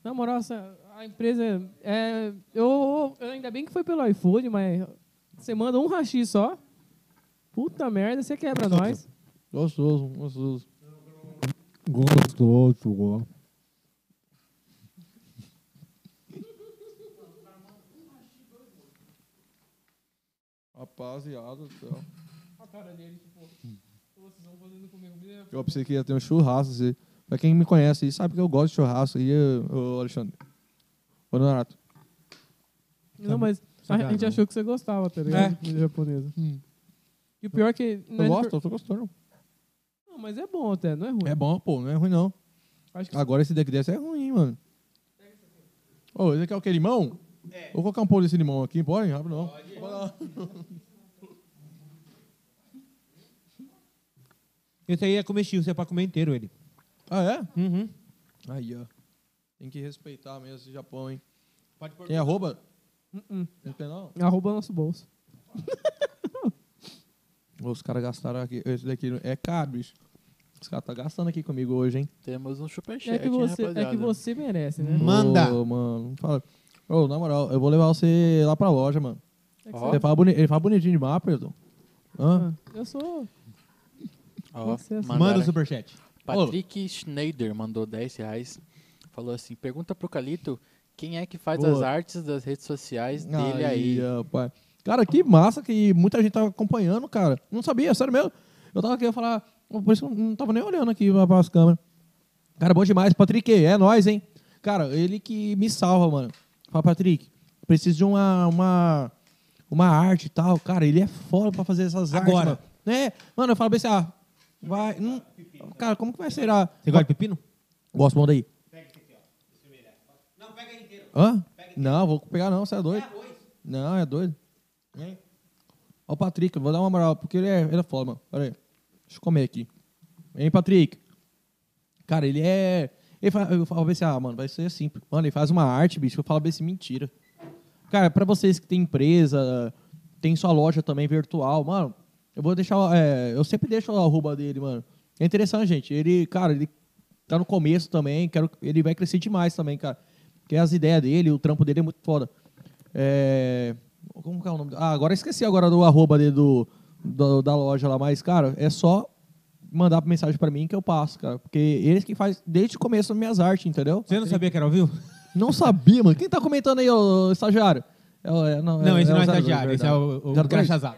S2: Na moral, essa, a empresa. É, eu, eu- ainda bem que foi pelo iFood, mas você manda um rachi só. Puta merda, você quebra nós.
S3: Gostoso, gostoso.
S1: Gostoso.
S3: Rapaziada do céu.
S2: A cara dele, tipo, vocês vão fazendo comigo mesmo.
S3: Eu pensei que ia ter um churrasco. Assim. Pra quem me conhece aí, sabe que eu gosto de churrasco. E, ô, Alexandre. Ô, Donato.
S2: Não, mas a,
S1: Sabe, né?
S2: gente
S1: não.
S2: achou que você gostava, tá ligado? De japonesa. E o pior é que. não
S3: Eu
S2: é
S3: gosto, eu tô gostando.
S2: Não, mas é bom até, não é ruim.
S3: É bom, pô. Não é ruim, não.
S2: Acho que
S3: Agora esse daqui desse é ruim, mano. Ô, esse aqui é o que? Limão? Vou colocar um pouco desse limão aqui, pode? Rápido não.
S1: Esse aí é comestível, você é pra comer inteiro ele.
S3: Ah, é?
S1: Uhum.
S3: Aí, ó. Tem que respeitar mesmo esse Japão, hein?
S1: Pode pôr.
S3: Tem arroba?
S2: Uh-uh.
S3: Não tem, não?
S2: arroba nosso bolso.
S3: Os caras gastaram aqui. Esse daqui é caro, bicho. Os caras tá gastando aqui comigo hoje, hein?
S4: Temos um superchat,
S2: É que,
S4: hein,
S2: você,
S4: rapaziada.
S2: é que você merece, né?
S3: Hum.
S1: Manda.
S3: Ô, mano, fala. Ô, na moral, eu vou levar você lá pra loja, mano.
S2: É que
S4: Ó.
S3: Você fala boni- Ele fala bonitinho de mapa, Hilton. Hã?
S2: você- Eu sou.
S4: Ó,
S2: Você é assim.
S4: mandaram
S1: Manda o superchat.
S4: Patrick Schneider mandou 10 reais. Falou assim: pergunta pro Calito quem é que faz
S3: Boa.
S4: as artes das redes sociais dele aí.
S3: ó, pai. Cara, que massa que muita gente tava acompanhando, cara. Não sabia, sério mesmo. Eu tava aqui, eu ia falar, por isso que eu não tava nem olhando aqui pra- pras câmeras. Cara, bom demais. Patrick, é nóis, hein? Cara, ele que me salva, mano. Fala, Patrick, preciso de uma, uma, uma arte e tal. Cara, ele é foda pra fazer essas
S1: Agora.
S3: artes, mano. É, mano, eu falo pra esse, ah, vai... Não, cara, como que vai ser a...
S1: Você gosta de pepino?
S3: Gosto, manda aí. né? Hã? Não, vou pegar não, você é doido. Não, é doido. Hein? Ó o Patrick, eu vou dar uma moral, porque ele é, ele é foda, mano. Pera aí. Deixa eu comer aqui. Hein, Patrick? Cara, ele é... Ele fala, eu falo pra esse, ah, mano, vai ser assim. Mano, ele faz uma arte, bicho, eu falo pra esse, mentira. Cara, pra vocês que tem empresa, tem sua loja também virtual, mano, eu vou deixar. é, eu sempre deixo a arroba dele, mano. É interessante, gente. Ele, cara, ele tá no começo também. Quero, ele vai crescer demais também, cara. Porque as ideias dele, o trampo dele é muito foda. É, como que é o nome? do- Ah, agora eu esqueci agora do arroba dele do, do- da loja lá, mas, cara, é só mandar mensagem pra mim que eu passo, cara. Porque eles que faz desde o começo as minhas artes, entendeu?
S1: Você não sabia que era ao vivo?
S3: Não sabia, mano. Quem tá comentando aí, ô estagiário? É o- é- não,
S1: Não, esse não é
S3: o 02,
S1: estagiário, esse é
S3: verdade.
S1: o, o
S3: 02?
S1: crachazado.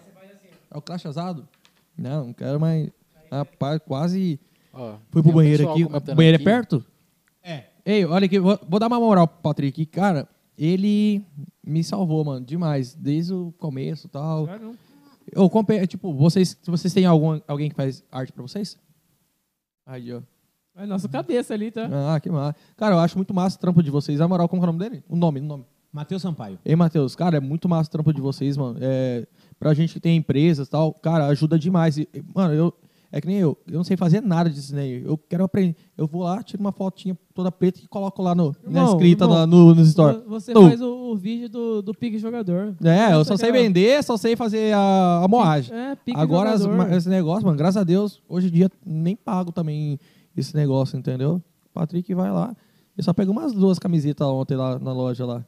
S3: É o crachazado? Não, não quero mais. Rapaz, quase.
S4: Ó,
S3: Fui
S4: tem
S3: pro
S4: um
S3: banheiro
S4: pessoal
S3: aqui. O
S4: comentando
S3: banheiro
S4: aqui.
S3: é perto?
S1: É.
S3: Ei, olha aqui, vou, vou dar uma moral pro Patrick. Cara, ele me salvou, mano, demais. Desde o começo e tal.
S2: Sério, não.
S3: Eu comprei, tipo, vocês. Se vocês têm algum, alguém que faz arte pra vocês? Aí, ó.
S2: É nossa cabeça ali, tá?
S3: Ah, que massa. Cara, eu acho muito massa o trampo de vocês. A moral, como que é o nome dele? O nome, o nome.
S1: Matheus Sampaio.
S3: Ei, Matheus, cara, é muito massa o trampo de vocês, mano. É, pra gente que tem empresas e tal, cara, ajuda demais. E, e, mano, eu. É que nem eu, eu não sei fazer nada de desenho. Eu quero aprender. Eu vou lá, tiro uma fotinha toda preta e coloco lá no, na
S2: Irmão,
S3: escrita,
S2: irmão,
S3: lá no, nos stories.
S2: Vo- Você
S3: Tu.
S2: faz o, o vídeo do, do pique jogador.
S3: É, eu só
S2: Nossa,
S3: sei
S2: cara.
S3: vender, só sei fazer a, a moagem.
S2: É, pique
S3: Agora, as
S2: jogador.
S3: ma- esse negócio, mano, graças a Deus, hoje em dia nem pago também esse negócio, entendeu? Patrick vai lá. Eu só pego umas duas camisetas ontem lá na loja lá.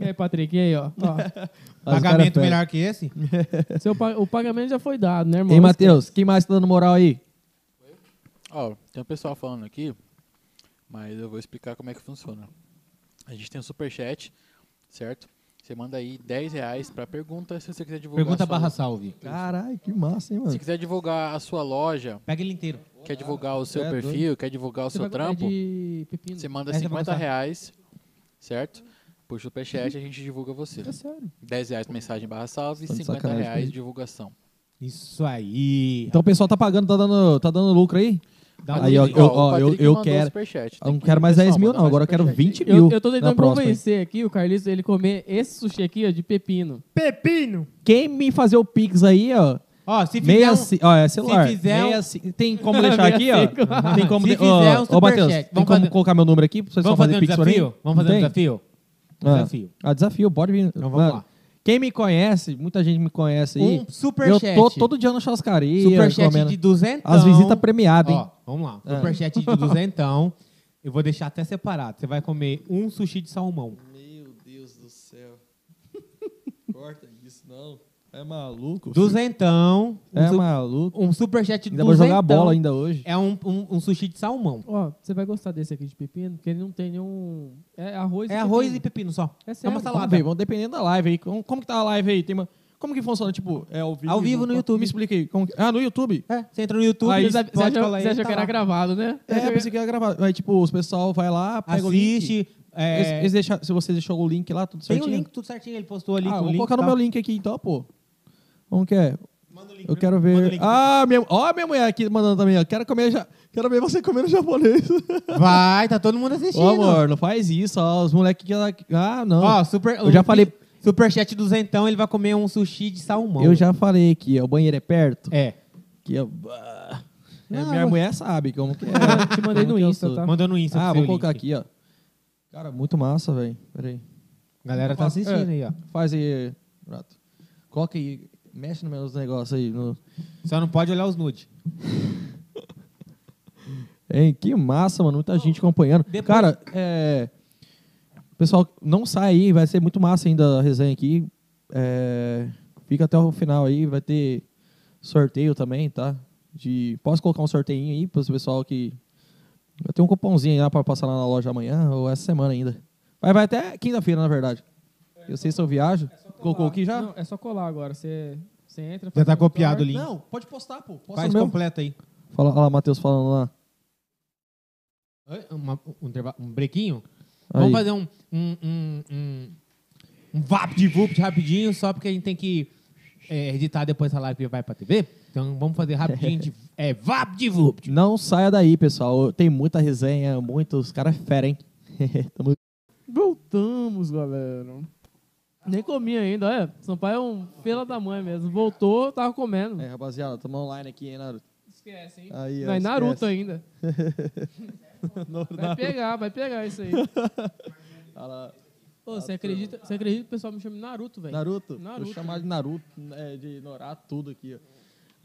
S2: E aí, Patrick, e aí, ó. Ó,
S3: Mas o cara
S1: Pagamento
S3: pega.
S1: melhor que esse?
S2: seu pa- o pagamento já foi dado, né, irmão?
S3: Ei, Matheus, quem mais tá dando moral aí?
S4: Ó, tem um pessoal falando aqui, mas eu vou explicar como é que funciona. A gente tem um superchat, certo? Você manda aí 10 reais pra pergunta se você quiser divulgar. a
S1: Pergunta
S4: sua-
S1: barra salve.
S3: Caralho, que massa, hein,
S4: Se
S3: mano?
S4: quiser divulgar a sua loja,
S1: Pega ele inteiro.
S4: quer divulgar o seu
S3: É,
S4: perfil, quer divulgar o
S2: Você
S4: seu
S2: vai comprar
S4: trampo,
S2: de pepino.
S4: você manda
S1: Essa é
S4: 50
S1: pra
S4: reais, certo? Por superchat a gente divulga você.
S3: É sério.
S4: 10 reais mensagem barra salve,
S3: Tá de
S4: 50
S3: sacanagem
S4: reais
S3: comigo.
S4: divulgação.
S1: Isso aí.
S3: Então o pessoal tá pagando, tá dando, tá dando lucro aí?
S1: Dá um
S3: aí, ó,
S1: link.
S3: eu-
S4: o
S3: ó,
S4: Patrick
S3: eu
S4: mandou
S3: quero-
S4: o superchat.
S3: Eu não
S4: Tem que-
S3: quero mais 10
S4: pessoal,
S3: mil,
S4: manda
S3: não.
S4: mais
S3: Agora eu quero
S4: superchat aí.
S3: 20 mil.
S2: Eu, eu tô
S3: na
S2: tentando
S3: próxima, hein?
S2: convencer aqui o Carlitos ele comer esse sushi aqui, ó, de pepino.
S1: Pepino.
S3: Quem me fazer o Pix aí, ó.
S1: Ó, se fizer
S3: Meia.
S1: um-
S3: ci- Ó, é celular.
S1: se fizer um-
S3: Meia ci- Tem como deixar aqui, ó? Tem como.
S1: Se
S3: de-
S1: fizer
S3: ó,
S1: um
S3: Ô, Matheus,
S1: superchat.
S3: tem
S1: Vamos
S3: como
S1: fazer-
S3: colocar meu número aqui pra vocês só
S1: Vamos fazer um
S3: Pix pra mim?
S1: desafio? Vamos fazer um
S3: Tem?
S1: desafio?
S3: Ah.
S1: Desafio.
S3: Ah, desafio, pode vir.
S1: Então vamos
S3: Mano,
S1: lá.
S3: Quem me conhece, muita gente me conhece
S1: Um
S3: aí. eu
S1: superchat.
S3: tô todo dia na churrascaria.
S1: Superchat
S3: comendo.
S1: de duzentão.
S3: As visitas premiadas, hein?
S1: Ó, vamos lá.
S3: Ah.
S1: Superchat de duzentão. Eu vou deixar até separado. Você vai comer um sushi de salmão.
S3: Meu Deus do céu. Corta isso, não. É maluco?
S1: Duzentão. Um,
S3: É
S1: su-
S3: maluco.
S1: um superchat de
S3: Ainda vou jogar
S1: duzentão
S3: bola ainda hoje.
S1: É um, um, um sushi de salmão.
S2: Ó, você vai gostar desse aqui de pepino, porque ele não tem nenhum. É arroz
S1: É arroz e pepino só. É
S2: É
S1: uma
S2: sério.
S3: Vamos
S1: salada.
S3: ver, vamos dependendo da live aí. Como, como que tá a live aí? Tem uma- como que funciona? Tipo, é ao vivo?
S1: Ao vivo no
S3: Como-
S1: YouTube.
S3: Me explica aí. como que- ah, no YouTube?
S1: É, você entra no YouTube,
S3: Aí
S1: aí,
S2: Você,
S1: pode
S2: você achou,
S1: colar aí,
S2: você achou
S1: tá
S2: que era
S1: lá.
S2: gravado, né? Você achou
S3: É,
S2: que-
S3: pensei que ia gravar. Aí, tipo, os pessoal vai lá, pega o link.
S1: Assiste. é,
S3: Eles- eles deixam- se você deixou o link lá, tudo
S1: tem
S3: certinho.
S1: o link, tudo certinho. Ele postou ali
S3: Ah,
S1: com o
S3: vou
S1: link.
S3: colocar
S1: e
S3: no
S1: tal.
S3: meu link aqui então, pô. Como que é?
S1: Manda o link
S3: Eu
S1: pra-
S3: quero
S1: manda o
S3: ver.
S1: link pra-
S3: Ah, minha... ó, minha mulher aqui mandando também, ó. Quero comer já. Quero ver você comendo japonês.
S1: Vai, tá todo mundo assistindo.
S3: Ô, amor, não faz isso, ó. Os moleques que. ela- Ah, não.
S1: Ó, super,
S3: Eu já falei-
S1: Superchat duzentão, ele vai comer um sushi de salmão.
S3: eu já falei aqui, ó. O banheiro é perto.
S1: É.
S3: Que eu- Ah. É,
S1: Não,
S3: minha
S1: mas-
S3: mulher sabe como que é.
S2: Eu te mandei
S3: Como
S2: no
S3: que eu
S2: Insta,
S3: sou.
S2: tá?
S1: Mandou no Insta.
S3: Ah,
S1: pro
S3: vou
S1: seu
S3: colocar
S1: link.
S3: aqui, ó. Cara, muito massa, velho. Peraí.
S1: Galera tá assistindo
S3: É,
S1: aí, ó.
S3: Faz aí, Rato. Coloca aí. Mexe nos meus negócios aí. No...
S1: Só não pode olhar os nude.
S3: Hein, que massa, mano. Muita gente acompanhando.
S1: depois-
S3: Cara, é. Pessoal, não sai aí, vai ser muito massa ainda a resenha aqui. É, Fica até o final aí, vai ter sorteio também, tá? De... Posso colocar um sorteinho aí para o pessoal que. Vai ter um cupomzinho aí lá para passar lá na loja amanhã ou essa semana ainda. Vai, vai até quinta-feira, na verdade. Eu sei se eu viajo. Colocou aqui já?
S2: Não, é só colar agora. Você, você entra.
S1: um Já
S2: faz
S1: tá
S2: um
S1: copiado o
S2: corte.
S1: link.
S3: pode postar, pô. Posta
S1: Faz
S3: mesmo.
S1: completo aí.
S3: Fala olha lá, Matheus falando lá.
S1: Oi, uma- um, interva- um brequinho?
S3: Aí.
S1: Vamos fazer um. Um, um, um, um vapt-vupt rapidinho, só porque a gente tem que é, editar depois essa live que vai pra TV. Então vamos fazer rapidinho de. É vapt-vupt.
S3: Não saia daí, pessoal. Tem muita resenha, muitos caras fera, hein? Tamo-
S2: Voltamos, galera. Nem comi ainda, olha. Sampaio é um fela da mãe mesmo. Voltou, tava comendo.
S1: Hum.
S3: É, rapaziada, tamo online aqui, hein, Naruto?
S2: Esquece, hein?
S3: Aí, ó,
S2: Não, é
S3: esquece.
S2: Naruto ainda.
S3: No-
S2: Vai
S3: Naruto.
S2: pegar, vai pegar isso aí.
S3: Olha lá.
S2: Ô, você acredita, você acredita que o pessoal me chama de Naruto, velho?
S3: Naruto?
S2: Naruto.
S3: Vou
S1: né?
S3: chamar de Naruto, é, de Norato, tudo aqui, ó.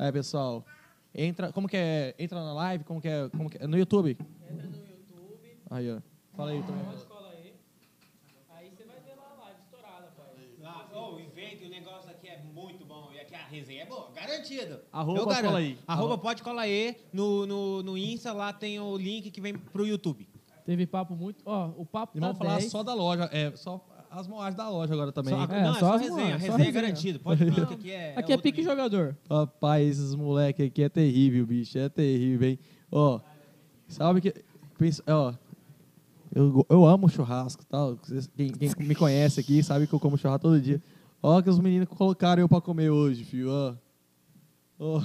S3: Aí, pessoal, entra... Como que é? Entra na live? Como que é? Como que é? No YouTube? Entra no YouTube. Aí, ó. Fala
S1: Tá
S3: aí, também.
S1: O evento, o negócio aqui é muito bom. E aqui a resenha é boa, garantido.
S3: Arroba, Eu garanto. cola aí.
S1: Arroba pode colar aí. No, no, no Insta lá tem o link que vem pro YouTube.
S2: Teve papo muito. Ó, o papo
S3: E
S2: tá
S3: vamos falar
S2: 10.
S3: só da loja, é, só as moagens da loja agora também.
S1: Só-
S3: hein?
S2: É,
S1: não, é
S2: só
S1: só
S2: as
S1: resenha.
S2: boas,
S1: A
S2: só
S1: resenha é
S2: resenha.
S1: garantida. Pode não, que aqui é.
S2: Aqui é
S1: outro
S2: pique
S1: nível.
S2: jogador.
S3: Rapaz, esses moleque aqui é terrível, bicho. É terrível, hein? Ó, sabe que. pensa- Ó, eu, go- eu amo churrasco tal. Vocês- Quem, quem me conhece aqui sabe que eu como churrasco todo dia. Ó, que os meninos colocaram eu pra comer hoje, filho. Ó. Ó.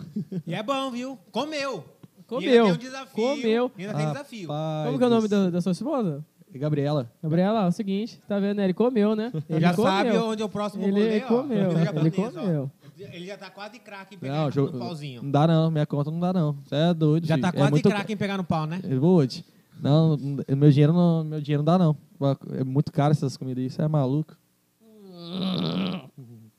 S1: E é bom, viu? Comeu.
S2: Comeu.
S1: E ainda tem um desafio.
S2: Comeu. Ah,
S1: E ainda tem desafio.
S3: Rapaz
S2: Como que é o nome
S3: do
S2: da, da sua esposa?
S3: céu. Gabriela.
S2: Gabriela, é o seguinte, tá vendo? né? Ele comeu, né? Ele
S1: já
S2: comeu.
S1: sabe onde é o próximo
S2: Ele
S1: rolê, ó.
S2: comeu,
S1: Comida
S2: ele
S1: japonesa, ó.
S2: comeu.
S1: Ele já tá quase craque em pegar
S3: Não,
S1: no
S3: jo-
S1: pauzinho.
S3: não dá não, minha conta não dá não. Você é doido,
S1: Já
S3: filho.
S1: tá
S3: é
S1: quase
S3: muito... É
S1: craque em pegar no pau, né?
S3: Eu vou hoje. Não, não- meu dinheiro não, meu dinheiro não dá não. É muito caro essas comidas aí, você é maluco.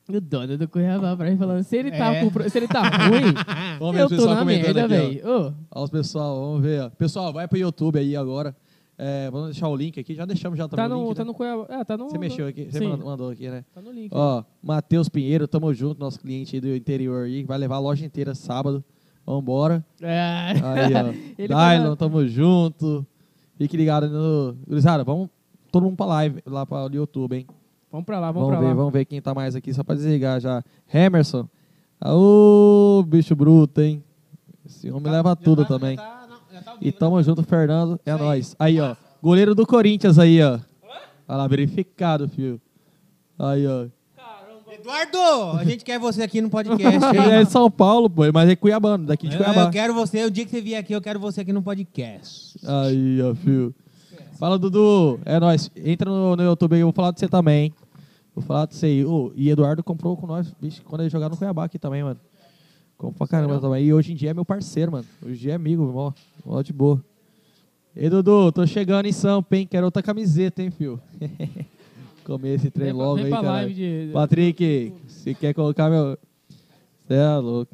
S2: O dono do Cuiabá pra mim falando, se ele tá,
S1: É.
S2: com pro- se ele tá ruim,
S3: Vamos ver
S2: eu
S3: o
S2: tô
S3: pessoal
S2: na
S3: comentando
S2: merda,
S3: aqui, ó.
S2: velho. Ô,
S3: Olha os pessoal, vamos ver. ó. Pessoal, vai pro YouTube aí agora. É, vamos deixar o link aqui. Já deixamos já também
S2: tá,
S3: o
S2: no,
S3: link,
S2: tá
S3: né?
S2: no Cuiabá. É, tá no...
S3: Você mexeu aqui, você
S2: Sim.
S3: mandou, mandou aqui, né?
S2: Tá no link.
S3: Ó, Matheus Pinheiro, tamo junto, nosso cliente aí do interior aí, vai levar a loja inteira sábado. Vambora.
S2: É.
S3: Aí, ó.
S2: Ele
S3: Dylan,
S2: manda-
S3: tamo junto. Fique ligado no. Gurizada, vamos todo mundo pra live, lá para o YouTube, hein?
S2: Vamos pra lá, vamos,
S3: Vamos,
S2: pra
S3: ver,
S2: lá.
S3: vamos ver quem tá mais aqui, só pra desligar já. Emerson. Ô, bicho bruto, hein? Esse homem leva tudo
S1: tá-
S3: também. E tá- tamo junto, Fernando. É nóis. Aí, ó. Goleiro do Corinthians aí, ó. Olha lá, verificado, filho. Aí, ó.
S1: Eduardo, a gente quer você aqui no podcast.
S3: Ele é
S1: hein?
S3: de São Paulo, pô, mas é cuiabano, daqui de
S1: Eu,
S3: Cuiabá.
S1: eu quero você, o dia que você vier aqui, eu quero você aqui no podcast.
S3: Aí, ó, filho. Fala, Dudu. É nóis. Entra no, no YouTube aí, eu vou falar de você também, hein? Vou falar de você aí. Ô, e Eduardo comprou com nós, bicho, quando ele jogava no Cuiabá aqui também, mano. Comprou pra caramba também. E hoje em dia é meu parceiro, mano. Hoje em dia é amigo, mó, mó de boa. Ei, Dudu, tô chegando em Sampa, hein? Quero outra camiseta, hein, filho? Comer esse trem
S2: Vem pra-
S3: logo
S2: vem
S3: aí,
S2: pra
S3: cara.
S2: live de-
S3: Patrick, se quer colocar meu... Você é louco.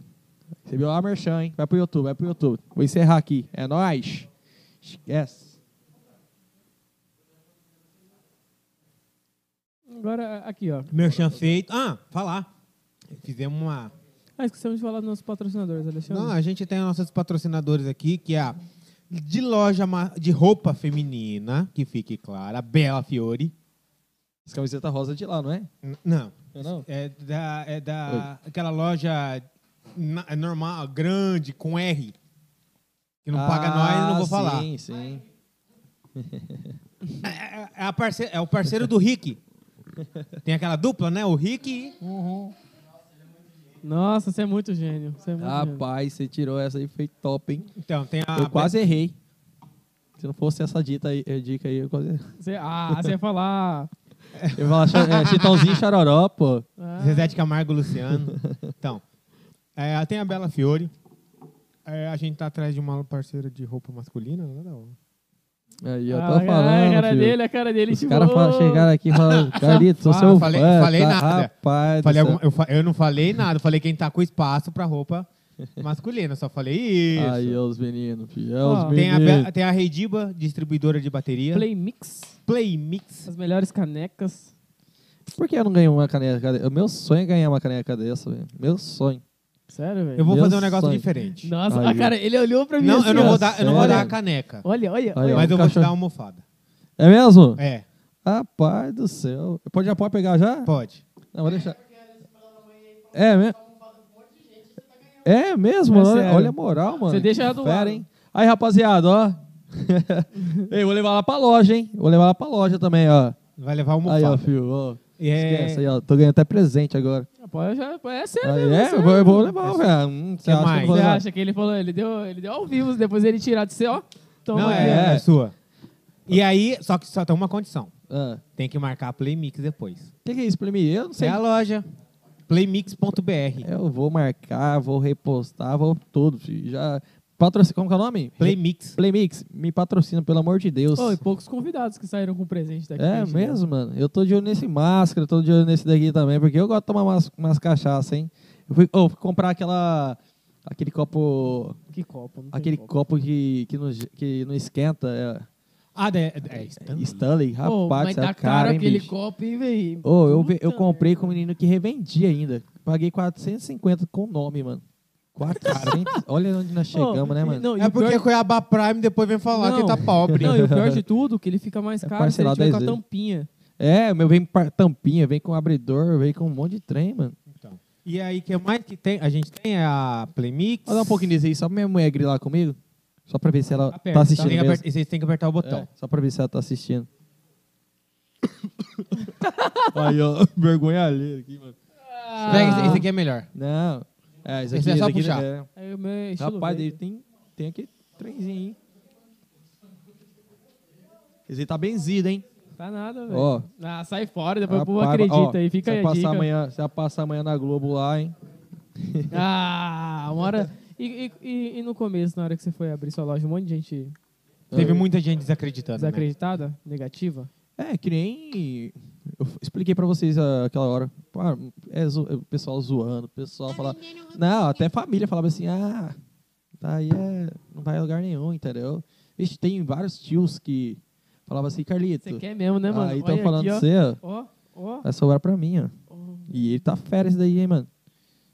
S3: Você viu lá, merchan, hein? Vai pro YouTube, vai pro YouTube. Vou encerrar aqui. É nóis. Esquece.
S2: Agora, aqui, ó.
S1: Merchan feito. Ah, falar. Fizemos uma.
S2: Ah, esquecemos de falar dos nossos patrocinadores, Alexandre.
S3: Hum.
S1: Não, a gente tem nossos patrocinadores aqui, que é a de loja ma- de roupa feminina, que fique clara, a Bela Fiore.
S3: Essa camiseta rosa é de lá, não é?
S1: N- Não.
S3: Eu não?
S1: É da, é da aquela loja na- é normal, grande, com R. Que não paga nós, eu não vou falar.
S3: Ah, Sim, sim.
S1: É, é- é a parce- é o parceiro do Rick. Tem aquela dupla, né? O Rick e.
S2: Nossa, você é muito gênio. Você é muito
S3: Ah,
S2: gênio.
S3: Rapaz, você tirou essa aí, foi top, hein?
S1: Então, tem a.
S3: eu quase errei. Se não fosse essa dita aí, eh, dica aí, eu quase errei.
S2: Você- ah, você ia falar.
S3: Eu ia falar cha- eh, Chitãozinho e Chororó, pô.
S2: Ah,
S1: Zezé de Camargo e Luciano. Então, é, tem a Bela Fiore. É, a gente tá atrás de uma parceira de roupa masculina. né, Não, não.
S3: Aí, eu
S2: ah,
S3: tô falando,
S2: A cara
S3: filho.
S2: dele, a cara dele.
S3: Os
S2: tipo,
S3: caras fala-
S2: "Ô".
S3: chegaram aqui e falaram, Carlito, sou
S1: Ah,
S3: seu
S1: falei-
S3: fã.
S1: falei
S3: tá,
S1: nada.
S3: Rapaz do
S1: Falei
S3: céu.
S1: alguma- eu, fa- eu não falei nada. Eu Falei quem tá com espaço pra roupa masculina. Só falei isso.
S3: Aí, ó, os meninos, filho.
S2: Ó,
S3: Ó, os
S1: Tem a,
S3: meninos.
S1: Be- tem a Rediba, distribuidora de bateria.
S2: Play Mix.
S1: Playmix.
S2: As melhores canecas.
S3: Por que eu não ganhei uma caneca dessa? O meu sonho é ganhar uma caneca dessa, velho. Meu sonho.
S2: Sério, velho.
S1: Eu vou
S3: Meu
S1: fazer um negócio
S3: sonho.
S1: diferente.
S2: Nossa,
S3: Aí,
S2: a
S3: ó.
S2: cara, ele olhou pra mim
S1: Não,
S2: assim,
S1: eu não
S2: ó.
S1: vou dar, eu não vou
S3: sério?
S1: dar a caneca.
S2: Olha, olha,
S3: Aí,
S2: olha.
S3: ó.
S1: Mas eu vou te
S3: um cachorro.
S1: dar uma almofada.
S3: É mesmo?
S1: É,
S3: Rapaz do céu. Pode, já pode pegar já?
S1: pode.
S3: Não, vou deixar. É mesmo? É mesmo?
S2: É
S3: olha,
S2: sério.
S3: olha a moral, mano.
S2: Você deixa
S3: Que
S2: ela do lado.
S3: Fera, hein? Aí, rapaziada, ó. Ei, vou levar lá pra loja, hein? Vou levar lá pra loja também, ó.
S1: Vai levar a
S3: Aí, ó,
S1: almofada.
S3: filho. Ó.
S1: É-
S3: Esquece aí, ó. Tô ganhando até presente agora.
S2: Pô, eu já- pô, é sério,
S3: Aí,
S2: mesmo,
S3: é,
S2: sério.
S3: eu vou, eu vou levar, velho. Hum, você
S1: Que
S3: acha que eu
S1: mais?
S3: vou
S2: Você
S3: levar?
S2: acha que ele falou, ele deu, ele deu ao vivo, depois ele tirar de você, ó. Toma
S1: não,
S2: aqui,
S1: é,
S3: é.
S1: é sua. E aí, só que só tem uma condição.
S3: Ah.
S1: Tem que marcar a Playmix depois.
S3: Que que é isso pra mim? Eu não sei.
S1: É a loja. Playmix.br.
S3: Eu vou marcar, vou repostar, vou tudo, filho. Já patrocina, como que é o nome?
S1: Playmix.
S3: Playmix, me patrocina, pelo amor de Deus.
S2: Ó. Ô, e poucos convidados que saíram com presente daqui.
S3: É
S2: gente, né?
S3: mesmo, mano. Eu tô de olho nesse máscara, tô de olho nesse daqui também, porque eu gosto de tomar umas, umas cachaça, hein? Eu fui, oh, fui comprar aquela. Aquele copo.
S2: Que copo. não tem
S3: Aquele
S2: copo.
S3: copo que, que, não, ge- que não esquenta. É,
S1: Ah, é, é Stanley.
S3: Stanley, rapaz,
S2: Hum. Ô, mas
S3: isso
S2: tá
S3: é
S2: caro
S3: hein,
S2: aquele
S3: bicho?
S2: copo, hein, velho?
S3: Ô, eu, ve- eu
S2: Puta
S3: comprei com o menino que revendia ainda. Paguei 450 com o nome, mano. 400? Olha onde nós
S2: merda. Ô,
S3: chegamos, né, mano?
S2: Não, e
S1: É
S2: o pior-
S1: porque Cuiabá Prime depois vem falar
S2: Não.
S1: que tá pobre.
S2: Não, e o pior de tudo, que ele fica mais
S3: É
S2: caro se ele
S3: parcelado
S2: tiver com a
S3: 10 vezes.
S2: tampinha.
S3: É, o meu vem com par- tampinha, vem com abridor, vem com um monte de trem, mano.
S1: Então. E aí, que mais que tem? A gente tem a Playmix.
S3: Vou dar um pouquinho disso aí, só pra minha mulher grilar comigo. Só pra ver se ela
S1: Aperta, um
S3: tá
S1: tem
S3: assistindo
S1: que
S3: mesmo.
S1: apertar- Vocês têm que apertar o botão.
S3: É, só pra ver se ela tá assistindo. aí, ó, vergonha alheia aqui, mano.
S2: Ah,
S1: Pega esse, esse aqui é melhor.
S3: Não. É, isso aqui
S1: Esse é só
S3: isso aqui-
S1: puxar.
S3: é.
S2: Aí o meu estilo
S3: Rapaz,
S2: velho.
S3: ele tem, tem aquele trenzinho, hein? Esse aí tá benzido, hein?
S2: Tá nada,
S3: Ó.
S2: velho. Ah, sai fora, depois o povo
S3: Rapaz,
S2: acredita
S3: ó,
S2: aí. Fica
S3: se
S2: aí
S3: ela
S2: a
S3: passar
S2: dica.
S3: Amanhã, se ela passar amanhã na Globo lá, hein?
S2: Ah, uma hora... E, e- e- e no começo, na hora que você foi abrir sua loja, um monte de
S3: Tá
S2: gente
S3: né?
S1: Teve muita gente desacreditando. né?
S2: desacreditada, negativa.
S3: É, que nem. Eu f- expliquei pra vocês ah, aquela hora. Pô, ah, é zo- é o pessoal zoando, o pessoal
S2: Tá
S3: falava. Não, até família falava assim: ah, daí é, não vai a lugar nenhum, entendeu? Vixe, tem vários tios que falavam assim: Carlito,
S2: Você quer mesmo, né, mano? Olha
S3: aí estão falando de
S2: aqui,
S3: você,
S2: ó.
S3: ó,
S2: Ó, ó.
S3: É vai sobrar pra mim, ó. E ele tá férias daí, hein, mano.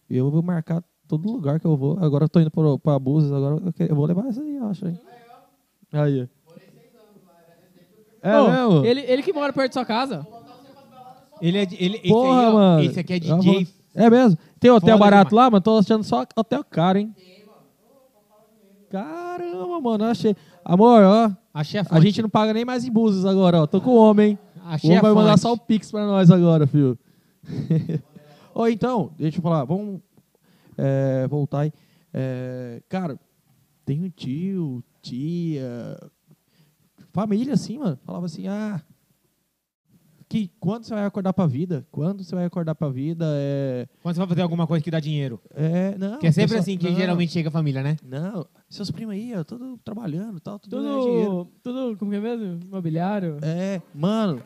S3: Eu vou marcar todo lugar que eu vou. Agora eu tô indo pro- pra Búzios, agora eu, que- eu vou levar essa aí, eu acho. Hein? Aí. É,
S2: Ô,
S3: mesmo?
S2: ele, ele que mora perto da sua casa.
S1: Ele é. de- Ele, esse
S3: Porra,
S1: aí, ó,
S3: mano.
S1: Esse aqui é
S3: Eu
S1: DJ.
S3: vou- É mesmo? Tem hotel
S1: Foda
S3: barato
S1: demais.
S3: lá, mano? Tô achando só hotel caro, hein? Caramba, mano, eu achei. Amor, ó,
S1: Achei a
S3: a
S1: fonte.
S3: gente não paga nem mais em Búzios agora, ó. Tô com o homem, hein? O
S1: Achei
S3: homem
S1: a
S3: vai mandar
S1: fonte.
S3: só o Pix pra nós agora, filho. Ou então, deixa eu falar, vamos é, voltar aí. É, cara, tem um tio, tia, família assim, mano. Falava assim, ah, que quando você vai acordar pra vida? Quando você vai acordar pra vida? É,
S1: Quando você vai fazer alguma coisa que dá dinheiro.
S3: é não.
S1: Que é sempre
S3: pessoal-
S1: assim que
S3: não,
S1: geralmente chega a família, né?
S3: Não, seus primos aí, ó, tudo trabalhando e tal, tudo, ganhando dinheiro.
S2: Tudo, tudo, como que é mesmo? Imobiliário.
S3: É, mano.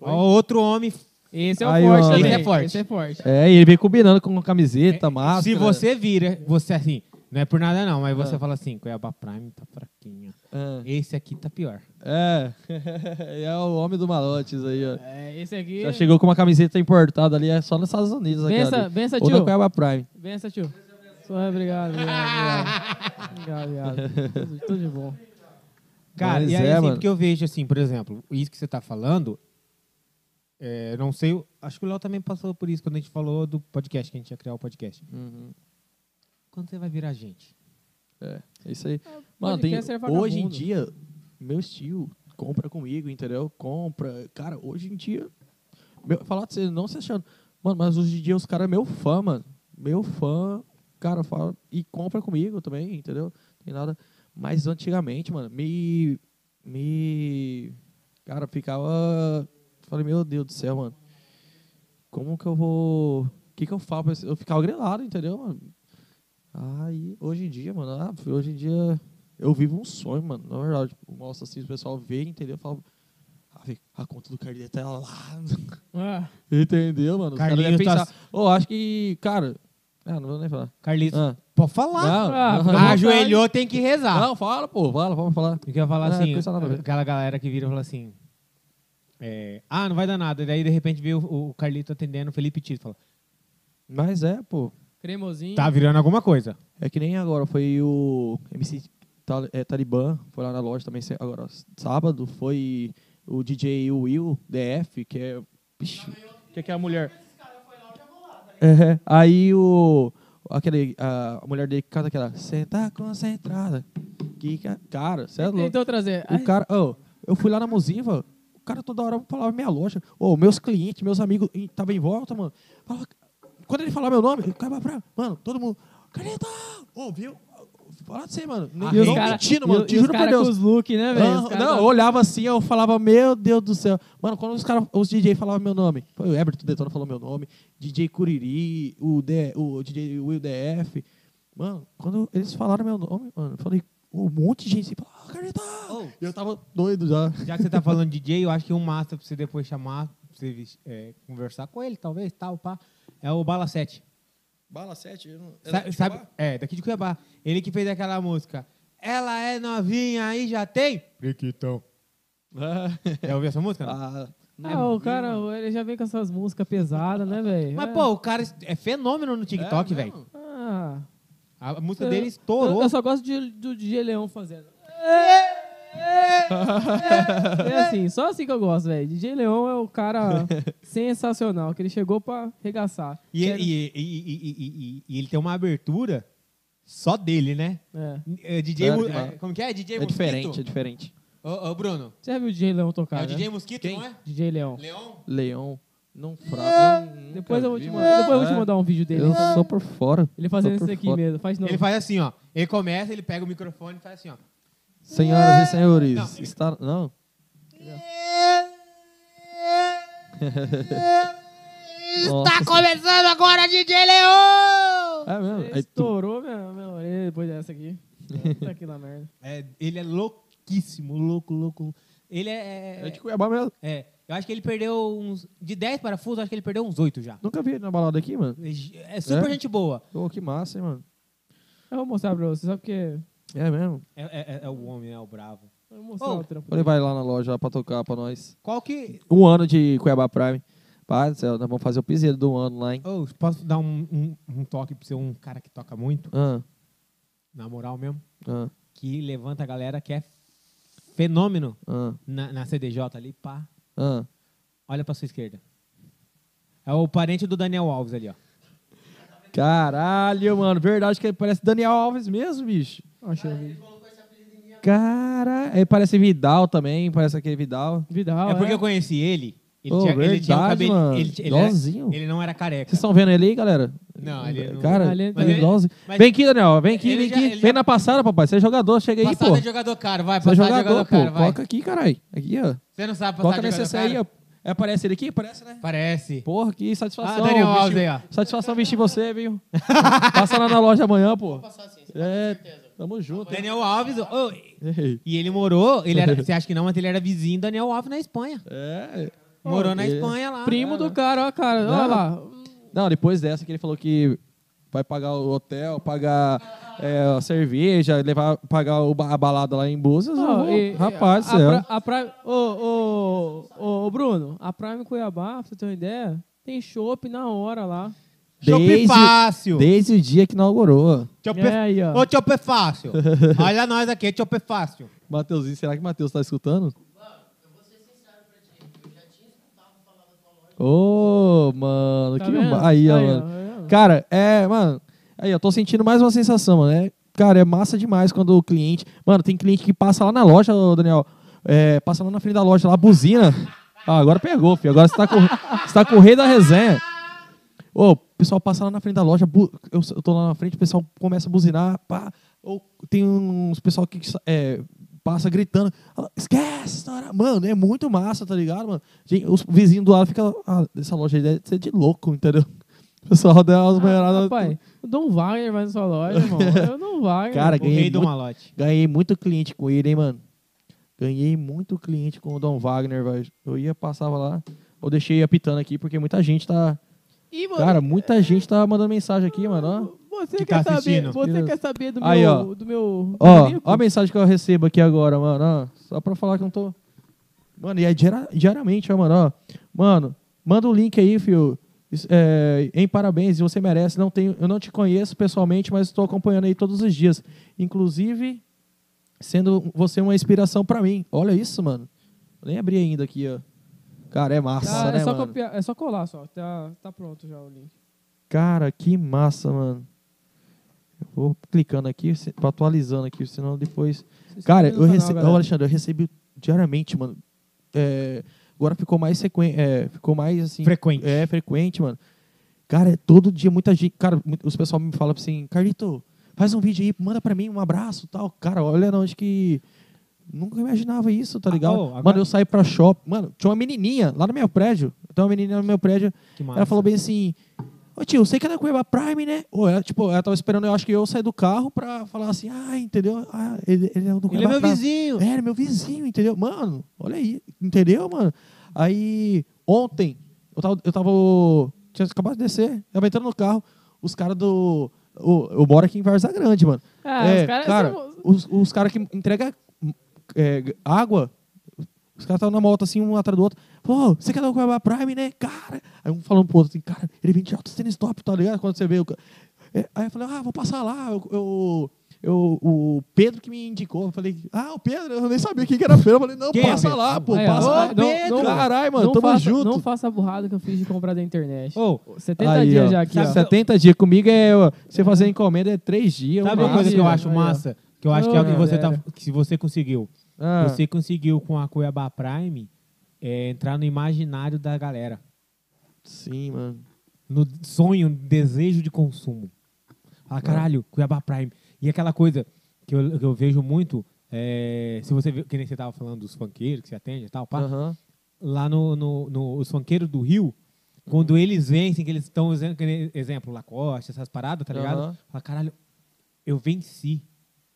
S1: Ó, outro homem.
S2: Esse é o
S3: Aí,
S2: forte
S3: ó.
S2: também.
S1: Esse é forte.
S2: Esse é forte.
S3: É, e ele veio combinando com camiseta, máscara. Ah.
S1: Se você vira, você assim. Não é por nada não, mas você fala assim, Cuiabá Prime tá fraquinho.
S3: É.
S1: Esse aqui tá pior.
S3: É, é o homem do malotes aí, ó.
S2: É, esse aqui...
S3: Já chegou com uma camiseta importada ali, é só nos Estados Unidos aqui.
S2: Bença, bença,
S3: Ou na
S2: tio.
S3: Cuiabá Prime.
S2: Bença, tio. Só obrigado, obrigado, obrigado. Obrigado, obrigado. Tudo, tudo de bom.
S1: Cara,
S3: Mas
S1: e aí
S3: é,
S1: assim,
S3: mano.
S1: porque eu vejo assim, por exemplo, isso que você tá falando, é, não sei, o- acho que o Léo também passou por isso quando a gente falou do podcast, que a gente ia criar o podcast. Quando você vai virar gente?
S3: É, é isso aí. Mano, tem,
S2: podcast é vagabundo.
S3: hoje em dia, meus tio compra comigo, entendeu? Compra. Cara, hoje em dia. Meu, falar de você, não se achando. Mano, mas hoje em dia os caras é meu fã, mano. Meu fã, cara, fala. E compra comigo também, entendeu? Tem nada. Mas antigamente, mano, me. Me. Cara, ficava. Falei, meu Deus do céu, mano. Como que eu vou. O que, que eu falo? pra esse- Eu ficava grelado, entendeu, mano? Aí, hoje em dia, mano, ah, filho, hoje em dia eu vivo um sonho, mano. Na verdade, eu mostro assim, o pessoal vê, entendeu? Fala, ah, velho, a conta do Carlinhos tá lá.
S2: Ah,
S3: entendeu, mano? Os caras devem
S1: Carlinhos tá-
S3: pensar, ô, acho que, cara. Ah, não vou nem falar.
S1: Carlitos,
S3: Ah,
S1: pode falar.
S2: ah,
S3: não,
S2: fica à
S3: não,
S2: vontade.
S1: Ajoelhou, tem que rezar.
S3: Ah. não, fala, pô, fala, vamos falar.
S1: Eu queria falar
S3: É,
S1: assim,
S3: coisa nada a ver.
S1: aquela galera que vira e fala assim, é, ah, não vai dar nada. Daí, de repente, vê o, o Carlito atendendo o Felipe Tito. Fala,
S3: Mas é, pô.
S2: cremosinho.
S1: tá virando alguma coisa.
S3: É que nem agora, foi o MC Tal- é, Talibã, foi lá na loja também se- agora, s- sábado, foi o DJ Will, DF, que é. Bicho, que, que é a mulher? É, aí o. Aquele, a, a mulher dele que canta aquela. Você tá concentrada. Que, ca- cara, você é louco.
S2: Tentou trazer.
S3: O cara, ô, eu fui lá na Moziva, o cara toda hora falava minha loja. Ô, meus clientes, meus amigos estavam em volta, mano. Falava- quando ele falava meu nome, o cara pra, mano, todo mundo. Careta! Ô, viu? Falar de você, mano. Nem,
S1: Ah,
S2: E os
S3: não
S2: cara-
S3: mentindo,
S2: e-
S3: mano.
S2: e
S3: Te
S2: os
S3: juro por
S2: cara
S3: Deus.
S2: com os look, né, velho?
S3: Não,
S2: Os cara
S3: não,
S2: tá-
S3: eu olhava assim, eu falava, meu Deus do céu. Mano, quando os caras, os DJ falavam meu nome, foi o Everton Detona falou meu nome, DJ Curiri, o, D, o DJ Will DF. Mano, quando eles falaram meu nome, mano, eu falei, um monte de gente assim, ah, careta!
S2: Oh.
S3: Eu tava doido já.
S1: Já que você tá falando de DJ, eu acho que um massa pra você depois chamar, pra você vis- é, conversar com ele, talvez, tal, pá, é o Bala 7.
S3: Bala 7, eu não.
S1: Sa- Sabe, É, daqui de Cuiabá. Ele que fez aquela música. Ela é novinha aí já tem? Priquitão. Já ouviu essa música? não?
S2: Ah, o cara, ele já vem com essas músicas pesadas, né, velho?
S1: Mas,
S2: É.
S1: pô, o cara é fenômeno no TikTok, velho.
S2: Ah.
S1: A música dele
S2: Eu,
S1: estourou.
S2: eu só gosto de, do DJ Leão fazendo. É assim, só assim que eu gosto, velho. DJ Leão é o cara sensacional, que ele chegou pra arregaçar.
S1: E, ele- e- e- e- e- e- e- e ele tem uma abertura só dele, né?
S2: É.
S1: É, DJ.
S3: É,
S1: Mu-
S3: é.
S1: é, como que é? DJ
S3: É
S1: Mosquito?
S3: diferente, é diferente.
S1: Ô, ô, Bruno.
S2: Você já viu o DJ Leão
S1: É
S2: tocar,
S1: o
S2: né?
S1: DJ Mosquito,
S3: Quem?
S1: não é?
S2: DJ Leão.
S1: Leão?
S3: Leão, não fraco.
S2: É. Depois eu vou te mandar, depois eu vou te mandar um vídeo dele.
S3: É. Eu sou por fora.
S2: Ele fazendo
S3: Tô por
S2: isso aqui
S3: fora.
S2: mesmo. Faz não.
S1: Ele faz assim, ó. Ele começa, ele pega o microfone e faz assim, ó.
S5: É.
S3: Senhoras e senhores, está. Não. Nossa.
S5: Está começando agora, DJ Leão!
S3: É mesmo. Aí tu-
S2: Estourou minha, minha orelha depois dessa aqui. Tá aqui na merda.
S1: É, ele é louquíssimo, louco, louco. Ele é.
S3: É de Cuiabá mesmo.
S1: é, eu acho que ele perdeu uns. De 10 parafusos, eu acho que ele perdeu uns 8 já.
S3: Nunca vi ele na balada aqui, mano.
S1: É super
S3: É?
S1: gente boa.
S3: Ô, que massa, hein, mano.
S2: Eu vou mostrar pra você, só porque.
S3: É mesmo.
S1: É, é- é- é o homem, é o bravo.
S2: Eu vou mostrar
S1: Oh,
S2: o trampo.
S3: Vou levar ele lá na loja lá pra tocar pra nós.
S1: Qual que.
S3: Um ano de Cuiabá Prime. Rapaz, do céu, nós vamos fazer o piseiro do ano lá, hein?
S1: Ô, posso dar um, um- um toque pra ser um cara que toca muito?
S3: Ah,
S1: Na moral mesmo.
S3: ah,
S1: Que levanta a galera que é fenômeno
S3: ah,
S1: na, na CDJ ali, pá.
S3: ah.
S1: Olha pra sua esquerda. É o parente do Daniel Alves ali, ó.
S3: Caralho, mano. Verdade que ele parece Daniel Alves mesmo, bicho.
S2: Achei o vídeo.
S3: Cara, ele parece Vidal também, parece aquele Vidal.
S2: Vidal,
S1: é porque
S2: é?
S1: eu conheci ele. Ele,
S3: Ah, Ô,
S1: tinha, ele tinha o
S3: verdade,
S1: cabelo.
S3: mano.
S1: Ele, ele, era-
S3: Igualzinho.
S1: ele não era careca.
S3: Vocês estão vendo ele aí, galera?
S1: Não, ele não-
S3: Cara,
S2: Ali ele tá-
S3: ele é igualzinho.
S1: mas-
S3: Vem aqui, Daniel. Vem aqui,
S1: Ele
S3: vem
S1: já-
S3: aqui.
S1: ele
S3: Vem
S1: já-
S3: na passada, papai. Você é jogador, chega aí,
S1: Passada
S3: pô.
S1: é jogador caro, vai.
S3: Você é
S1: Passada é
S3: jogador,
S1: jogador
S3: pô.
S1: caro, vai.
S3: Coloca aqui, caralho. Aqui, ó.
S1: Você não sabe passar
S3: Coloca
S1: jogador
S3: nesse aí,
S1: caro?
S3: ó. É, aparece ele aqui? Parece, né?
S1: Parece.
S3: Porra, que satisfação.
S1: Ah, Daniel
S3: vestir-
S1: Alves aí, ó.
S3: Satisfação vestir você, viu? Passa lá na loja amanhã, pô. É, tamo junto. hein?
S1: Daniel Alves. ô,
S3: Ei.
S1: e ele morou, ele era, você acha que não, mas ele era vizinho do Daniel Alves na Espanha.
S3: É.
S1: Morou na
S3: ele-
S1: Espanha lá.
S2: Primo do cara, ó, cara. Olha lá.
S3: Não, depois dessa que ele falou que vai pagar o hotel, pagar é, a cerveja, levar, pagar o ba- a balada lá em Búzios. eu
S2: Ó,
S3: vou-
S2: e-
S3: rapaz, do
S2: a,
S3: céu.
S2: pra- a Prime- Ô, ô, ô, ô, Bruno, a Prime Cuiabá, pra você ter uma ideia, tem chopp na hora lá.
S1: Chope
S3: Desde-
S1: é fácil.
S3: Desde o dia que inaugurou.
S1: Chope-
S2: É aí, ó.
S1: Ô, tipo, Chope fácil. Olha nós aqui, Chope fácil.
S3: Mateuzinho, será que o Matheus tá escutando? Ô, mano,
S2: Tá
S3: que
S2: vendo?
S3: ba- Aí, ó,
S2: Aí, ó,
S3: mano.
S2: aí, ó.
S3: Cara, é, mano. Aí, eu tô sentindo mais uma sensação, mano. É, cara, é massa demais quando o cliente. Mano, tem cliente que passa lá na loja, ô, Daniel. É, passa lá na frente da loja, lá, buzina. Ah, agora pegou, filho. Agora você tá com, você tá com o rei da resenha. Ô, o pessoal passa lá na frente da loja, bu- eu, s- eu tô lá na frente, o pessoal começa a buzinar, pá. Ou tem uns pessoal que sa- é, passa gritando, "Ah, esquece, cara." mano, é muito massa, tá ligado, mano? Gente, os vizinhos do lado ficam, ah, essa loja aí deve ser de louco, entendeu? O pessoal dá umas
S2: Ah,
S3: banheiradas.
S2: Rapaz, o Dom Wagner vai na sua loja, irmão. Eu não Wagner.
S3: Cara,
S1: O rei
S3: ganhei
S1: do
S3: muito,
S1: malote.
S3: ganhei muito cliente com ele, hein, mano? Ganhei muito cliente com o Dom Wagner, velho. Eu ia, passava lá, eu deixei apitando aqui, porque muita gente tá...
S2: E, mano, é
S3: Cara, muita gente tá mandando mensagem aqui, mano, ó.
S2: você
S1: que
S2: quer
S1: tá
S2: saber,
S1: assistindo.
S2: você quer saber do
S3: Aí,
S2: meu,
S3: ó.
S2: do meu
S3: Ó,
S2: rico?
S3: ó a mensagem que eu recebo aqui agora, mano, ó. Só pra falar que eu não tô. Mano, e é diara- diariamente, ó, mano, ó. Mano, manda o link aí, fio. Isso, é, em parabéns, você merece. Não tenho, eu não te conheço pessoalmente, mas estou acompanhando aí todos os dias. Inclusive, sendo você uma inspiração pra mim. Olha isso, mano. Nem abri ainda aqui, ó. Cara, é massa,
S2: Tá,
S3: né,
S2: é, só
S3: mano?
S2: copiar, é só colar, só. Tá, tá pronto já o link.
S3: Cara, que massa, mano. Eu vou clicando aqui, se- atualizando aqui, senão depois...
S2: Vocês
S3: Cara,
S2: estão
S3: eu
S2: vendo o
S3: recebi.
S2: canal,
S3: Ô,
S2: galera.
S3: Alexandre, eu recebi diariamente, mano. É, agora ficou mais sequen... é, ficou mais assim.
S1: Frequente.
S3: É, frequente, mano. Cara, é todo dia muita gente. Cara, mu- os pessoal me falam assim, Carlito, faz um vídeo aí, manda pra mim um abraço e tal. Cara, olha na onde que. Nunca imaginava isso, tá
S1: Ah,
S3: ligado?
S1: ô, agora-
S3: Mano, eu saí pra shopping. Mano, tinha uma menininha lá no meu prédio. Tem uma menina no meu prédio.
S1: Que massa.
S3: Ela falou bem assim: Ô tio, sei que é da Cuiabá Prime, né? Ou ela, tipo, ela tava esperando, eu acho que eu sair do carro pra falar assim: ah, entendeu? Ah, ele, ele é
S1: Ele
S3: do
S1: é
S3: Cuiabá
S1: meu
S3: Prime."
S1: vizinho.
S3: É, era meu vizinho, entendeu? Mano, olha aí, entendeu, mano? Aí, ontem, eu tava. Eu tava tinha acabado de descer, tava entrando no carro, os caras do. o- eu moro aqui em Varza Grande, mano.
S2: Ah,
S3: É,
S2: os caras
S3: cara,
S2: são-
S3: os, os caras que entregam água, os caras estavam na moto assim, um atrás do outro. Pô, você quer dar o Cuiabá Prime, né? Cara. Aí um falando pro outro assim, cara, ele vem de alto tênis top, tá ligado? Quando você vê o. ca- É, Aí eu falei, ah, vou passar lá. Eu, eu, eu- o Pedro que me indicou. Eu falei, ah, o Pedro, eu nem sabia quem que era Pedro. Eu falei, não,
S1: Quem é
S3: passa
S1: Pedro?
S3: lá, pô,
S2: Aí, ó.
S3: passa
S2: Ô,
S3: lá.
S2: não- não-
S3: Caralho, mano,
S2: não
S3: tamo
S2: faça,
S3: junto.
S2: Não faça a burrada que eu fiz de comprar da internet.
S1: Ô,
S2: 70
S3: Aí,
S2: dias
S3: ó.
S2: já aqui, ó.
S3: 70 dias. Comigo é. ó, Você fazer encomenda é 3 dias.
S1: sabe
S3: um
S1: uma
S2: massa,
S1: coisa que eu acho
S2: aí, ó.
S1: massa? Que eu acho que é o que
S2: Ah,
S1: você, tá,
S2: galera.
S1: que você conseguiu.
S3: Ah,
S1: Você conseguiu com a Cuiabá Prime é, entrar no imaginário da galera.
S3: Sim, mano.
S1: no sonho, no desejo de consumo. Ah, caralho, Cuiabá Prime. E aquela coisa que eu, que eu vejo muito, é, se você vê, que nem você tava falando dos funkeiros que você atende e tal, pá,
S3: Aham.
S1: lá no, no, no- os funkeiros do Rio,
S3: Uhum.
S1: quando eles vencem, que eles estão, exemplo, Lacoste, essas paradas, tá ligado?
S3: Aham.
S1: Fala, caralho, eu venci.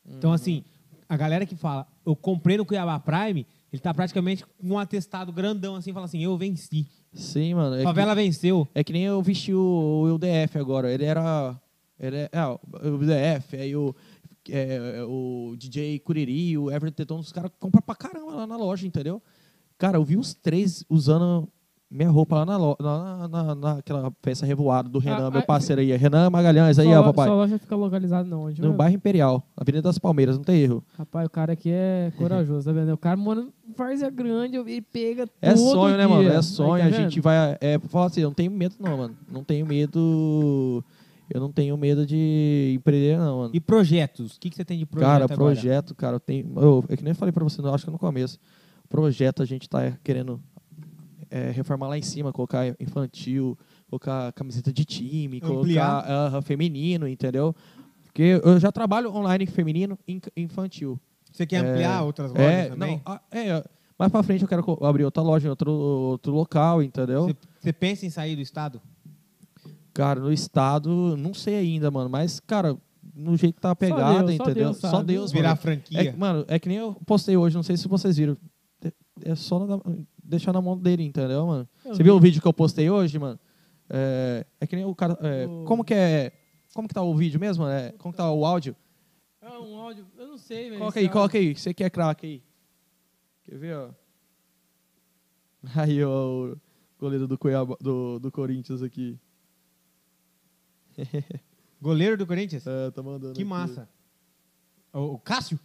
S1: Então, assim,
S3: Uhum.
S1: a galera que fala, eu comprei no Cuiabá Prime, ele tá praticamente com um atestado grandão, assim, fala assim, eu venci.
S3: Sim, mano. é que-
S1: Favela venceu.
S3: É que nem eu vesti o, o DF agora. Ele era. Ele é, é, o DF, aí o, é, é, o DJ Curiri, o Everton Teton, os caras compram pra caramba lá na loja, entendeu? Cara, eu vi os três usando minha roupa lá na, lo- lá na, na- naquela peça revoada do Renan,
S2: Ah,
S3: meu
S2: ah,
S3: parceiro aí. Renan Magalhães aí,
S2: sua,
S3: ó,
S2: lo-
S3: papai.
S2: sua loja fica localizada não, onde
S3: No
S2: mesmo?
S3: bairro Imperial, Avenida das Palmeiras, não tem erro.
S2: Rapaz, o cara aqui é corajoso, tá vendo? O cara mora em Várzea Grande, ele pega
S3: É
S2: todo
S3: sonho, né,
S2: dia.
S3: mano?
S2: Aí,
S3: É sonho.
S2: tá
S3: a gente
S2: vendo?
S3: vai. É, pra falar assim, eu não tenho medo, não, mano. Não tenho medo. Eu não tenho medo de empreender, não, mano.
S1: E projetos? O que, que você tem de projeto
S3: cara,
S1: agora?
S3: projeto, cara, tem. Eu, é que nem eu falei pra você, não, acho que no começo. Projeto a gente tá querendo é, reformar lá em cima, colocar infantil, colocar camiseta de time,
S1: Ampliar.
S3: colocar aham, feminino, entendeu? Porque eu já trabalho online em feminino e inc- infantil.
S1: Você quer
S3: É,
S1: ampliar outras lojas
S3: É,
S1: também?
S3: não, ah, é, mais pra frente eu quero co- abrir outra loja em outro, outro local, entendeu?
S1: Você- Você pensa em sair do estado?
S3: Cara, no estado, não sei ainda, mano, mas, cara, no jeito que tá a pegada,
S2: Deus, só
S3: entendeu?
S2: Deus
S3: Só
S2: sabe.
S3: Deus, mano.
S1: Virar
S3: É,
S1: franquia?
S3: que, mano, é que nem eu postei hoje, não sei se vocês viram. É- É só na- deixar na mão dele, entendeu, mano?
S2: Eu
S3: Você viu o vídeo que eu postei hoje, mano? É, é que nem o cara. é,
S2: O-
S3: Como que é. Como que tá o vídeo mesmo? mano? É, como que tá o áudio?
S2: Ah, um áudio, eu não sei, velho. um esse
S3: Coloca aí,
S2: áudio.
S3: coloca aí. Você que é craque aí. Quer ver, ó? Aí, ó, o goleiro do, Cuiabá, do, do Corinthians aqui.
S1: Goleiro do Corinthians?
S3: É, tá mandando.
S1: Que
S3: aqui.
S1: massa. O, o Cássio?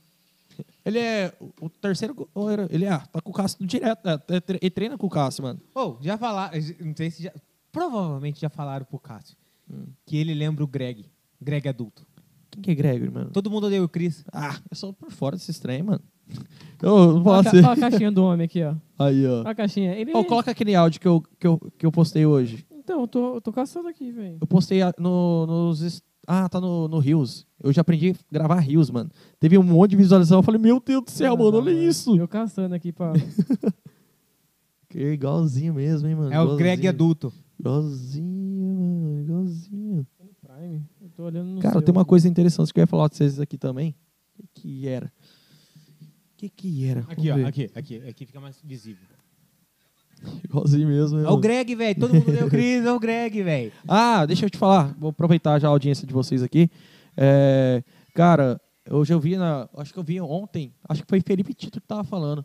S3: Ele é o- o terceiro goleiro. Ele é, tá com o Cássio direto. né? Tre- Ele treina com o Cássio, mano.
S1: Ou, já falaram. Não sei se já. Provavelmente já falaram pro Cássio.
S3: Hum.
S1: Que ele lembra o Greg. Greg adulto.
S3: Quem que é Gregory, mano?
S1: Todo mundo odeia o Chris.
S3: Ah, eu sou por fora desse trem, mano. Eu não
S2: Olha a,
S3: posso.
S2: ca- olha a caixinha do homem aqui, ó.
S3: Aí, ó.
S2: Olha a caixinha. Ele...
S3: Ô, coloca aquele áudio que eu, que, eu, que eu postei hoje.
S2: Então, eu tô, eu tô caçando aqui, velho.
S3: Eu postei a- no, nos. es- Ah, tá no, no Rios. Eu já aprendi a gravar Rios, mano. Teve um monte de visualização. Eu falei, meu Deus do
S1: é
S3: céu, mano, olha isso.
S2: Eu caçando aqui pra...
S3: Que igualzinho mesmo, hein, mano.
S1: É o Greg
S3: Igualzinho.
S1: adulto.
S3: Igualzinho, mano. Igualzinho.
S2: Prime. Eu tô olhando no
S3: Cara,
S2: seu.
S3: tem uma coisa interessante que eu ia falar pra vocês aqui também. O que, que era? O que, que era? Vamos
S1: Aqui, ó.
S3: ver.
S1: Aqui, aqui. Aqui fica mais visível.
S3: Igualzinho mesmo. hein,
S1: É o
S3: mano.
S1: Greg, velho. Todo mundo odeia o Chris. É o Greg, velho.
S3: Ah, deixa eu te falar. Vou aproveitar já a audiência de vocês aqui. É, cara, hoje eu vi na. Acho que eu vi ontem. Acho que foi Felipe Tito que tava falando.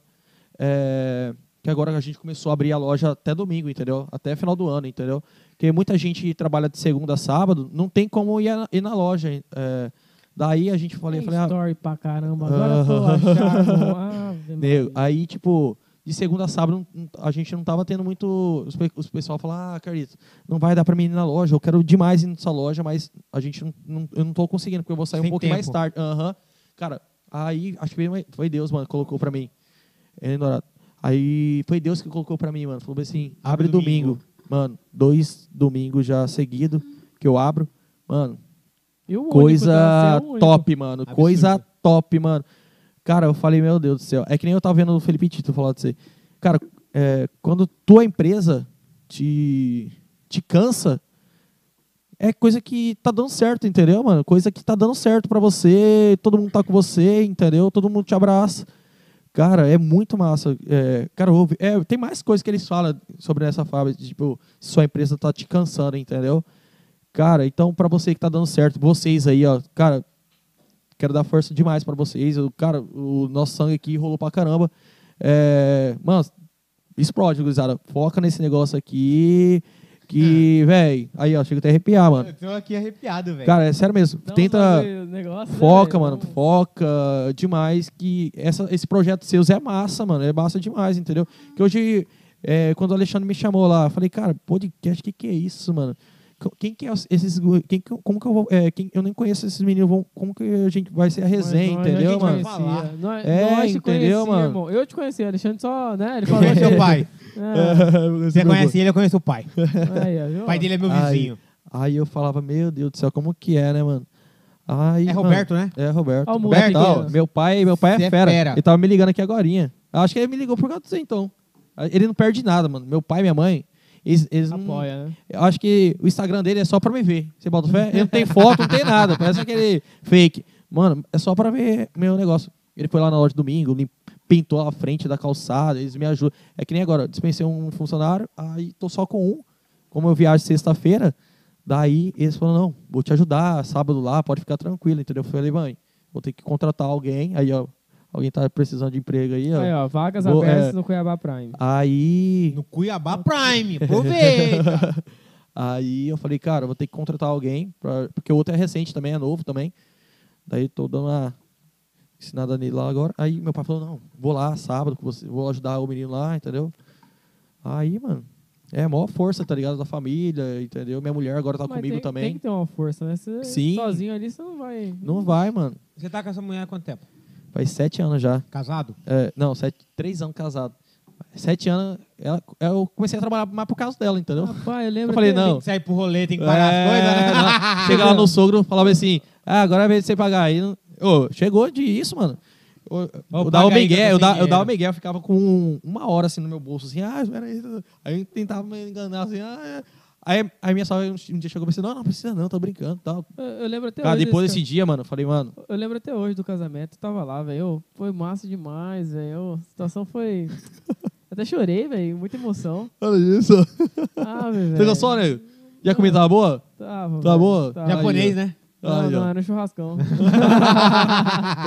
S3: é, que agora a gente começou a abrir a loja até domingo, entendeu? Até final do ano, entendeu? Porque muita gente trabalha de segunda a sábado, não tem como ir na, ir na loja. é. daí a gente
S1: É
S3: falei,
S2: Tem
S3: falei, ah,
S2: story pra caramba. Agora eu tô achando. ah, Ave
S3: Nego,
S2: Maria.
S3: Né, aí, tipo, de segunda a sábado, não- a gente não tava tendo muito. Os, pe- os pessoal fala, ah, Carlito, não vai dar pra mim ir na loja, eu quero demais ir nessa loja, mas a gente não, não- eu não tô conseguindo, porque eu vou sair
S1: Sem
S3: um pouquinho mais
S1: tempo.
S3: tarde. Aham. Cara, aí acho que veio uma- foi Deus, mano, que colocou pra mim. Ele, Dourado. Aí foi Deus que colocou pra mim, mano. Falou assim, abre domingo. Mano, dois domingos já seguido que eu abro. Mano,
S2: E o único, tá?
S3: coisa
S2: Você é o único.
S3: top, mano. Coisa top, mano. Cara, eu falei, meu Deus do céu. É que nem eu tava vendo o Felipe Tito falar disso aí. Cara, é, quando tua empresa te, te cansa, é coisa que tá dando certo, entendeu, mano? Coisa que tá dando certo pra você, todo mundo tá com você, entendeu? Todo mundo te abraça. Cara, é muito massa. É, cara, eu ouvi- é, tem mais coisas que eles falam sobre essa fábrica, de, tipo, se sua empresa tá te cansando, entendeu? Cara, então pra você que tá dando certo, vocês aí, ó, cara, quero dar força demais pra vocês. O cara, o nosso sangue aqui rolou pra caramba. É, mano, explode, gurizada. Foca nesse negócio aqui que, véi, aí ó, chega até a arrepiar, mano.
S1: Eu tô aqui arrepiado, velho.
S3: Cara, é sério mesmo.
S2: Dá um
S3: Tenta
S2: bagulho, negócio, né,
S3: Foca,
S2: velho?
S3: mano,
S2: Vamos-
S3: foca demais que essa, esse projeto seu é massa, mano, é massa demais, entendeu? Que hoje, é, quando o Alexandre me chamou lá, eu falei, cara, podcast, que que é isso, mano? Co- Quem que é os- esses, gu- quem que eu- como que eu vou, é, quem- eu nem conheço esses meninos, vão- como que a gente vai ser a
S2: Mas
S3: resenha,
S2: nós- a
S3: entendeu,
S2: gente
S3: mano?
S2: conhecia.
S1: Falar.
S2: Nós-
S3: É,
S2: nós te
S3: entendeu,
S2: conhecia,
S3: mano?
S2: irmão. Eu te conheci, Alexandre só, né? Ele
S1: Eu
S2: falou
S1: conheço
S2: que-
S1: seu pai.
S2: É,
S1: Você conhece ele, eu conheço o pai.
S2: aí, ó, viu?
S1: O pai dele é meu
S3: Ai,
S1: vizinho.
S3: Aí eu falava, meu Deus do céu, como que é, né, mano? Aí,
S1: É
S3: mano,
S1: Roberto, né?
S3: É, Roberto.
S2: Ó, o
S1: moleque
S3: Roberto,
S2: aqui,
S3: ó,
S2: ó.
S3: meu pai, meu pai
S1: Cê
S3: é
S1: é
S3: fera.
S1: fera.
S3: Ele tava me ligando aqui agorinha. Acho que ele me ligou por causa disso, então. Ele não perde nada, mano. Meu pai e minha mãe, eles,
S1: é
S3: eles
S1: um
S3: não...
S2: Apoia, né?
S3: Eu acho que o Instagram dele é só pra me ver. Você bota fé? Ele não tem foto, não tem nada. Parece aquele fake. Mano, é só pra ver meu negócio. Ele foi lá na loja domingo, lim- pintou a frente da calçada, eles me ajudam. É que nem agora, dispensei um funcionário, aí tô só com um. Como eu viajo sexta-feira, daí eles falaram, não, vou te ajudar, sábado lá, pode ficar tranquilo, entendeu? Eu falei, mãe, vou ter que contratar alguém. Aí, ó, Alguém tá precisando de emprego aí, ó.
S2: Aí, ó, vagas
S3: Vou-
S2: abertas
S3: é.
S2: no Cuiabá Prime.
S3: Aí.
S1: No Cuiabá Prime, aproveita.
S3: Aí eu falei, cara, eu vou ter que contratar alguém, pra- porque o outro é recente também, é novo também. Daí tô dando uma ensinada nele lá agora. Aí meu pai falou, não, vou lá sábado com você, vou ajudar o menino lá, entendeu? Aí, mano, é a maior força, tá ligado? Da família, entendeu? Minha mulher agora tá
S2: Mas
S3: comigo
S2: tem,
S3: também.
S2: Tem que ter uma força, né? Você
S3: Sim.
S2: sozinho ali, você não vai.
S3: Não vai, mano.
S1: Você tá com essa mulher há quanto tempo?
S3: Faz sete anos já.
S1: Casado?
S3: É, não, sete, três anos casado. Sete anos, ela, eu comecei a trabalhar mais por causa dela, entendeu?
S2: Rapaz, eu lembro.
S3: Eu falei,
S2: até-
S3: não.
S1: Tem que sair pro rolê, tem que pagar as coisas, né?
S3: É, não. Chega lá no sogro, falava assim: Ah, agora é vez de você pagar aí. não- Ô, chegou de isso, mano. Eu, eu,
S1: paga
S3: dava o
S1: aí que eu
S3: migué,
S1: tô
S3: eu,
S1: sem
S3: dava, eu dava
S1: dinheiro.
S3: o migué, eu ficava com uma hora assim no meu bolso, assim, ah, espera aí. Aí eu tentava me enganar, assim, ah, é. Aí, aí minha sogra um dia chegou e disse: Não, não precisa não, tô brincando e tal.
S2: Eu, eu lembro até
S3: Cara,
S2: hoje.
S3: depois
S2: desse
S3: desse dia, mano, eu falei, mano,
S2: ca- Eu lembro até hoje do casamento, tava lá, velho. Foi massa demais, velho. A situação foi. Até chorei, velho. Muita emoção.
S3: olha isso.
S2: Ah, velho.
S3: Você gostou,
S1: É.
S3: né? E a comida tava boa?
S2: Tava.
S3: Tá
S2: velho,
S3: boa?
S2: tava.
S1: Japonês, né?
S2: Não,
S3: Aí,
S2: não,
S3: ó.
S2: era um churrascão.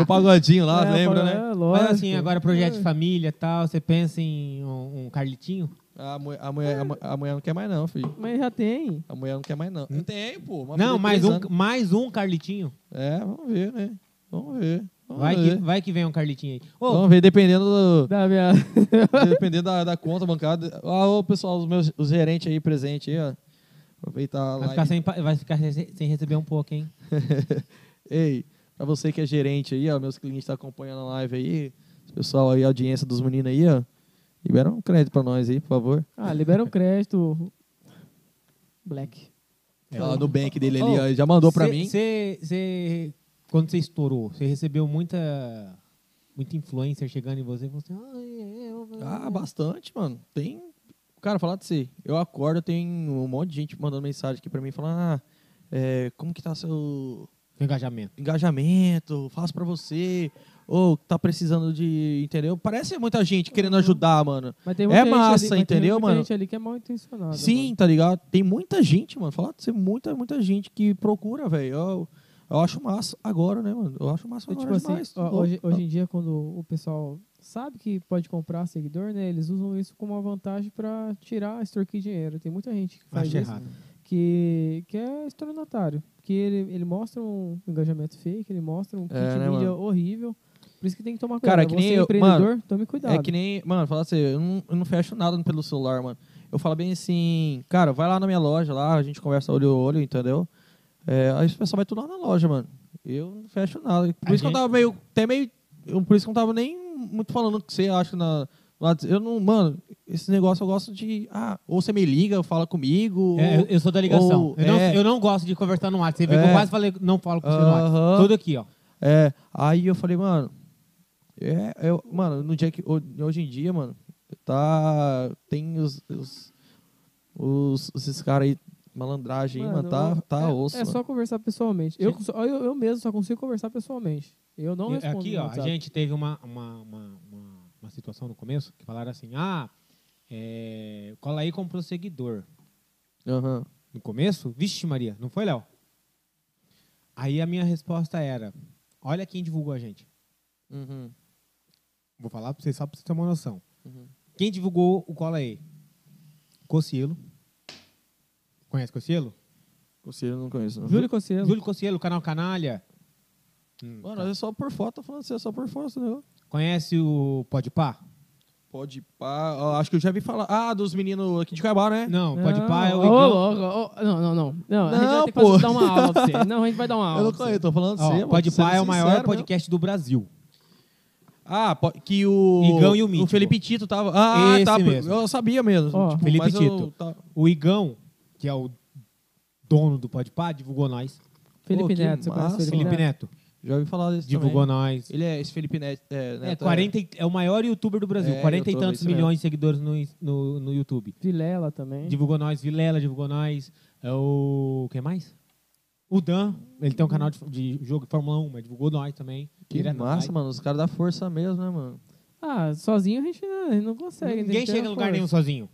S3: O pagodinho lá,
S2: É,
S3: lembra,
S2: pô,
S3: né?
S2: é,
S1: Mas
S2: lógico.
S1: assim, agora projeto de família e tal, você pensa em um, um Carlitinho?
S3: A mulher, a, mulher, a mu- a mulher não quer mais, não, filho.
S2: Mas já tem.
S3: A mulher não quer mais, não. Não tem, pô. Uma né? filha
S1: Não,
S3: de
S1: mais
S3: três
S1: um,
S3: anos.
S1: mais um Carlitinho.
S3: É, vamos ver, né? Vamos ver. Vamos
S1: Vai que,
S3: ver.
S1: vai que vem um Carlitinho aí. Ô,
S3: Vamos ver, dependendo, do-
S2: Da minha...
S3: dependendo da, da conta bancada. Ah, ô, pessoal, os meus os gerentes aí presentes aí, ó. Aproveitar a
S1: vai ficar,
S3: live.
S1: sem, pa- vai ficar sem sem receber um pouco, hein?
S3: Ei, pra você que é gerente aí, ó, meus clientes estão acompanhando a live aí. esse Pessoal aí, a audiência dos meninos aí, ó. Libera um crédito pra nós aí, por favor.
S2: Ah, libera um crédito. Black.
S1: É.
S3: Ó, no bank dele ali,
S1: Ô,
S3: ó. ele Já mandou pra
S1: Cê-
S3: mim.
S1: cê- cê- quando você estourou, você recebeu muita, muita influencer chegando em você e falou assim: "Ai, eu- eu-
S3: Ah, bastante, mano. Tem. Cara, falar de você. Eu acordo, tem um monte de gente mandando mensagem aqui pra mim falando: ah, é, como que tá seu
S1: um engajamento.
S3: engajamento? Faço pra você. Ou tá precisando de. Entendeu? Parece muita gente querendo
S2: Uhum.
S3: ajudar, mano.
S2: Mas tem muita
S3: É
S2: gente
S3: massa,
S2: ali- mas tem
S3: entendeu,
S2: muita
S3: mano?
S2: gente ali que é mal intencionada.
S3: Sim, tá ligado? Tem muita gente, mano. Falar de você, muita, muita gente que procura, velho. Eu, eu acho massa agora, né, mano? Eu acho massa
S2: Então,
S3: agora
S2: tipo assim,
S3: demais.
S2: ó, hoje, hoje em dia, quando o pessoal sabe que pode comprar seguidor, né? Eles usam isso como uma vantagem pra tirar, extorquir dinheiro. Tem muita gente que faz
S1: Acho
S2: isso,
S1: errado.
S2: que, que é estornatário. Que ele, ele mostra um engajamento fake, ele mostra um kit
S3: É, né,
S2: mídia
S3: mano?
S2: horrível. Por isso que tem que tomar cuidado.
S3: Cara, que nem
S2: Você
S3: eu-
S2: empreendedor, tome cuidado.
S3: É que nem, mano, falar assim, eu não, eu não fecho nada pelo celular, mano. Eu falo bem assim, cara, vai lá na minha loja, lá a gente conversa olho a olho, entendeu? É, aí o pessoal vai tudo lá na loja, mano. Eu não fecho nada. Por
S1: A
S3: isso que eu
S1: gente-
S3: tava meio, até meio, eu- por isso que eu não tava nem muito falando o que você acha na... lá- Eu não, mano, esse negócio eu gosto de. Ah, ou você me liga, fala comigo.
S1: É, eu,
S3: ou-
S1: eu sou da ligação.
S3: ou-
S1: eu, não,
S3: é.
S1: eu não gosto de conversar no WhatsApp. Você vê que eu
S3: É.
S1: quase falei, não falo com você no
S3: Aham.
S1: WhatsApp. Tudo aqui, ó.
S3: É, aí eu falei, mano, é, eu, mano, no dia que ho- hoje em dia, mano, tá tem os os, os- esses caras aí malandragem, mano, mano tá tá
S2: é,
S3: osso.
S2: É só
S3: mano.
S2: conversar pessoalmente. Eu, só- eu, eu mesmo só consigo conversar pessoalmente. Eu não
S1: E
S2: respondo.
S1: aqui,
S2: no
S1: ó, a
S2: WhatsApp.
S1: gente teve uma, uma, uma, uma- uma situação no começo que falaram assim: ah, é, cola aí comprou seguidor.
S3: Aham.
S1: No começo, vixe, Maria, não foi, Léo? Aí a minha resposta era: olha quem divulgou a gente.
S3: Uhum.
S1: Vou falar pra vocês só pra vocês terem uma noção.
S3: Uhum.
S1: Quem divulgou o cola aí? Cocielo. Conhece Cocielo?
S3: Conselho eu não conheço. Não.
S2: Júlio Cossielo.
S1: Júlio Cocielo, canal Canalha. Hum,
S3: Mano,
S1: tá.
S3: é só por foto, tô falando assim, é só por foto, né?
S1: Conhece o Podpah?
S3: Pode pá, ó, acho que eu já vi falar. Ah, dos meninos aqui de Caibá, né?
S1: Não, Podpah é o
S2: Ô,
S1: Igão.
S2: louco, ô, não, não, não. Não, a gente vai
S3: Não,
S2: ter que fazer-
S3: pô.
S2: dar uma aula pra você. Não, a gente vai dar uma aula.
S3: eu não
S2: pra
S3: conheço, tô falando
S1: Ó,
S3: assim.
S1: Podpah é o maior podcast do Brasil.
S3: Ah, po- que o.
S1: Igão e o Mítico.
S3: Felipe Tito tava. Ah,
S1: Esse
S3: tá.
S1: mesmo.
S3: Eu sabia mesmo.
S2: Ó,
S3: tipo,
S1: Felipe
S3: mas eu
S1: Tito.
S3: tava-
S1: O Igão, que é o dono do Podpah, divulgou nós.
S2: você. Felipe
S3: Pô, que
S2: Neto, você conhece o
S3: massa,
S2: Felipe
S1: Felipe
S2: Neto?
S1: Neto,
S3: Já ouvi falar desse
S1: divulgou
S3: também.
S1: nós.
S3: Ele é esse Felipe Neto. É,
S1: É,
S3: Neto,
S1: 40, e- é o maior youtuber do Brasil,
S3: É,
S1: 40 e
S3: youtuber,
S1: tantos
S3: isso mesmo.
S1: milhões de seguidores no, no, no YouTube.
S2: Vilela também.
S1: Divulgou nós, Vilela divulgou nós. É o. Quem mais? O Dan, ele tem um canal de, de jogo de Fórmula 1, mas divulgou nós também.
S3: Que
S1: Direto
S3: massa,
S1: nós.
S3: mano. Os caras dão força mesmo, né, mano?
S2: Ah, sozinho a gente não, a gente não consegue. Tá, tem
S1: Ninguém
S2: que ter
S1: chega em
S2: uma
S1: lugar
S2: força.
S1: nenhum sozinho.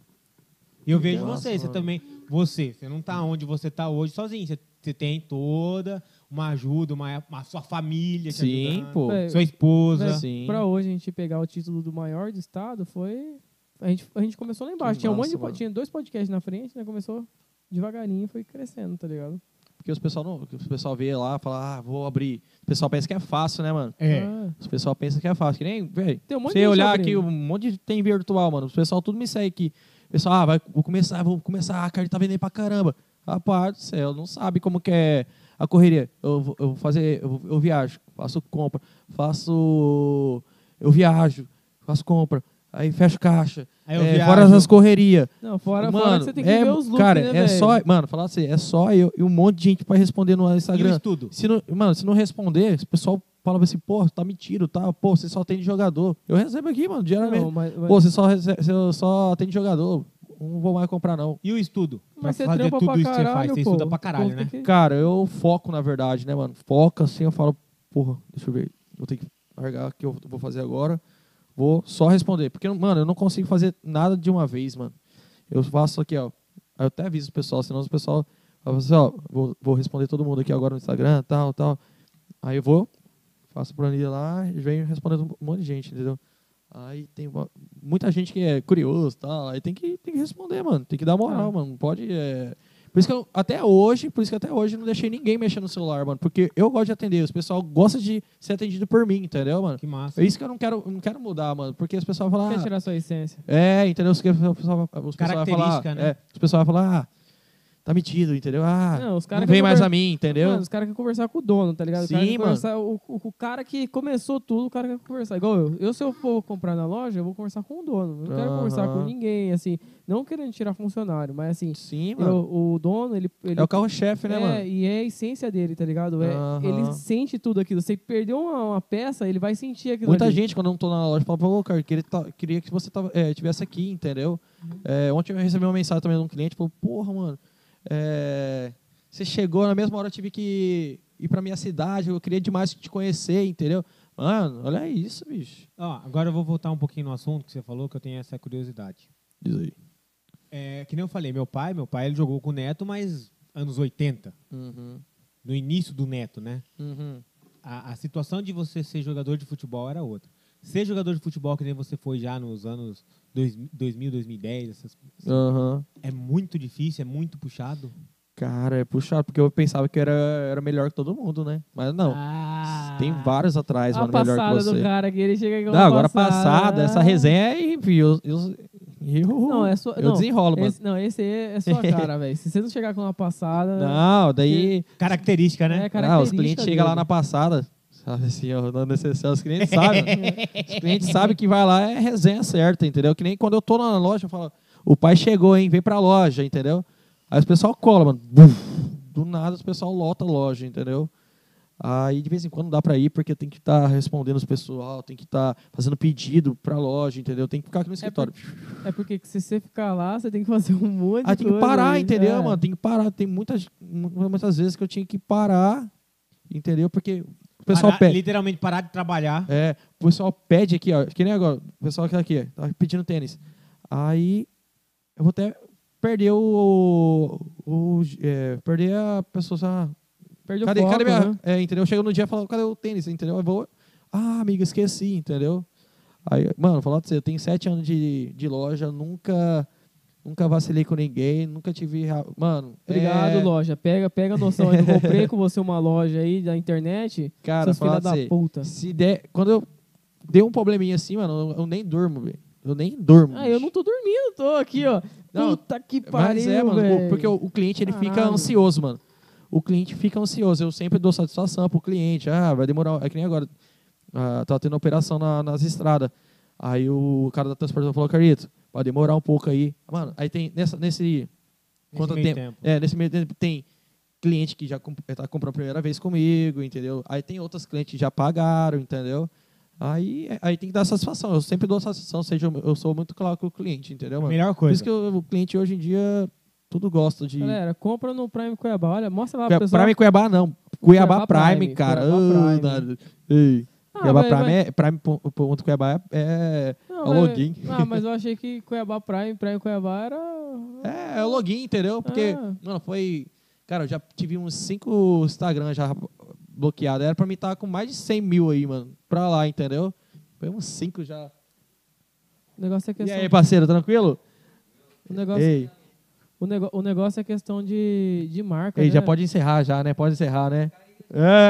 S1: E eu vejo
S3: Nossa,
S1: você, você
S3: mano.
S1: também. Você, você não tá onde você tá hoje sozinho. Você, você tem toda uma ajuda, uma, uma sua família te
S3: Sim,
S1: ajudando,
S3: pô.
S2: É,
S1: Sua esposa.
S2: Véi,
S3: Sim.
S2: Pra hoje a gente pegar o título do maior de estado foi. A gente, a gente começou lá embaixo.
S3: Que
S2: tinha um monte
S3: massa,
S2: de. po-
S3: mano.
S2: Tinha dois podcasts na frente, né? Começou devagarinho, foi crescendo, tá ligado?
S3: Porque os pessoal, não, os pessoal vê lá e fala, ah, vou abrir. O pessoal pensa que é fácil, né, mano?
S1: É.
S2: Ah,
S3: Os pessoal pensa que é fácil. Que nem, velho.
S2: Tem um monte de
S3: Você
S2: gente
S3: olhar aqui,
S2: abrindo.
S3: um monte de tem virtual, mano. Os pessoal tudo me segue aqui. O pessoal, ah, vai, vou começar, vou começar. A carne tá vendendo pra caramba. Rapaz do céu, não sabe como que é a correria. Eu, vou- eu vou fazer, eu, vou- eu viajo, faço compra, faço. Eu viajo, faço compra. Aí fecho caixa.
S1: Aí eu
S3: é,
S1: viajo.
S3: fora essas correrias.
S2: Não, fora,
S3: mano,
S2: fora que você tem que
S3: é,
S2: ver os looks,
S3: Cara,
S2: né,
S3: é
S2: véi?
S3: só. Mano, falar assim, é só eu e um monte de gente pra responder no
S1: E o
S3: Instagram.
S1: estudo?
S3: Se não, mano, se não responder, o pessoal fala assim, pô, tá mentindo, tá? Pô, você só atende jogador. Eu recebo aqui, mano, diariamente.
S2: Não, mas, mas-
S3: pô, você só, recebe, você só atende jogador. Não vou mais comprar, não.
S1: E o estudo?
S2: mas
S1: pra
S2: você
S1: fazer
S2: trampa
S1: tudo
S2: pra
S1: isso que você
S2: caralho,
S1: faz. Você
S2: pô.
S1: estuda pra
S2: O
S1: caralho,
S2: povo
S1: né?
S2: tem que-
S3: Cara, eu foco, na verdade, né, mano? Foco assim, eu falo, porra, deixa eu ver. Eu tenho que largar o que eu vou fazer agora. Vou só responder. Porque, mano, eu não consigo fazer nada de uma vez, mano. Eu faço aqui, ó. Eu até aviso o pessoal, senão o pessoal fala assim, ó, vou, vou responder todo mundo aqui agora no Instagram, tal, tal. Aí eu vou, faço planilha lá e venho respondendo um monte de gente, entendeu? Aí tem uma- muita gente que é curioso, tal. Aí tem que, tem que responder, mano. Tem que dar moral,
S2: Ah.
S3: mano. Não pode. é, Por isso que eu, até hoje, por isso que até hoje eu não deixei ninguém mexer no celular, mano. Porque eu gosto de atender. Os pessoal gosta de ser atendido por mim, entendeu, mano?
S1: Que massa.
S3: É isso que eu não quero, eu não quero mudar, mano. Porque os pessoal falam.
S2: Quer
S3: "Ah,
S2: tirar sua essência.
S3: é, entendeu? Os, que- os pessoal, os pessoal vai falar.
S1: Característica, né?
S3: é, os pessoal vai falar, ah, tá metido, entendeu? Ah,
S2: Não, os cara
S3: não
S2: que
S3: vem
S2: eu
S3: mais
S2: conver-
S3: a mim, entendeu?
S2: Mano, os caras querem conversar com o dono, tá ligado? Os caras
S3: Sim,
S2: querem
S3: mano.
S2: conversar- O, o- o cara que começou tudo, o cara quer conversar. Igual eu. Eu, se eu for comprar na loja, eu vou conversar com o dono. Eu não quero
S3: Aham.
S2: conversar com ninguém, assim. Não querendo tirar funcionário, mas assim,
S3: Sim, mano.
S2: eu- o dono, ele. ele
S3: é o carro-chefe, né,
S2: é,
S3: mano?
S2: e é a essência dele, tá ligado? É,
S3: Aham.
S2: Ele sente tudo aquilo. Você perdeu uma, uma peça, ele vai sentir aquilo.
S3: Muita
S2: ali.
S3: gente, quando eu não tô na loja, fala, pô, cara, queria, tá- queria que você tava, é, tivesse aqui, entendeu?
S2: Uhum.
S3: É, ontem eu recebi uma mensagem também de um cliente, falou, porra, mano, é, você chegou, na mesma hora eu tive que ir pra minha cidade, eu queria demais te conhecer, entendeu? Mano, olha isso, bicho.
S1: Ó, agora eu vou voltar um pouquinho no assunto que você falou, que eu tenho essa curiosidade.
S3: Diz aí.
S1: É, que nem eu falei, meu pai, meu pai ele jogou com o Neto, mas anos 80,
S3: Uhum.
S1: no início do Neto, né?
S3: Uhum.
S1: A, a situação de você ser jogador de futebol era outra. Ser jogador de futebol que nem você foi já nos anos dois- 2000, 2010, essas,
S3: Aham.
S1: é muito difícil, é muito puxado.
S3: Cara, é puxado, porque eu pensava que era, era melhor que todo mundo, né? Mas não.
S1: Ah,
S3: Tem vários atrás,
S2: A
S3: mano, melhor que
S2: Ah. passada
S3: você.
S2: do cara que ele chega com
S3: Não,
S2: uma
S3: agora passada, essa
S2: Ah.
S3: resenha aí, enfim, eu, eu, eu,
S2: Não, é sua-
S3: eu
S2: não,
S3: desenrolo, mano.
S2: Esse, não, esse aí é sua cara, velho. Se você não chegar com uma passada.
S3: Não, daí.
S1: Característica,
S2: É
S1: né?
S3: Ah, os
S2: característica
S3: clientes
S2: dele.
S3: chegam lá na passada, sabe assim, ó, não é necessário. Os clientes sabem. os clientes sabem que vai lá é resenha certa, entendeu? Que nem quando eu tô na loja, eu falo, o pai chegou, hein? Vem pra loja, entendeu? Aí os pessoal cola, mano. Buf! do nada os pessoal lota a loja, entendeu? Aí de vez em quando dá pra ir, porque tem que estar respondendo os pessoal, tem que estar fazendo pedido pra loja, entendeu? Tem que ficar aqui no escritório.
S2: É porque se você ficar lá, você tem que fazer um monte
S3: Aí
S2: de
S3: Ah, tem que
S2: coisa,
S3: parar,
S2: velho.
S3: entendeu,
S2: É.
S3: mano? Tem que parar. Tem muitas, mu- muitas vezes que eu tinha que parar, entendeu? Porque o pessoal
S1: Parar-
S3: pede.
S1: Literalmente parar de trabalhar.
S3: É, o pessoal pede aqui, ó. Que nem agora. O pessoal que tá aqui, tá pedindo tênis. Aí eu vou até perder o. o é, perder a pessoa. ah,
S2: Perdeu
S3: cadê,
S2: o foco,
S3: cadê minha.
S2: né?
S3: É, entendeu? Chega no dia e fala, cadê o tênis? Entendeu? Eu vou. Ah, amigo, esqueci, entendeu? Aí, mano, falar pra você, eu tenho sete anos de, de loja, nunca. Nunca vacilei com ninguém, nunca tive. ra- Mano.
S2: Obrigado,
S3: é,
S2: loja. Pega, pega a noção. Eu comprei com você uma loja aí da internet.
S3: Cara,
S2: seus filha
S3: falar pra
S2: da
S3: você.
S2: puta.
S3: Se der. Quando eu deu um probleminha assim, mano, eu, eu nem durmo, velho. Eu nem durmo.
S2: Ah, eu não tô dormindo, tô aqui, ó.
S3: Não,
S2: Puta que pariu,
S3: Mas é, mano,
S2: velho.
S3: porque o, o cliente ele fica
S2: Caralho.
S3: ansioso, mano. O cliente fica ansioso. Eu sempre dou satisfação pro cliente. Ah, vai demorar. É que nem agora. Ah, tá tendo operação na- nas estradas. Aí o cara da transportadora falou, Carlito, vai demorar um pouco aí. Mano, aí tem nessa, nesse. Quanto
S1: meio
S3: tempo? É, nesse meio tempo tem cliente que já comp tá comprando a primeira vez comigo, entendeu? Aí tem outras clientes que já pagaram, entendeu? Aí, aí tem que dar satisfação. Eu sempre dou satisfação, seja eu eu sou muito claro com o cliente, entendeu, É, mano?
S1: Melhor
S3: Por
S1: coisa.
S3: isso que eu- o cliente hoje em dia tudo gosta de.
S2: Galera, compra no Prime Cuiabá. Olha, mostra lá
S3: Cuia-
S2: pro pessoal.
S3: Prime Cuiabá não. Cuiabá,
S2: Cuiabá
S3: Prime,
S2: Prime,
S3: cara.
S2: Cuiabá
S3: Ai,
S2: Prime.
S3: nada. Ei,
S2: Ah,
S3: Cuiabá
S2: velho,
S3: Prime
S2: mas-
S3: é. Prime.cuiabá é.
S2: Não,
S3: o
S2: mas-
S3: login.
S2: Ah, mas eu achei que Cuiabá Prime, Prime Cuiabá era...
S3: É, é o login, entendeu? Porque,
S2: Ah.
S3: mano, foi. Cara, eu já tive uns cinco Instagram já bloqueado. Era pra mim estar com mais de 100 mil aí, mano. Pra lá, entendeu? Foi uns cinco já.
S2: O negócio é
S3: E
S2: questão.
S3: aí, parceiro, tranquilo?
S2: o, negócio,
S3: Ei,
S2: o, nego- o negócio é questão de, de marca.
S3: ei,
S2: né?
S3: já pode encerrar já, né? Pode encerrar, né?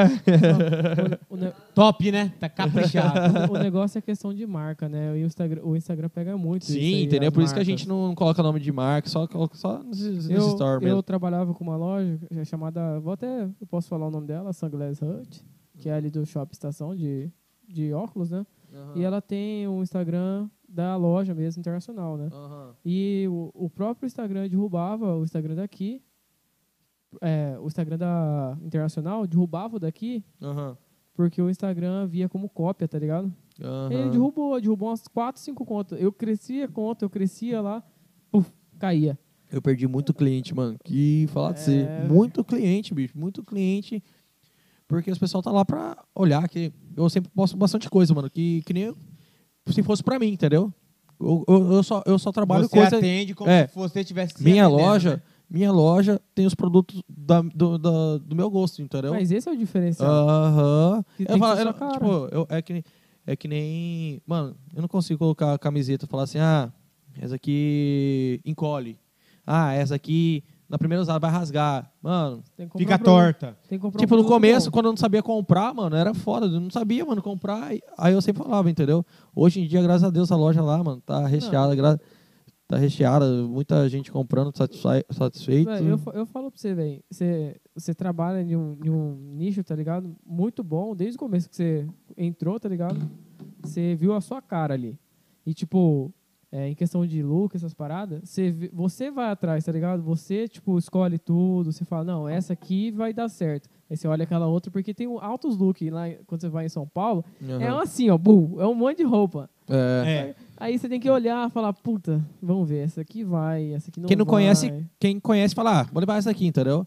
S3: É.
S2: O, ne-
S1: Top, né? Tá caprichado.
S2: o negócio é questão de marca, né? E o Instagram, o Instagram pega muito. isso
S3: Sim,
S2: aí,
S3: entendeu?
S2: as
S3: Por isso que a
S2: marcas.
S3: gente não coloca nome de marca, só coloca só nos, nos
S2: Eu,
S3: store
S2: eu
S3: mesmo.
S2: trabalhava com uma loja é chamada. Vou até. Eu posso falar o nome dela, Sunglass Hut, que é ali do Shop Estação de, de óculos, né? E ela tem o Instagram da loja mesmo, internacional, né? E o, o próprio Instagram derrubava o Instagram daqui. é, o Instagram da Internacional derrubava o daqui
S3: Aham.
S2: porque o Instagram via como cópia, tá ligado?
S3: Aham.
S2: Ele derrubou, derrubou umas 4, 5 contas. Eu crescia conta, eu crescia lá, puf, caía.
S3: Eu perdi muito cliente, mano. Que falar de você.
S2: É.
S3: Muito cliente, bicho. Muito cliente. Porque os pessoal tá lá pra olhar. Que eu sempre posto bastante coisa, mano. Que, que nem eu- se fosse pra mim, entendeu? Eu, eu, eu só, eu só trabalho
S1: Você
S3: coisa.
S1: atende como
S3: É.
S1: se você tivesse se
S3: Minha
S1: atendendo,
S3: loja,
S1: né?
S3: minha loja tem os produtos da- do, da- do meu gosto, entendeu? Ah,
S2: Mas esse é o diferencial.
S3: Aham.
S2: Que tem
S3: Eu
S2: que
S3: falo-
S2: ser
S3: eu
S2: sua
S3: não-
S2: cara.
S3: Tipo, eu, é, que, nem- é que nem. Mano, eu não consigo colocar a camiseta e falar assim, ah, essa aqui encolhe. Ah, essa aqui na primeira usada vai rasgar. Mano,
S2: Tem que comprar
S1: Fica
S2: um produto-
S1: torta.
S2: Tem que comprar um
S3: tipo, no
S2: produto
S3: começo,
S2: bom.
S3: quando eu não sabia comprar, mano, era foda. Eu não sabia, mano, comprar. e- Aí eu sempre falava, entendeu? Hoje em dia, graças a Deus, a loja lá, mano, tá recheada. gra- Tá recheada, muita gente comprando, satisfai- satisfeito.
S2: Véi, eu, fa- eu falo pra você, velho. Você, você trabalha em um, em um nicho, tá ligado? Muito bom, desde o começo que você entrou, tá ligado? Você viu a sua cara ali. E, tipo, é, em questão de look, essas paradas, você, vê- você vai atrás, tá ligado? Você, tipo, escolhe tudo. Você fala, não, essa aqui vai dar certo. Aí você olha aquela outra, porque tem um altos look lá em- quando você vai em São Paulo. É
S3: Aham.
S2: assim, ó, bum, é um monte de roupa.
S3: É.
S1: É.
S2: Aí você tem que olhar e falar, puta, vamos ver, essa aqui vai, essa aqui não
S3: Quem não
S2: vai.
S3: conhece, quem conhece fala, ah, vou levar essa aqui, entendeu?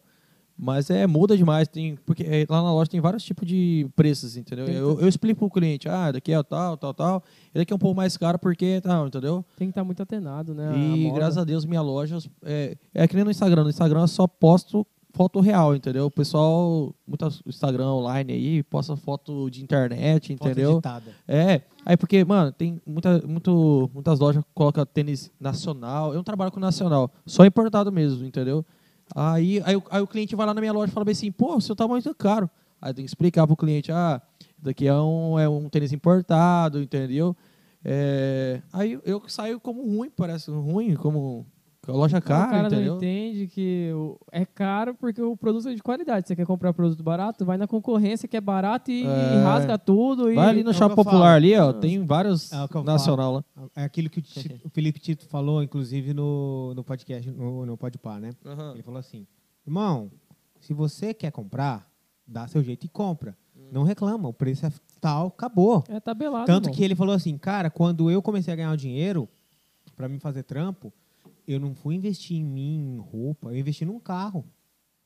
S3: Mas é, muda demais, tem, porque é, lá na loja tem vários tipos de preços, entendeu?
S2: Tem,
S3: Eu, eu explico pro cliente, ah, daqui é o tal, tal, tal, e daqui é um pouco mais caro porque tal, entendeu?
S2: Tem que estar muito atenado, né?
S3: e graças a Deus minha loja, é, é que nem no Instagram, no Instagram eu só posto foto real, entendeu? O pessoal, muito Instagram online aí, posta foto de internet,
S1: Foto
S3: entendeu?
S1: digitada.
S3: É, aí porque, mano, tem muita, muito, muitas lojas que colocam tênis nacional. Eu não trabalho com nacional, só importado mesmo, entendeu? Aí, aí, o- aí o cliente vai lá na minha loja e fala bem assim, pô, seu tamanho tá caro. Aí tem que explicar pro cliente, ah, isso daqui é um, é um tênis importado, entendeu? É, aí eu- eu saio como ruim, parece ruim, como loja cara,
S2: o cara
S3: entendeu?
S2: não entende que o- é caro porque o produto é de qualidade. Você quer comprar produto barato, vai na concorrência que é barato e,
S3: É.
S2: e rasga tudo. E...
S3: Vai ali
S1: É o
S3: no
S1: que
S3: shopping
S1: eu falo.
S3: popular ali, ó, tem vários
S1: É o que eu
S3: nacional lá.
S1: É aquilo que o, Ti- o Felipe Tito falou, inclusive, no, no podcast, no, no Podpah, né? Ele falou assim, irmão, se você quer comprar, dá seu jeito e compra.
S3: Hum.
S1: Não reclama, o preço é tal, acabou.
S2: É tabelado.
S1: Tanto
S2: irmão.
S1: que ele falou assim, cara, quando eu comecei a ganhar o dinheiro pra me fazer trampo, eu não fui investir em mim, em roupa, eu investi num carro.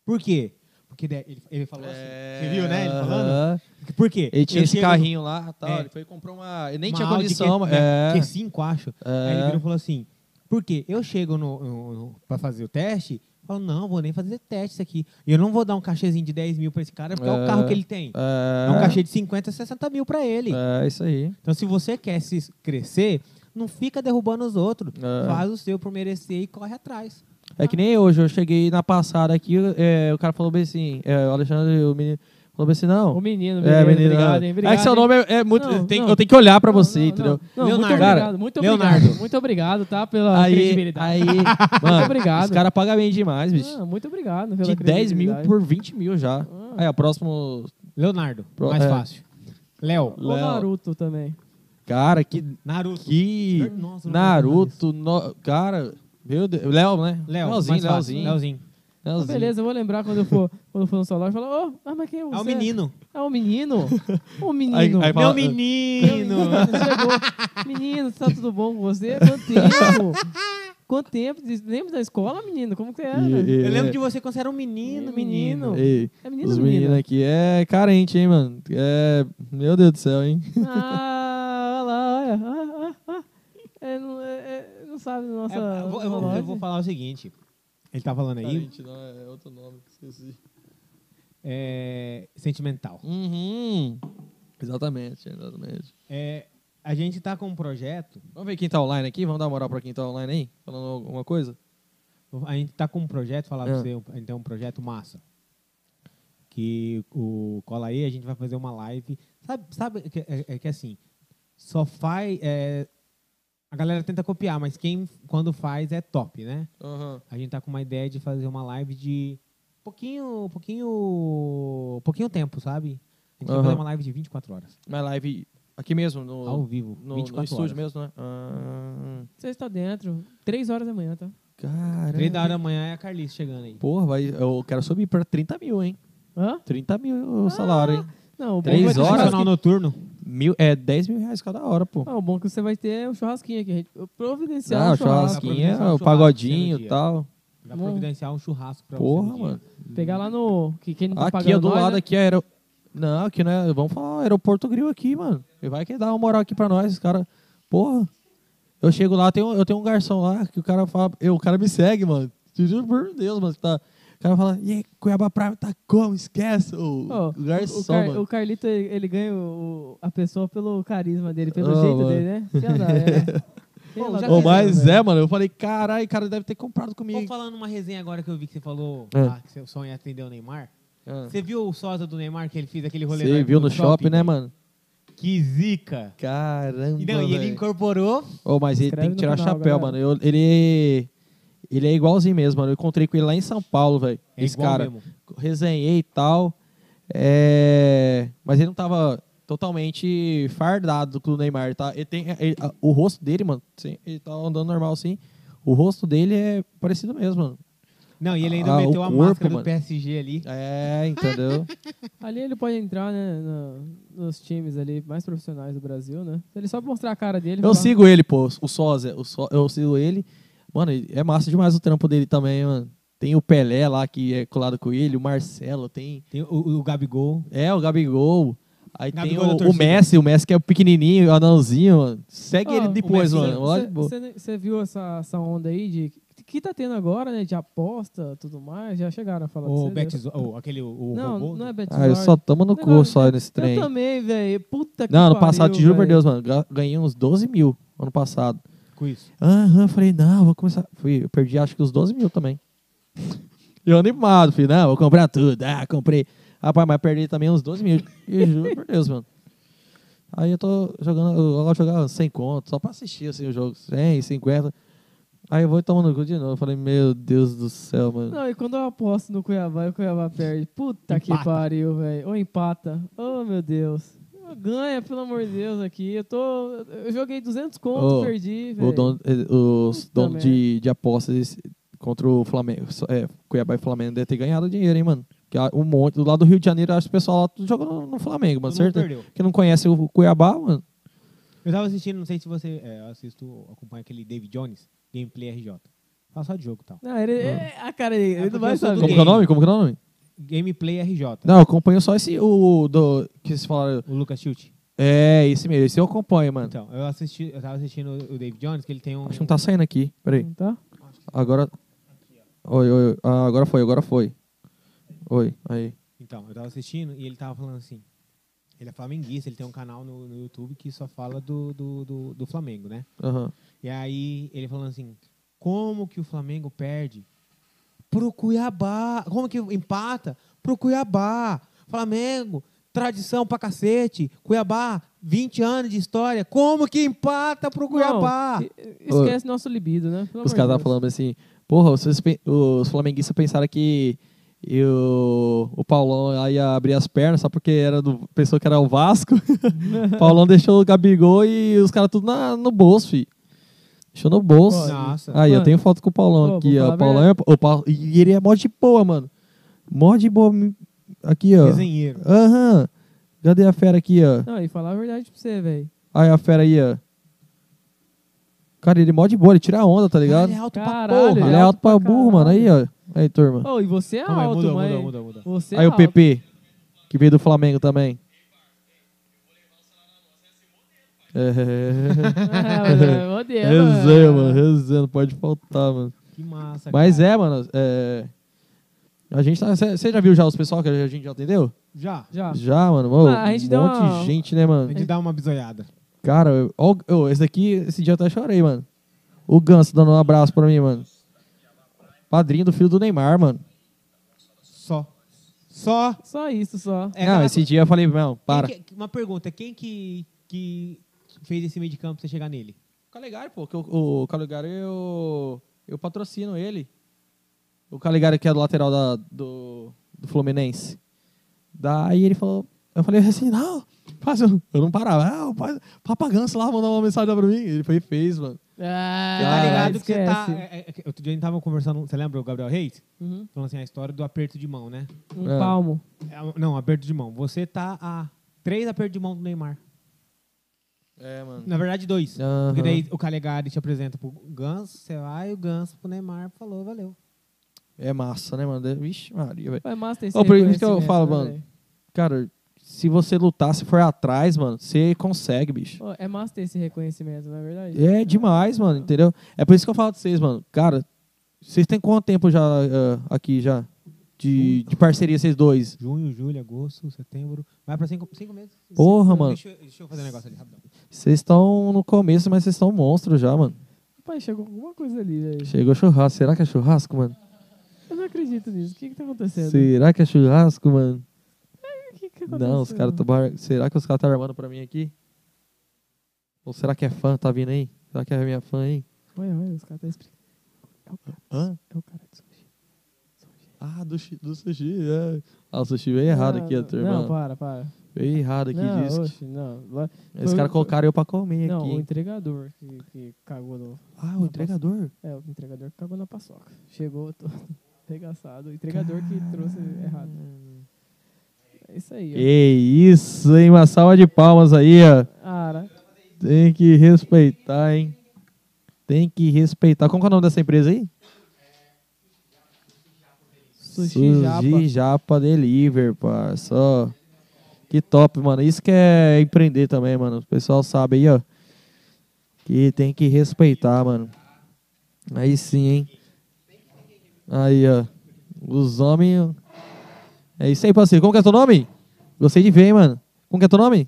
S1: Por quê? Porque daí ele, ele falou assim, você viu, né, ele falando?
S3: Aham.
S1: Por quê?
S3: É. Ele tinha
S1: Eu
S3: esse
S1: chego-
S3: carrinho lá, tal,
S1: É.
S3: ele foi e comprou uma. Ele nem
S1: uma
S3: tinha
S1: Audi
S3: condição,
S1: Q,
S3: mas.
S1: né,
S3: É.
S1: Q5, acho.
S3: É.
S1: Aí ele virou e falou assim, por quê? Eu chego no, no, no- pra fazer o teste, falo, não, vou nem fazer teste isso aqui. Eu não vou dar um cachezinho de 10 mil pra esse cara, porque é, o
S3: É.
S1: carro que ele tem. É,
S3: É,
S1: um cachê de 50, 60 mil pra ele.
S3: É, isso aí.
S1: Então, se você quer se crescer, não fica derrubando os outros.
S3: É.
S1: Faz o seu por merecer e corre atrás.
S3: É que nem hoje, eu cheguei na passada aqui, é, o cara falou bem assim, é, o Alexandre, o menino, falou bem assim, não.
S2: O menino,
S3: é,
S2: menino,
S3: menino,
S2: obrigado, hein?
S3: é
S2: Obrigado,
S3: que seu
S2: hein?
S3: nome é, é muito.
S2: Não,
S3: tem-
S2: não.
S3: Eu tenho que olhar pra
S2: Não,
S3: você,
S2: não,
S3: entendeu?
S2: não. Não, muito
S1: Leonardo.
S2: obrigado, muito obrigado.
S1: Leonardo.
S2: Muito obrigado, tá? Pela
S3: Aí,
S2: credibilidade.
S3: aí mano,
S2: obrigado.
S3: os caras pagam bem demais, bicho.
S2: Ah, muito obrigado. Pela
S3: de 10 mil
S2: credibilidade.
S3: por 20 mil já.
S2: Ah.
S3: Aí, o próximo.
S1: Leonardo,
S3: Pro-
S1: mais
S3: é.
S1: fácil. Léo,
S2: Ou
S3: Léo.
S2: Naruto também.
S3: Cara, que.
S1: Naruto.
S3: que
S1: Nossa, eu não
S3: Naruto, no- cara. Meu Deus. Léo, né?
S1: Léo,
S3: Leozinho,
S1: mais fácil. né?
S3: Leozinho.
S1: Leozinho.
S2: Ah,
S3: Leozinho.
S2: beleza, eu vou lembrar quando eu for, quando eu for no celular e falar, ô, ah, mas quem é você?
S1: É o menino.
S2: É o menino? O menino.
S3: Aí- aí
S1: Meu
S3: fala-
S1: menino.
S2: Chegou. Menino, tá tudo bom com você? Quanto tempo? Quanto tempo? Diz- Lembra da escola, menino? Como que era?
S3: E- e-
S1: Eu lembro de um, você quando você era um menino, menino.
S3: Ei,
S2: É menino
S3: os
S2: ou menina?
S3: meninos aqui é carente, hein, mano? É. Meu Deus do céu, hein?
S2: Ah, olha lá, olha. Ah, ah, ah. É, não, é- é- não sabe da nossa.
S1: É, eu, vou, eu vou- eu vou falar o seguinte. Ele tá falando aí,
S3: Carente, não, é outro nome que esqueci.
S1: é, sentimental.
S3: Uhum. Exatamente, exatamente.
S1: É, a gente tá com um projeto,
S3: Vamos ver quem tá online aqui? Vamos dar uma moral pra quem tá online aí? Falando alguma coisa?
S1: a gente tá com um projeto, falar pra
S3: Ah.
S1: você, a gente tem um projeto massa. Que o Cola aí, a gente vai fazer uma live. Sabe, sabe que, é, é que assim, só faz. é, a galera tenta copiar, mas quem quando faz é top, né?
S3: Aham.
S1: A gente tá com uma ideia de fazer uma live de pouquinho, pouquinho, pouquinho tempo, sabe? A gente vai
S3: Aham.
S1: fazer uma live de 24 horas,
S3: Mas live aqui mesmo, no,
S1: ao vivo,
S3: no, no
S1: 24
S3: estúdio
S1: horas.
S3: mesmo, né? Ah,
S2: Você está dentro. Três horas da manhã, tá?
S3: caramba.
S1: 3 da hora da manhã é a Carlice chegando aí.
S3: Porra, vai, eu quero subir pra 30 mil, hein?
S2: Hã?
S3: 30 mil o salário, hein?
S2: Não, o bom é
S3: Três
S2: vai ter
S3: horas?
S2: churrasquinho.
S1: Profissional é noturno.
S3: Mil, é 10 mil reais cada hora, pô.
S2: Ah, o bom é que você vai ter o churrasquinho aqui. a gente- eu Providenciar
S3: Ah,
S2: um
S3: o
S2: churrasco.
S1: Dá pra
S3: churrasquinho,
S1: organizar um
S3: o
S1: churrasco
S3: pagodinho
S1: no
S3: e
S1: dia.
S3: tal.
S1: Vai
S2: Bom.
S1: providenciar um churrasco pra você.
S3: Porra,
S1: no dia.
S3: mano.
S2: Pegar lá no... Que quem não tá
S3: Aqui,
S2: pagando
S3: ó, do
S2: nós,
S3: lado
S2: né?
S3: aqui, é aero... Não, aqui não é... Vamos falar aeroporto gril aqui, mano. E Vai que dá uma moral aqui pra nós, os cara... Porra. Eu chego lá, tem um- eu tenho um garçom lá que o cara fala... Eu, o cara me segue, mano. Te juro por Deus, mano. que Tá... O cara fala... E aí, Cuiabá Prime tá como? Esquece o,
S2: Ó,
S3: o garçom,
S2: o, Car-
S3: mano.
S2: o Carlito, ele, ele ganha o- a pessoa pelo carisma dele, pelo
S3: Ô,
S2: jeito
S3: Ah, mano.
S2: dele, né? Sei lá, é. Sei
S1: Ô,
S2: lá,
S1: já
S2: tá
S3: Ô,
S1: que
S3: mas
S2: pensando,
S3: é, mano. Eu falei, caralho, o cara deve ter comprado
S1: Vou
S3: comigo.
S1: falando uma resenha agora que eu vi que você falou
S3: É.
S1: ah, que seu sonho é atender o Neymar.
S3: Ah.
S1: Você viu o sósia do Neymar que ele fez aquele rolê
S3: Você viu no shopping, né, mano?
S1: Que zica!
S3: Caramba,
S1: E, não, e ele
S3: velho.
S1: incorporou.
S3: Ô, mas ele
S2: Escreve
S3: tem que
S2: no
S3: tirar
S2: canal,
S3: chapéu,
S2: galera.
S3: mano. Eu- ele, ele é igualzinho mesmo, mano. Eu encontrei com ele lá em São Paulo, velho.
S1: É
S3: Esse
S1: igual
S3: cara.
S1: mesmo.
S3: Resenhei e tal. É, Mas ele não tava totalmente fardado com o Neymar. ele Tá? Ele tem... ele- a- O rosto dele, mano, sim, ele tá andando normal assim. O rosto dele é parecido mesmo, mano.
S1: Não, e ele ainda
S3: Ah,
S1: meteu
S3: o
S1: a
S3: corpo,
S1: máscara do
S3: mano.
S1: PSG ali.
S3: É, entendeu?
S2: Ali ele pode entrar, né, no- nos times ali mais profissionais do Brasil, né? Se ele só mostrar a cara dele...
S3: eu
S2: falar,
S3: sigo ele, pô. O Sozé. O Só- Eu sigo ele. Mano, ele- é massa demais o trampo dele também, mano. Tem o Pelé lá que é colado com ele, o Marcelo, tem
S1: Tem o, o Gabigol.
S3: É, o Gabigol. Aí
S1: Gabigol é da
S3: tem o- o,
S1: torcida.
S3: Messi, o Messi que é o pequenininho, o anãozinho, mano. Segue
S2: Ó,
S3: ele depois,
S1: o Messi,
S3: mano.
S2: é
S3: Lá de boa.
S2: Você viu essa, essa onda aí de que- que tá tendo agora, né? De aposta tudo mais. Já chegaram a falar
S1: O
S2: disso aí, né?
S1: Betis, ou aquele o, o
S2: Não,
S1: robô.
S2: não é Betis.
S3: Ah, eu só tomo no cu
S2: Negócio-
S3: só nesse trem.
S2: Eu também, velho. Puta que
S3: Não, ano
S2: pariu,
S3: passado, te juro por
S2: velho.
S3: Deus, mano, ga- ganhei uns 12 mil ano passado.
S1: Com isso.
S3: Aham, falei, não, vou começar. Fui, eu perdi acho que os 12 mil também. Eu animado, filho, não, vou comprar tudo. Ah, comprei. Rapaz, mas perdi também uns 12 mil. Eu juro por Deus, mano. Aí eu tô jogando, eu gosto de jogar sem conto, só pra assistir assim o jogo. 100, 50. Aí eu vou tomando cu de novo. Eu Falei, meu Deus do céu, mano.
S2: Não, e quando eu aposto no Cuiabá e o Cuiabá perde. Puta
S1: Empata.
S2: que pariu, velho. Ou empata. Oh, meu Deus. Ganha, pelo amor de Deus, aqui. Eu tô. Eu joguei 200 conto,
S3: Ô,
S2: perdi,
S3: O
S2: velho.
S3: dono- eh, os
S2: Puta
S3: donos de, de apostas eles- contra o Flamengo, só- é, Cuiabá e Flamengo deve ter ganhado dinheiro, hein, mano. Que há um monte, do lado do Rio de Janeiro, acho que o pessoal lá tudo joga no, no Flamengo, mano,
S1: Todo mundo
S3: certo?
S1: perdeu.
S3: que não conhece o Cuiabá, mano.
S1: Eu tava assistindo, não sei se você é, eu assisto, acompanha aquele David Jones, Gameplay RJ. Fala só de jogo e tal.
S2: Não,
S3: Ah.
S2: ele. É, a cara
S1: É
S2: dele. Ele não
S1: porque
S2: vai
S1: eu sou do
S2: saber.
S3: Como que é o nome? Como que é o nome?
S1: Gameplay RJ.
S3: Não, eu acompanho só esse o do que vocês falaram.
S1: O Lucas Schilt.
S3: É, esse mesmo, esse eu acompanho, mano.
S1: Então, eu assisti, eu tava assistindo o David Jones, que ele tem um.
S3: Acho que não tá saindo aqui. Peraí.
S2: Não Tá?
S3: Agora Oi, oi, oi. Ah, agora foi, agora foi. Oi, aí.
S1: Então, eu tava assistindo e ele tava falando assim. Ele é flamenguista, ele tem um canal no, no YouTube que só fala do, do, do, do Flamengo, né?
S3: Aham.
S1: E aí ele falando assim, como que o Flamengo perde pro Cuiabá? Como que empata pro Cuiabá? Flamengo, tradição pra cacete. Cuiabá, 20 anos de história. Como que empata pro Cuiabá?
S2: Não, e- esquece nosso libido, né? Pelo amor
S3: Os
S2: de
S3: caras estavam
S2: Deus.
S3: falando assim, porra, vocês pe- os flamenguistas pensaram que e o, o Paulão lá ia abrir as pernas só porque era do, pensou que era o Vasco. o Paulão deixou o Gabigol e os caras tudo na- no bolso, fi. Deixou no bolso.
S1: Nossa.
S3: Aí, eu
S2: Mano.
S3: tenho foto com o Paulão
S2: Ô,
S3: aqui,
S2: vou falar
S3: ó. O Paulão é, o Paul- e ele é mó de boa, mano. Mó de boa. mi- Aqui, ó.
S1: Desenheiro.
S3: Aham. Cadê a fera aqui, ó?
S2: Não, e falar a verdade pra você, velho.
S3: Aí a fera aí, ó. Cara, ele é mó de boa, ele tira a onda, tá ligado?
S1: Ele é alto
S2: Caralho,
S1: pra porra.
S3: Ele é alto pra burro, mano. Aí, ó. Aí, turma.
S2: Oh, e você é
S1: Calma aí,
S2: alto,
S1: muda,
S2: mãe.
S1: muda, muda, muda.
S2: Você
S3: Aí
S2: é
S3: o
S2: alto.
S3: PP, que veio do Flamengo também. É,
S2: Ah, mano, modelo,
S3: resenha,
S2: É, mano.
S3: É.
S2: É,
S3: mano. Resenha, não pode faltar, mano.
S1: Que massa,
S3: Mas
S1: cara.
S3: é, mano. é, A gente tá. Você já viu já os pessoal que a gente já atendeu?
S1: Já.
S2: Já.
S3: Já, mano. Ô,
S2: Ah, a gente
S3: um
S2: deu
S3: monte
S2: uma-
S3: de gente, né,
S1: A
S3: mano?
S1: gente dá uma bisoiada.
S3: Cara, eu- ó, eu- esse aqui, esse dia eu até chorei, mano. O Ganso dando um abraço pra mim, mano. Padrinho do filho do Neymar, mano.
S1: Só. Só.
S2: Só isso, só.
S1: É,
S3: não,
S1: cara,
S3: esse dia eu falei, não, para.
S1: quem que- uma pergunta. Quem que, que fez esse meio de campo pra você chegar nele?
S3: Calegari, pô, que o, o Calegari eu, eu patrocino ele. O Calegari que é do lateral da- do, do Fluminense. Daí ele falou, eu falei assim, não, faz um- eu não parava, ah, faz- papagança lá, mandou uma mensagem lá pra mim. Ele foi e fez, mano.
S2: Ah,
S1: Você tá ligado que você
S2: esquece.
S1: tá... é, é, é, outro dia a gente tava conversando... Você lembra o Gabriel Reis?
S2: Uhum.
S1: Falando assim, a história do aperto de mão, né?
S2: Um
S3: É.
S2: palmo.
S1: É, Não, aperto de mão. Você tá a três apertos de mão do Neymar.
S3: É, mano.
S1: Na verdade, dois.
S3: Aham.
S1: Porque daí o Calegari te apresenta pro Ganso, você vai, e o Ganso pro Neymar falou, valeu.
S3: É massa, né, mano? Vixe, Maria, velho.
S2: É massa ter esse
S3: Ô, por isso que eu
S2: reconhecimento,
S3: falo,
S2: né,
S3: mano.
S2: velho?
S3: Cara, se você lutar, se for atrás, mano, você consegue, bicho.
S2: Ô, É massa ter esse reconhecimento, não é verdade?
S3: É demais, mano, entendeu? É por isso que eu falo de vocês, mano. Cara, vocês têm quanto tempo já ah, aqui já? De, de parceria, vocês dois?
S1: Junho, julho, agosto, setembro. Vai pra cinco, cinco meses.
S3: Porra,
S1: Cinco-
S3: mano.
S1: Deixa, eu- deixa eu fazer um negócio ali, rapidão.
S3: Vocês estão no começo, mas vocês estão monstros já, mano.
S2: Pai, chegou alguma coisa ali, velho.
S3: Chegou churrasco. Será que é churrasco, mano?
S2: Eu não acredito nisso. O que que tá acontecendo?
S3: Será que é churrasco, mano?
S2: O que tá que aconteceu?
S3: Não, os caras tão. bar- Será que os caras estão armando pra mim aqui? Ou será que é fã? Tá vindo aí? Será que é minha fã aí?
S2: Olha, olha, os caras tá explicando.
S3: Hã?
S2: É o cara
S3: Tá
S2: de sushi.
S3: Ah, do, shi- do sushi. É. Ah, o sushi veio errado
S2: Ah,
S3: aqui, a
S2: não,
S3: turma.
S2: Não, para, para.
S3: Veio errado aqui,
S2: não,
S3: disse.
S2: oxe, não. Lá-
S3: Esses
S2: Foi-
S3: caras colocaram eu pra comer
S2: Uhum. Não,
S3: aqui.
S2: o
S3: hein?
S2: entregador que, que cagou no.
S3: Ah, o entregador.
S2: É, o entregador que cagou na paçoca. Chegou todo arregaçado. O entregador que trouxe errado. É isso aí, ó.
S3: Que isso, hein? Uma salva de palmas aí, ó.
S2: Ara.
S3: Tem que respeitar, hein? Tem que respeitar. Como que é o nome dessa empresa aí?
S2: Sushi Japa.
S3: Japa Deliver, parça. ó. Que top, mano. Isso que é empreender também, mano. O pessoal sabe aí, ó. Que tem que respeitar, mano. Aí sim, hein? Aí, ó. Os homens. É isso aí, parceiro. Como que é teu nome? Gostei de ver, hein, mano. Como que é teu nome?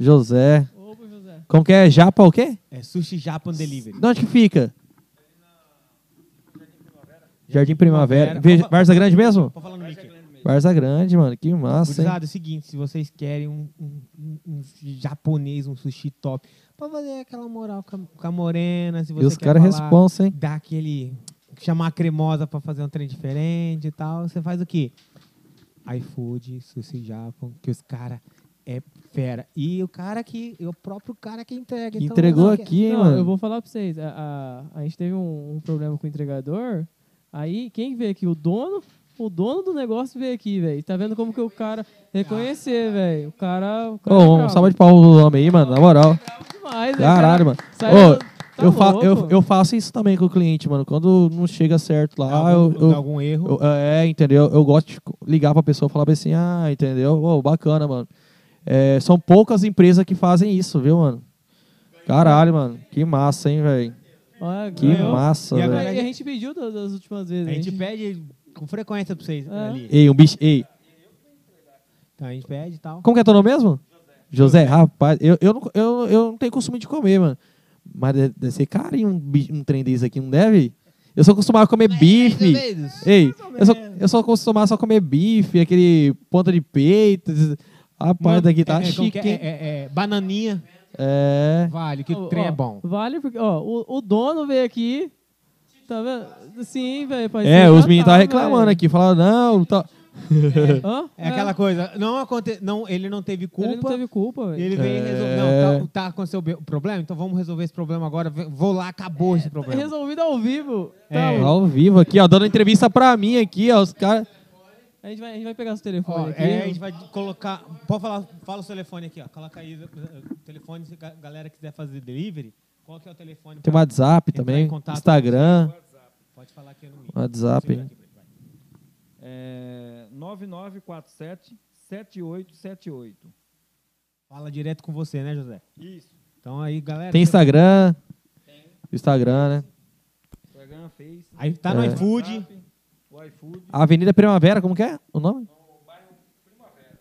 S3: José.
S2: Opa, José.
S3: Como que é? Japa o quê?
S1: É Sushi Japan Delivery.
S3: De onde que fica? Jardim Primavera. Veja, Varza Grande mesmo?
S1: Pode falar no mic.
S3: Barça Grande, mano, que massa, hein?
S1: Gurizada, é o seguinte, se vocês querem um, um- um- um japonês, um sushi top, pra fazer aquela moral com a, com a morena, se
S3: E
S1: você
S3: os
S1: quer
S3: caras
S1: falar-
S3: responsa, hein?
S1: dá aquele. chamar a cremosa pra fazer um trem diferente e tal. Você faz o quê? iFood, Sushi Japão, que os caras é fera. E o cara que. É o próprio cara que entrega.
S3: Que
S1: então,
S3: entregou
S1: não, que-
S3: aqui, hein,
S2: Não,
S3: mano?
S2: eu vou falar pra vocês. A, a, a gente teve um, um problema com o entregador. Aí, quem veio aqui? O dono? O dono do negócio veio aqui, velho. Tá vendo como que o cara reconhecer, velho? O cara. O cara
S3: Ô,
S2: é
S3: um
S2: brabo.
S3: salva de pau do homem aí, mano, na moral.
S2: Demais, né,
S3: Caralho, mano.
S2: cara? Saiu-
S3: Ô,
S2: tá
S3: eu, fa-
S2: louco.
S3: eu, eu faço isso também com o cliente, mano. Quando não chega certo
S1: Dá
S3: lá, Ah, eu,
S1: algum,
S3: eu-
S1: dá algum erro.
S3: eu- É, entendeu? Eu gosto de ligar pra pessoa e falar bem assim, ah, entendeu? Ô, bacana, mano. É, são poucas empresas que fazem isso, viu, mano? Caralho, mano. Que massa, hein, velho?
S2: Olha,
S3: Que
S2: ganhou.
S3: massa,
S1: E
S2: E
S1: agora-
S3: velho.
S2: a gente pediu da- das, últimas vezes.
S1: a gente pede com frequência pra vocês
S2: Ah.
S1: ali.
S3: Ei, um bicho. Ei,
S1: Então a gente pede e tal.
S3: Como que é teu nome mesmo? José, rapaz, eu, eu, não, eu, eu não tenho costume de comer, mano. Mas deve, deve ser carinho um, bi- um trem desse aqui, não deve? Eu sou acostumado a comer bife. Ei, eu sou, eu sou acostumado só a comer bife, aquele ponta de peito. esses- Rapaz, daqui tá
S1: é, como que
S3: chique,
S1: é?
S3: hein?
S1: É, é, é, bananinha,
S3: É.
S1: vale, que
S2: Ó,
S1: o trem
S2: ó,
S1: é bom.
S2: Vale porque, ó, o, o dono veio aqui. Tá vendo? Sim, velho.
S3: É, os meninos
S1: tá,
S3: estavam reclamando aqui, falaram, não, tá.
S1: É aquela coisa, não aconte... não, ele não teve culpa.
S2: Ele não teve culpa, velho.
S1: Ele veio e resolveu.
S3: É.
S1: Não, tá, tá aconteceu o be- o problema, então vamos resolver esse problema agora. ve- Vou lá, acabou esse problema.
S2: Resolvido ao vivo. Tá,
S1: É.
S2: ó,
S3: Ao vivo aqui, ó, dando entrevista pra mim aqui, ó, os caras.
S2: a, gente vai, a gente vai pegar os
S1: Ó,
S2: telefones aqui.
S1: é, a gente vai colocar. Pode falar, fala o seu telefone aqui, ó. Coloca aí o o telefone se a galera quiser fazer delivery. Qual que é o telefone?
S3: Tem
S1: pra-
S3: WhatsApp
S1: Entrar
S3: também,
S1: em contato
S3: Instagram,
S1: Pode falar aqui no mínimo.
S3: WhatsApp, hein?
S6: É, 9947 7878.
S1: Fala direto com você, né, José?
S6: Isso.
S1: Então aí, galera.
S3: Tem Instagram. Instagram, né?
S6: Instagram Instagram, Face.
S1: Aí tá no
S3: É.
S1: iFood.
S6: O iFood.
S3: Avenida Primavera, como que é o nome?
S1: Bairro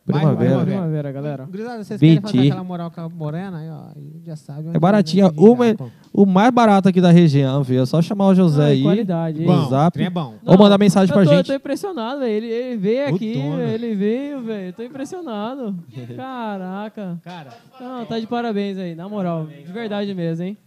S3: Primavera.
S1: Primavera.
S2: Primavera, galera.
S1: Gurizada, vocês
S3: BT.
S1: querem fazer aquela moral com a morena? Aí, ó, aí já sabe. onde
S3: É baratinha,
S1: vai virar,
S3: uma-
S1: pô.
S3: O mais barato aqui da região, viu? É só chamar o José
S2: Ah,
S3: aí.
S2: qualidade, hein?
S3: Bom,
S1: Bom, o
S3: Zap.
S1: trem é bom.
S3: Ou mandar mensagem pra
S2: eu tô,
S3: gente.
S2: Eu tô impressionado, velho. Ele, ele veio
S1: O
S2: aqui,
S1: dono.
S2: velho. ele veio, velho. Eu Tô impressionado. Caraca.
S1: Cara,
S2: Não, tá de parabéns aí, na moral. De verdade mesmo, hein?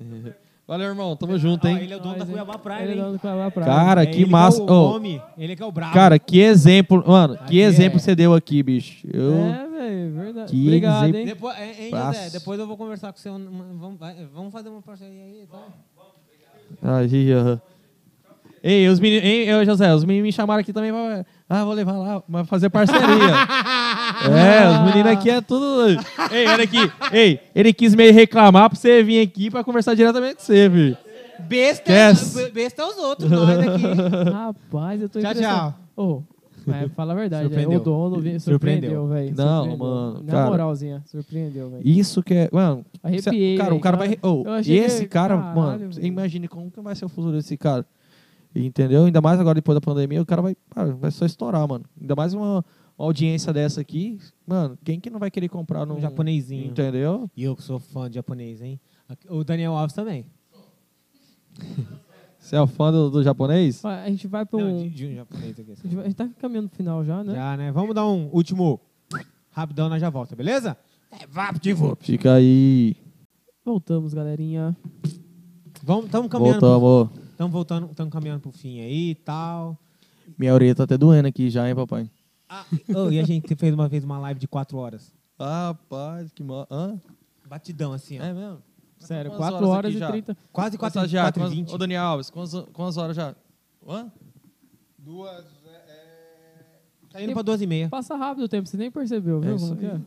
S3: Valeu, irmão. Tamo junto,
S1: ó, ele é o dono da
S2: Nós, hein?
S1: Cuiabá Praia,
S2: Ele é
S1: hein?
S2: dono da Cuiabá Praia.
S3: Cara,
S1: É,
S3: que
S1: ele é
S3: massa.
S1: o
S3: Ô,
S1: homem, ele que é o brabo.
S3: cara, que exemplo. Mano,
S1: Aqui
S3: que exemplo
S1: é.
S3: você deu aqui, bicho. Eu...
S2: É, velho, verdade.
S3: Que
S2: Obrigado,
S3: exemplo.
S2: hein?
S1: Depois, hein, hein, José,
S3: Braço.
S1: depois eu vou conversar com você. um- um- Vamos, vai- vamos fazer uma parceria aí, tá?
S3: Aí, ó. Ei, os meninos. Ei, ô, José, os meninos me chamaram aqui também pra. Ah, vou levar lá, pra fazer parceria. é, os meninos aqui é tudo. Ei, olha aqui. Ei, ele quis meio reclamar pra você vir aqui pra conversar diretamente com você, filho.
S1: Besta,
S3: Yes.
S1: be- besta é os outros, nós aqui.
S2: Rapaz, eu tô
S1: Tchau,
S2: impressionado. Ô, é, fala a verdade, é, o
S1: Surpreendeu.
S2: dono
S1: Surpreendeu.
S2: vi- surpreendeu, velho.
S3: Não,
S2: surpreendeu.
S3: mano,
S2: Na
S3: cara.
S2: moralzinha, surpreendeu, velho.
S3: Isso que é. Mano,
S2: Arrepiei,
S3: cê- cara, o
S2: velho,
S3: cara
S2: cara.
S3: vai. Oh,
S2: Eu achei
S3: e esse
S2: que-
S3: cara,
S2: caralho,
S3: mano,
S2: velho.
S3: imagine como que vai ser o futuro desse cara. Entendeu? Ainda mais agora depois da pandemia, o cara vai, cara, vai só estourar, mano. Ainda mais uma, uma audiência dessa aqui. Mano, quem que não vai querer comprar num.
S1: Um japonesinho.
S3: Entendeu?
S1: E eu que sou fã de japonês, hein? Aqui- O Daniel Alves também.
S3: Você é fã do, do japonês?
S2: Ó, A gente vai pra
S1: Não,
S2: um...
S1: de, de um japonês aqui.
S2: a gente vai- a gente tá caminhando pro final já, né?
S1: Já, né? Vamos dar um último rapidão, nós já volta, beleza? É, vapt-vupt.
S3: Fica aí.
S2: Voltamos, galerinha.
S1: Vamos, estamos caminhando.
S3: Voltamos.
S1: Estamos voltando, estamos caminhando pro fim aí e tal.
S3: Minha orelha tá até doendo aqui já, hein, papai?
S1: Ah, oh, e a gente fez uma vez uma live de quatro horas.
S3: Rapaz, que mal. Hã?
S1: Batidão, assim, ó.
S3: É mesmo?
S2: Sério,
S3: Quantas
S2: 4
S3: horas
S2: horas,
S3: aqui já?
S2: e 30.
S1: Quase quatro,
S3: Quantas já?
S1: quatro e
S3: Quantas-
S1: vinte.
S3: Ô, Daniel Alves, quantas, quantas horas já? Hã?
S1: Tá indo pra duas e meia.
S2: Passa rápido o tempo, você nem percebeu, viu?
S3: É isso
S2: como que
S3: aí.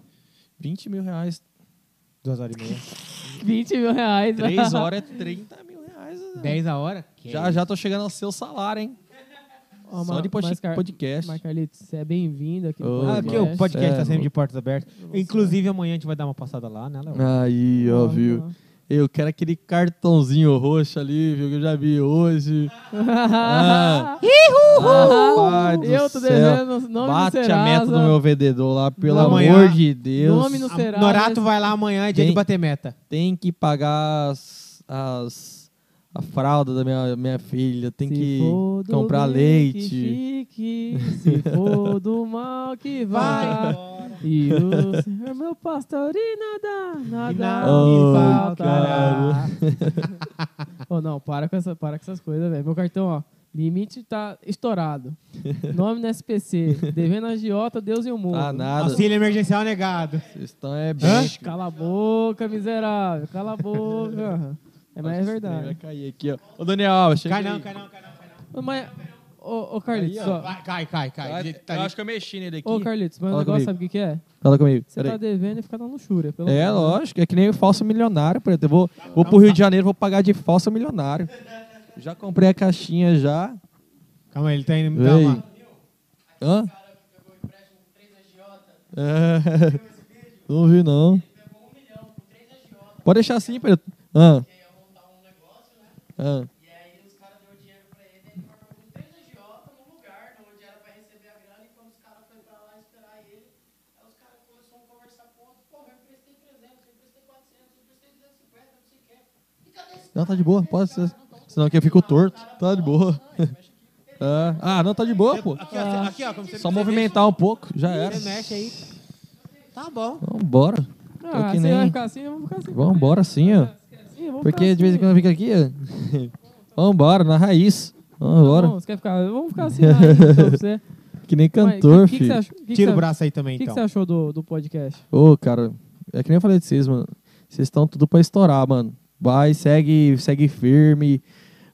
S3: 20 mil reais.
S1: Duas horas e meia.
S2: é? 20 mil reais.
S3: 3 horas é 30 mil reais. né?
S1: Dez a hora? Que
S3: Já, já tô chegando ao seu salário, hein?
S2: Ó,
S3: Só
S2: Ma-
S3: de posti-
S2: mas, Car-
S3: podcast.
S2: Mas, Carlitos, você é bem-vindo aqui
S3: Ô,
S2: no
S1: Ah,
S3: Pois
S1: porque
S3: é.
S1: o
S2: podcast.
S1: podcast
S3: É,
S1: tá sempre
S3: mano.
S1: de portas abertas. Inclusive, amanhã a gente vai dar uma passada lá, né, Léo?
S3: Aí, ó, viu? Eu quero aquele cartãozinho roxo ali, viu? Que eu já vi hoje. Ah, Rapaz do
S2: Eu tô
S3: céu.
S2: devendo nome
S3: Bate
S2: do
S3: a
S2: Serasa.
S3: meta do meu vendedor lá, pelo
S1: Amanhã,
S3: amor de Deus.
S2: Nome no
S1: A-
S2: Serasa.
S1: Ah, Norato vai lá amanhã, é dia
S3: Tem-
S1: de bater meta.
S3: Tem que pagar as, as- a fralda da minha, minha filha, tem
S2: Se
S3: que
S2: for do
S3: comprar
S2: bem que
S3: leite.
S2: fique, se for do mal que vai. E o Senhor meu pastor e nada, nada.
S1: E
S3: Oh,
S2: me
S1: nada
S2: faltará.
S3: cara.
S2: Ô, não, para com, essa, para com essas coisas, velho. Meu cartão, ó, limite tá estourado. Nome no SPC, devendo agiota, Deus e o mundo.
S3: Ah, nada.
S1: Auxílio emergencial negado.
S3: Vocês estão é
S1: Hã?
S3: bicho.
S2: Cala a boca, miserável, cala a boca. É, mas é
S3: Vai
S2: verdade.
S3: cair aqui, ó. Ô, Daniel Alves, chega
S1: Cai não,
S3: aí.
S1: cai não, cai não, cai não.
S2: Ô, Mas, ô, ô Carlitos,
S3: é Aí, ó,
S2: ó.
S1: Vai, Cai, cai, cai.
S3: Vai,
S1: Ele tá
S3: eu
S1: ali.
S3: acho que é eu mexi nele aqui.
S2: Ô, Carlitos, mas o
S3: Fala
S2: negócio
S3: comigo.
S2: sabe o que, que é?
S3: Fala comigo.
S2: Você
S3: peraí.
S2: tá devendo e fica na luxúria. Pelo
S3: É,
S2: menos, né?
S3: lógico, é que nem o falso milionário, preto. Eu vou, vou pro Rio de Janeiro, vou pagar de falso milionário. Já comprei a caixinha já.
S1: Calma aí, ele tá indo.
S3: Ei.
S1: Dá uma.
S3: Hã? É. Não vi, não. Pode deixar assim, ah. preto. Hã? Hã? Não, tá de boa, pode ser. Senão aqui eu fico torto. Tá de boa. É. Ah, não, tá de boa, pô.
S1: Aqui, ó, você- aqui, ó, como você
S3: Só movimentar um pouco, já era.
S1: Você mexe aí. Tá bom.
S3: Vambora.
S2: Ah,
S3: que
S2: você vai
S3: nem-
S2: ficar assim, vamos ficar assim.
S3: Vambora sim, ó.
S2: Sim, vamos
S3: Porque
S2: ficar
S3: de vez em
S2: assim.
S3: quando fica aqui, ó. Vambora, na raiz.
S2: Tá
S3: Vambora.
S2: bom, você quer ficar? Vamos ficar assim, né, então, pra você.
S3: Que nem
S2: Mas
S3: cantor,
S2: que- que que você
S3: filho.
S2: achou- que que
S1: Tira o
S2: você-
S1: braço aí
S2: O
S1: também,
S2: que, que
S1: então.
S2: você achou do, do podcast?
S3: Ô, cara, é que nem eu falei de vocês, mano. Vocês estão tudo pra estourar, mano. Vai, segue, segue firme.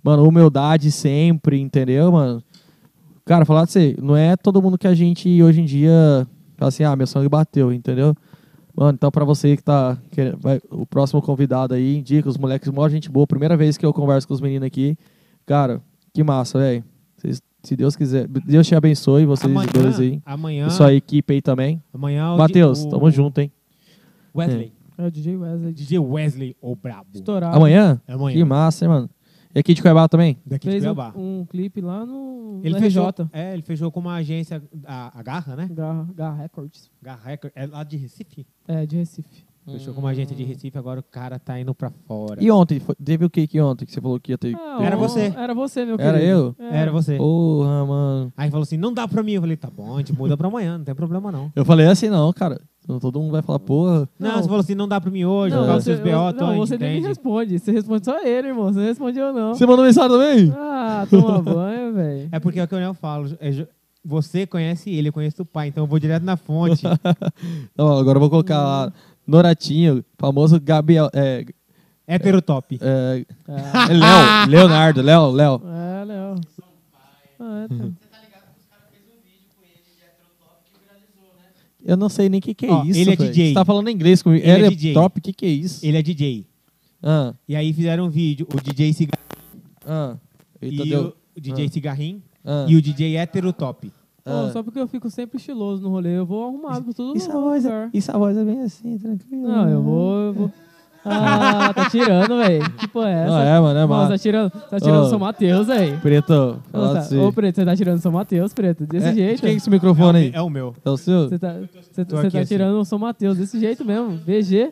S3: Mano, humildade sempre, entendeu, mano? Cara, falar de você, não é todo mundo que a gente hoje em dia fala assim, ah, meu sangue bateu, entendeu? Mano, então pra você que tá querendo, vai- o próximo convidado aí, indica os moleques, mó gente boa. Primeira vez que eu converso com os meninos aqui. Cara, que massa, velho. Vocês- Se Deus quiser, Deus te abençoe, vocês dois aí.
S1: amanhã,
S3: E sua equipe aí também.
S1: amanhã é o di-
S3: Matheus,
S1: o-
S3: tamo junto, hein?
S1: Wesley.
S2: É o DJ Wesley.
S1: DJ Wesley, o brabo.
S2: Estourado.
S3: Ah, Amanhã?
S1: Amanhã.
S3: Que massa, hein, mano? E aqui de Cuiabá também?
S1: Daqui de
S2: Fez
S1: Cuiabá.
S2: um, um clipe lá no
S1: Ele
S2: no
S1: fechou,
S2: RJ.
S1: é, ele fechou com uma agência, a, a Garra, né?
S2: Garra, Garra Records.
S1: Garra Record, é lá de Recife.
S2: É, de Recife.
S1: Fechou com uma agência
S2: Hum.
S1: de Recife, agora o cara tá indo pra fora.
S3: E ontem? Foi- teve o que que ontem que você falou que ia ter?
S2: Ah,
S1: Era
S2: o-
S1: você.
S2: Era você, meu
S3: Era
S2: querido. É.
S1: Era você.
S3: Porra, mano.
S1: Aí falou assim, não dá pra mim. Eu falei, tá bom, a gente muda pra amanhã, não tem problema não.
S3: Eu falei assim, não, cara. Senão Todo mundo vai falar, porra.
S1: Não,
S2: Não.
S1: você falou assim, não dá pra mim hoje, por
S2: Não,
S1: causa dos
S2: você,
S1: seus BO,
S2: você, não,
S1: então
S2: você
S1: a gente
S2: nem me
S1: entende.
S2: responde. Você responde só ele, irmão. Você não responde eu, não.
S3: Você mandou mensagem também?
S2: Ah, toma banho, velho.
S1: É porque é o que o Leão fala, é ju- você conhece ele, eu conheço o pai, então eu vou direto na fonte.
S3: Não, Então, agora eu vou colocar lá. Noratinho, famoso Gabriel. É,
S1: Heterotop.
S3: é, é Léo, Leonardo, Léo, Léo.
S2: É, Léo. Ah, é, tá.
S3: Eu não sei nem o que, que é
S1: Ó,
S3: isso.
S1: ele é
S3: velho.
S1: DJ.
S3: Você tá falando inglês comigo.
S1: Ele é
S3: Ele,
S1: DJ.
S3: é top, o que, que é isso?
S1: Ele é DJ.
S3: Ah,
S1: E aí fizeram um vídeo, o DJ Cigarrim
S3: ah. Eita,
S2: tá
S1: e
S3: deu.
S1: o, o DJ Cigarrim
S3: Ah,
S1: e o DJ Heterotop.
S2: Pô,
S3: ah.
S2: só porque eu fico sempre estiloso no rolê, eu vou arrumado pra tudo
S3: Isso a,
S2: novo,
S3: voz é,
S2: cara.
S3: isso a voz é bem assim, tranquila.
S2: Não, eu vou, eu vou. Ah, tá tirando, velho. Que porra é essa?
S3: Não, é, mano, é,
S2: Mano,
S3: mano.
S2: tá tirando, tá tirando
S3: Ô.
S2: São Mateus, velho.
S3: Preto, fala
S2: Ô,
S3: assim.
S2: tá- ô, Preto, você tá tirando São Mateus, Preto, desse
S3: É,
S2: jeito.
S3: Quem é esse microfone aí?
S1: É o meu.
S3: É o seu?
S2: Você tá, você,
S1: Tô
S2: você
S1: aqui,
S2: tá
S1: assim.
S2: tirando o São Mateus desse jeito mesmo. VG.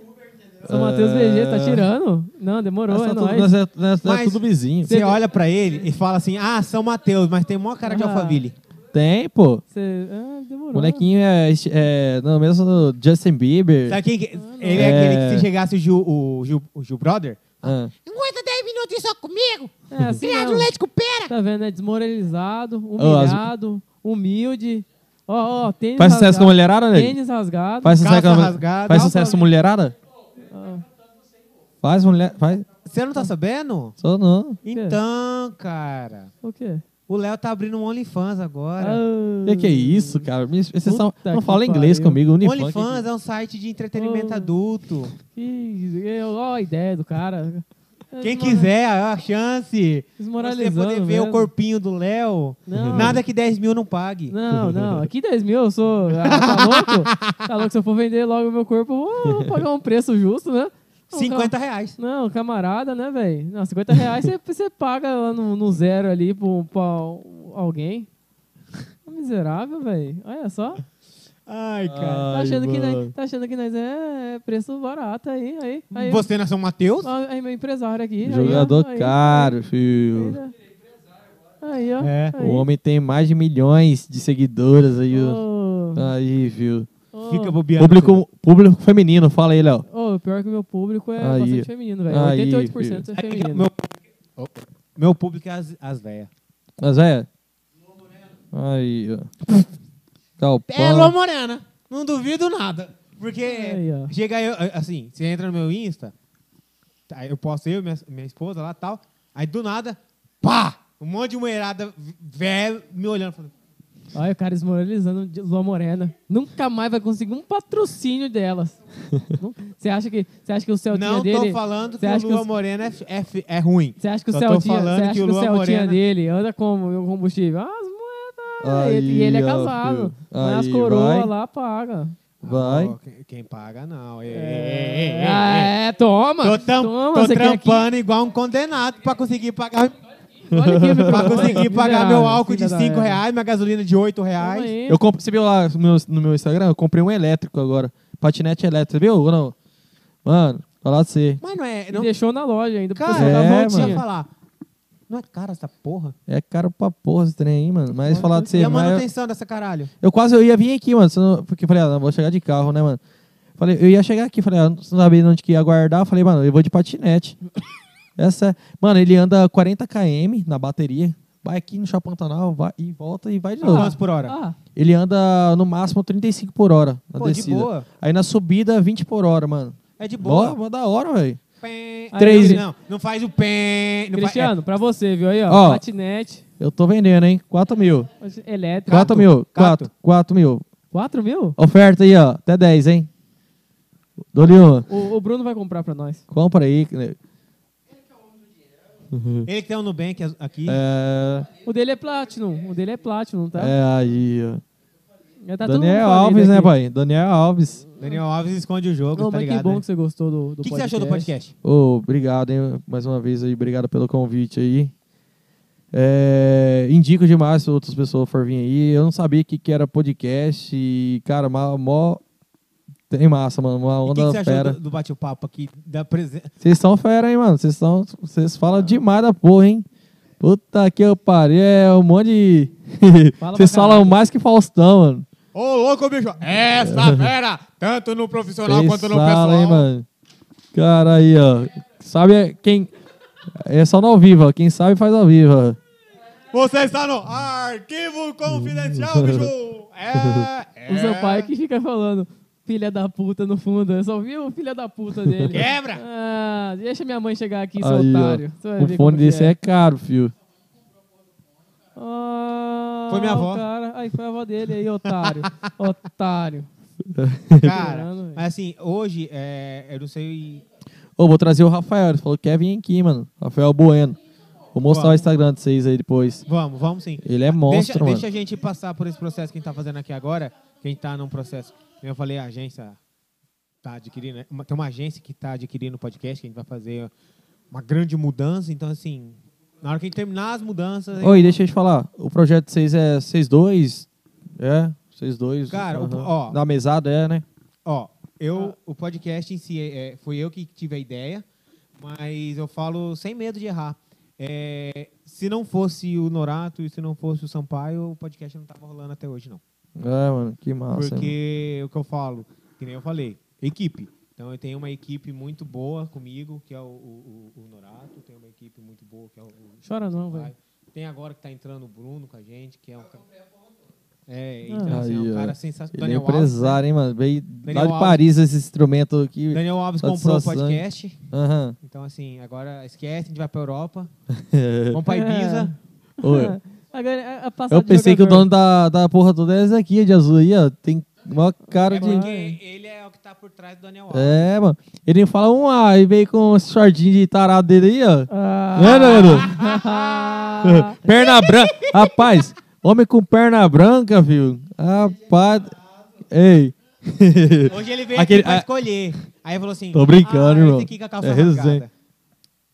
S2: São Mateus VG, tá tirando? Não, demorou,
S3: Nós
S2: é
S3: tá tudo-
S2: nóis.
S3: nós é- nós é
S1: Mas-
S3: tudo vizinho.
S1: Você olha pra ele e fala assim, ah, São Mateus, mas tem mó cara é de
S2: Ah.
S1: Alphaville.
S3: Tem, pô.
S2: Você- ah, demorou.
S3: O molequinho é, esti- é no mesmo do Justin Bieber.
S1: Sabe quem que-
S2: Ah,
S1: Ele é,
S3: É.
S1: aquele que se chegasse o Gil, o Gil, o Gil Brother,
S3: Ah.
S5: Não aguenta 10 minutos só comigo?
S2: É assim
S5: Criado
S2: mesmo.
S5: leite com pera.
S2: Tá vendo? É desmoralizado,
S3: Ô, as-
S2: humilhado, humilde. Ó, ó, tênis
S3: Faz sucesso com a
S2: rasgado,
S3: mulherada, né?
S2: Tênis rasgado.
S3: Faz sucesso,
S1: calça
S3: com a mu-
S1: rasgada.
S2: um
S3: faz sucesso com a mulherada?
S2: Ah.
S3: Faz mulher. Faz.
S1: você não tá sabendo?
S3: Só não.
S2: É.
S1: Então, cara,
S2: O quê?
S1: o Léo tá abrindo um OnlyFans
S2: Ah,
S1: agora.
S3: O que, que é isso, cara? Me- Vocês são,
S2: Hum. Puta
S3: não
S2: que
S3: fala inglês
S2: pariu. né,
S3: comigo,
S1: O
S3: Unifunk.
S1: OnlyFans é um site de entretenimento
S2: Oh.
S1: adulto.
S2: Que, eu, ó, a ideia do cara. É,
S1: Quem quiser, a chance. Você
S2: Desmoralizando.
S1: poder ver
S2: mesmo.
S1: o corpinho do Léo.
S2: Não.
S1: Nada que 10 mil não pague.
S2: Não, não. Aqui 10 mil, eu sou. Ah, tá louco? Tá louco? Se eu for vender logo o meu corpo, eu vou, vou pagar um preço justo, né? Não,
S1: 50 reais.
S2: Não, camarada, né, velho? Não, 50 reais você- você paga lá no, no zero ali pro, pra um, alguém. Miserável, velho. Olha só.
S1: Ai, cara.
S2: Tá
S3: Ai,
S2: achando, que
S3: mano.
S2: nós, tá achando que nós é preço barato aí, aí. aí
S1: Você não é São Mateus?
S2: Ó, aí meu empresário aqui. aí, ó,
S3: Jogador
S2: aí,
S3: caro, filho.
S2: Aí, ó.
S1: É.
S2: aí.
S3: O homem tem mais de milhões de seguidoras aí. ó.
S2: Ô,
S3: Aí, viu?
S2: ô,
S1: Fica bobeando.
S3: Público, público feminino, fala aí, Léo.
S2: ô, pior que o meu público é
S3: Aí.
S2: bastante feminino, velho.
S3: Aí,
S2: 88% é
S1: É que
S2: feminino.
S1: meu, Opa. meu público é as, as véias.
S3: Mas é. Aí, ó. Tá Galpão.
S1: É Lô Morena. Não duvido nada. Porque
S2: Aí, ó.
S1: chega eu, assim, você entra no meu Insta, aí eu posto eu, minha, minha esposa lá e tal. Aí do nada, pá! Um monte de mulherada velha me olhando. falando,
S2: Olha o cara desmoralizando de Lua Morena. Nunca mais vai conseguir um patrocínio delas. Você acha que, você acha que É o Celtinha
S1: Não
S2: dele...
S1: tô falando que
S2: você acha
S1: o
S2: que
S1: Lua
S2: os-
S1: Morena é, é, fi- é ruim.
S2: Você acha que o
S1: Só tô
S2: Celtinha, você
S1: falando
S2: acha
S1: que
S2: que
S1: o
S2: o
S1: Lua
S2: Celtinha
S1: Morena-
S2: dele anda como o combustível? Ah, As moedas.
S3: Aí,
S2: e ele é
S3: ó,
S2: casado.
S3: filho.
S2: Mas as
S3: Aí,
S2: coroas
S3: vai.
S2: lá paga.
S3: Vai.
S1: Ó, quem, quem paga não. Ei, ei, ei, ei,
S2: É. Ah,
S1: ei.
S2: é, toma.
S1: Tô, tam,
S2: toma,
S1: tô
S2: você quer aqui?
S1: trampando igual um condenado pra conseguir pagar,
S2: Olha aqui, meu
S1: pra conseguir
S2: é
S1: pagar meu álcool de
S2: Filha da
S1: 5
S2: era.
S1: reais, minha gasolina de 8
S2: Toma
S1: reais.
S2: aí.
S3: Eu comprei, você viu lá no meu, no meu Instagram? Eu comprei um elétrico agora. Patinete elétrico, você viu ou não? Mano, falar de você.
S1: Mas não é.
S2: E
S1: Não,
S2: deixou na loja ainda. pro
S1: cara,
S2: pessoal dar
S3: é,
S2: voltinha.
S1: deixa eu
S3: mano.
S1: falar. Não é cara essa porra.
S3: É caro pra porra esse trem aí, mano. Mas falar de
S1: e
S3: você.
S1: a
S3: Mas eu,
S1: manutenção dessa caralho?
S3: eu quase eu ia vir aqui, mano. senão- Porque eu falei, ah, não, vou chegar de carro, né, mano? Falei, eu ia chegar aqui, falei, ah, não sabia onde que ia aguardar. Falei, mano, eu vou de patinete. Essa é. Mano, ele anda 40 km na bateria. Vai aqui no Chá Pantanal, vai e volta e vai de novo.
S1: Quantos por hora?
S2: Ah,
S3: Ele anda no máximo 35 por hora na
S1: Pô, de
S3: descida.
S1: boa.
S3: Aí na subida, 20 por hora, mano.
S1: É de
S3: Boa,
S1: boa.
S3: mó da hora, velho.
S1: Pem.
S3: Três-
S1: Não, não faz o pé. Não é, faz-
S2: Cristiano, pra você, viu aí, ó.
S3: é. Ó.
S2: Patinete, é
S3: Eu tô vendendo, hein? 4 mil.
S2: elétrico.
S3: 4 mil.
S1: Cato.
S3: 4, 4 mil.
S2: 4 mil?
S3: Oferta aí, ó. Até 10, hein? Dou-lhe uma.
S2: O, o Bruno vai comprar pra nós.
S3: Compra aí. né?
S1: é- ele que tem um Nubank as- aqui.
S3: É,
S2: O dele é Platinum. O dele é Platinum, tá?
S3: é aí, ó.
S2: Já tá todo mundo
S3: Daniel
S2: falido
S3: Alves, né,
S2: aqui.
S3: pai? Daniel Alves.
S1: Daniel Alves esconde o jogo,
S2: Ô,
S1: tá
S2: mas que
S1: ligado?
S2: bom
S1: né?
S2: que você gostou do, do
S1: O que, que você
S2: podcast.
S1: achou do podcast?
S3: Ô, obrigado, hein? Mais uma vez aí, obrigado pelo convite aí. É, indico demais se outras pessoas for vir aí. Eu não sabia que, que era podcast e, cara, mó, mó- Tem massa, mano. Uma
S1: E o que, que
S3: onda
S1: você achou
S3: fera.
S1: do, do bate-papo aqui? Da presen...
S3: Vocês são fera, hein, mano? Vocês são. Vocês falam demais da porra, hein? Puta que eu parei, é um monte de.
S2: Fala
S3: Vocês
S2: pra caralho.
S3: falam mais que Faustão, mano.
S1: Ô, louco, bicho! Essa fera! Tanto no profissional
S3: Vocês
S1: quanto no
S3: falam, hein,
S1: pessoal.
S3: mano. Cara aí, ó. Sabe é quem. É só no ao vivo, ó. Quem sabe faz ao vivo, ó.
S1: Você está no arquivo confidencial, bicho! É, é.
S2: O seu pai que fica falando, filha da puta no fundo. Eu só vi o filha da puta dele.
S1: Quebra!
S2: Ah, deixa minha mãe chegar aqui, seu
S3: Aí, ó.
S2: otário. Você vai ver
S3: O
S2: como
S3: fone
S2: que
S3: desse é. caro, filho.
S2: Ah,
S1: Foi minha
S2: o
S1: avó.
S2: Cara... Aí foi a avó dele aí, otário. otário.
S1: Cara,
S2: Caramba, velho.
S1: mas assim, hoje, é, eu não sei...
S3: Ô, vou trazer o Rafael. Ele falou que quer vir aqui, mano. Rafael Bueno. Vou mostrar
S1: Bora.
S3: o Instagram de vocês aí depois.
S1: Vamos, vamos sim.
S3: Ele é monstro,
S1: deixa,
S3: mano.
S1: deixa a gente passar por esse processo que a gente tá fazendo aqui agora. Quem tá num processo. Eu falei, a agência tá adquirindo. né? Uma- Tem uma agência que tá adquirindo o podcast, que a gente vai fazer uma grande mudança. Então, assim, na hora que a gente terminar as mudanças. a gente-
S3: Oi, deixa eu te falar. O projeto de vocês é 6-2? É? 6-2.
S1: Cara, o-
S3: aham.
S1: ó.
S3: Na mesada é, né?
S1: Ó, eu, o podcast em si, é, é, foi eu que tive a ideia, mas eu falo sem medo de errar. É, se não fosse o Norato e se não fosse o Sampaio, o podcast não tava rolando até hoje, não.
S3: É, mano, que massa. mano.
S1: Porque é o que eu falo, que nem eu falei, equipe. Então eu tenho uma equipe muito boa comigo, que é o, o, o- o Norato, tem uma equipe muito boa, que é o. o
S2: Chora não, velho.
S1: Sampaio. Tem agora que tá entrando o Bruno com a gente, que é um. cara- É,
S2: Ah.
S1: então, assim, é
S3: Aí,
S1: um
S3: ó.
S1: cara sensacional.
S3: Ele é
S1: Daniel Alves, né?
S3: empresário, hein, mano? Veio
S1: Daniel
S3: lá de
S1: Alves.
S3: Paris esse instrumento aqui.
S1: Daniel Alves
S3: Tá de
S1: comprou o
S3: sua sangue.
S1: podcast.
S3: Aham.
S1: Então, assim, agora esquece, a gente vai pra Europa. Vamos pra
S2: É.
S1: Ibiza.
S3: Oi.
S2: Agora, a- a passada
S3: Eu
S2: de
S3: pensei que o
S2: jogador.
S3: dono da, da porra toda é esse aqui, de azul aí, ó. Tem maior cara
S1: É
S3: de.
S1: porque ele é o que tá por trás do Daniel Alves.
S3: É, mano. Ele fala um A e veio com esse shortinho de tarado dele aí, ó.
S2: Ah,
S3: Né, Leandro? perna branca. Rapaz, homem com perna branca, viu? Rapaz. Ei.
S1: Hoje ele veio
S3: Aquele-
S1: aqui pra
S3: ah.
S1: escolher. Aí ele falou assim:
S3: Tô brincando,
S1: ah, esse
S3: irmão.
S1: aqui com a calça
S3: É
S1: rasgada.
S3: resenha.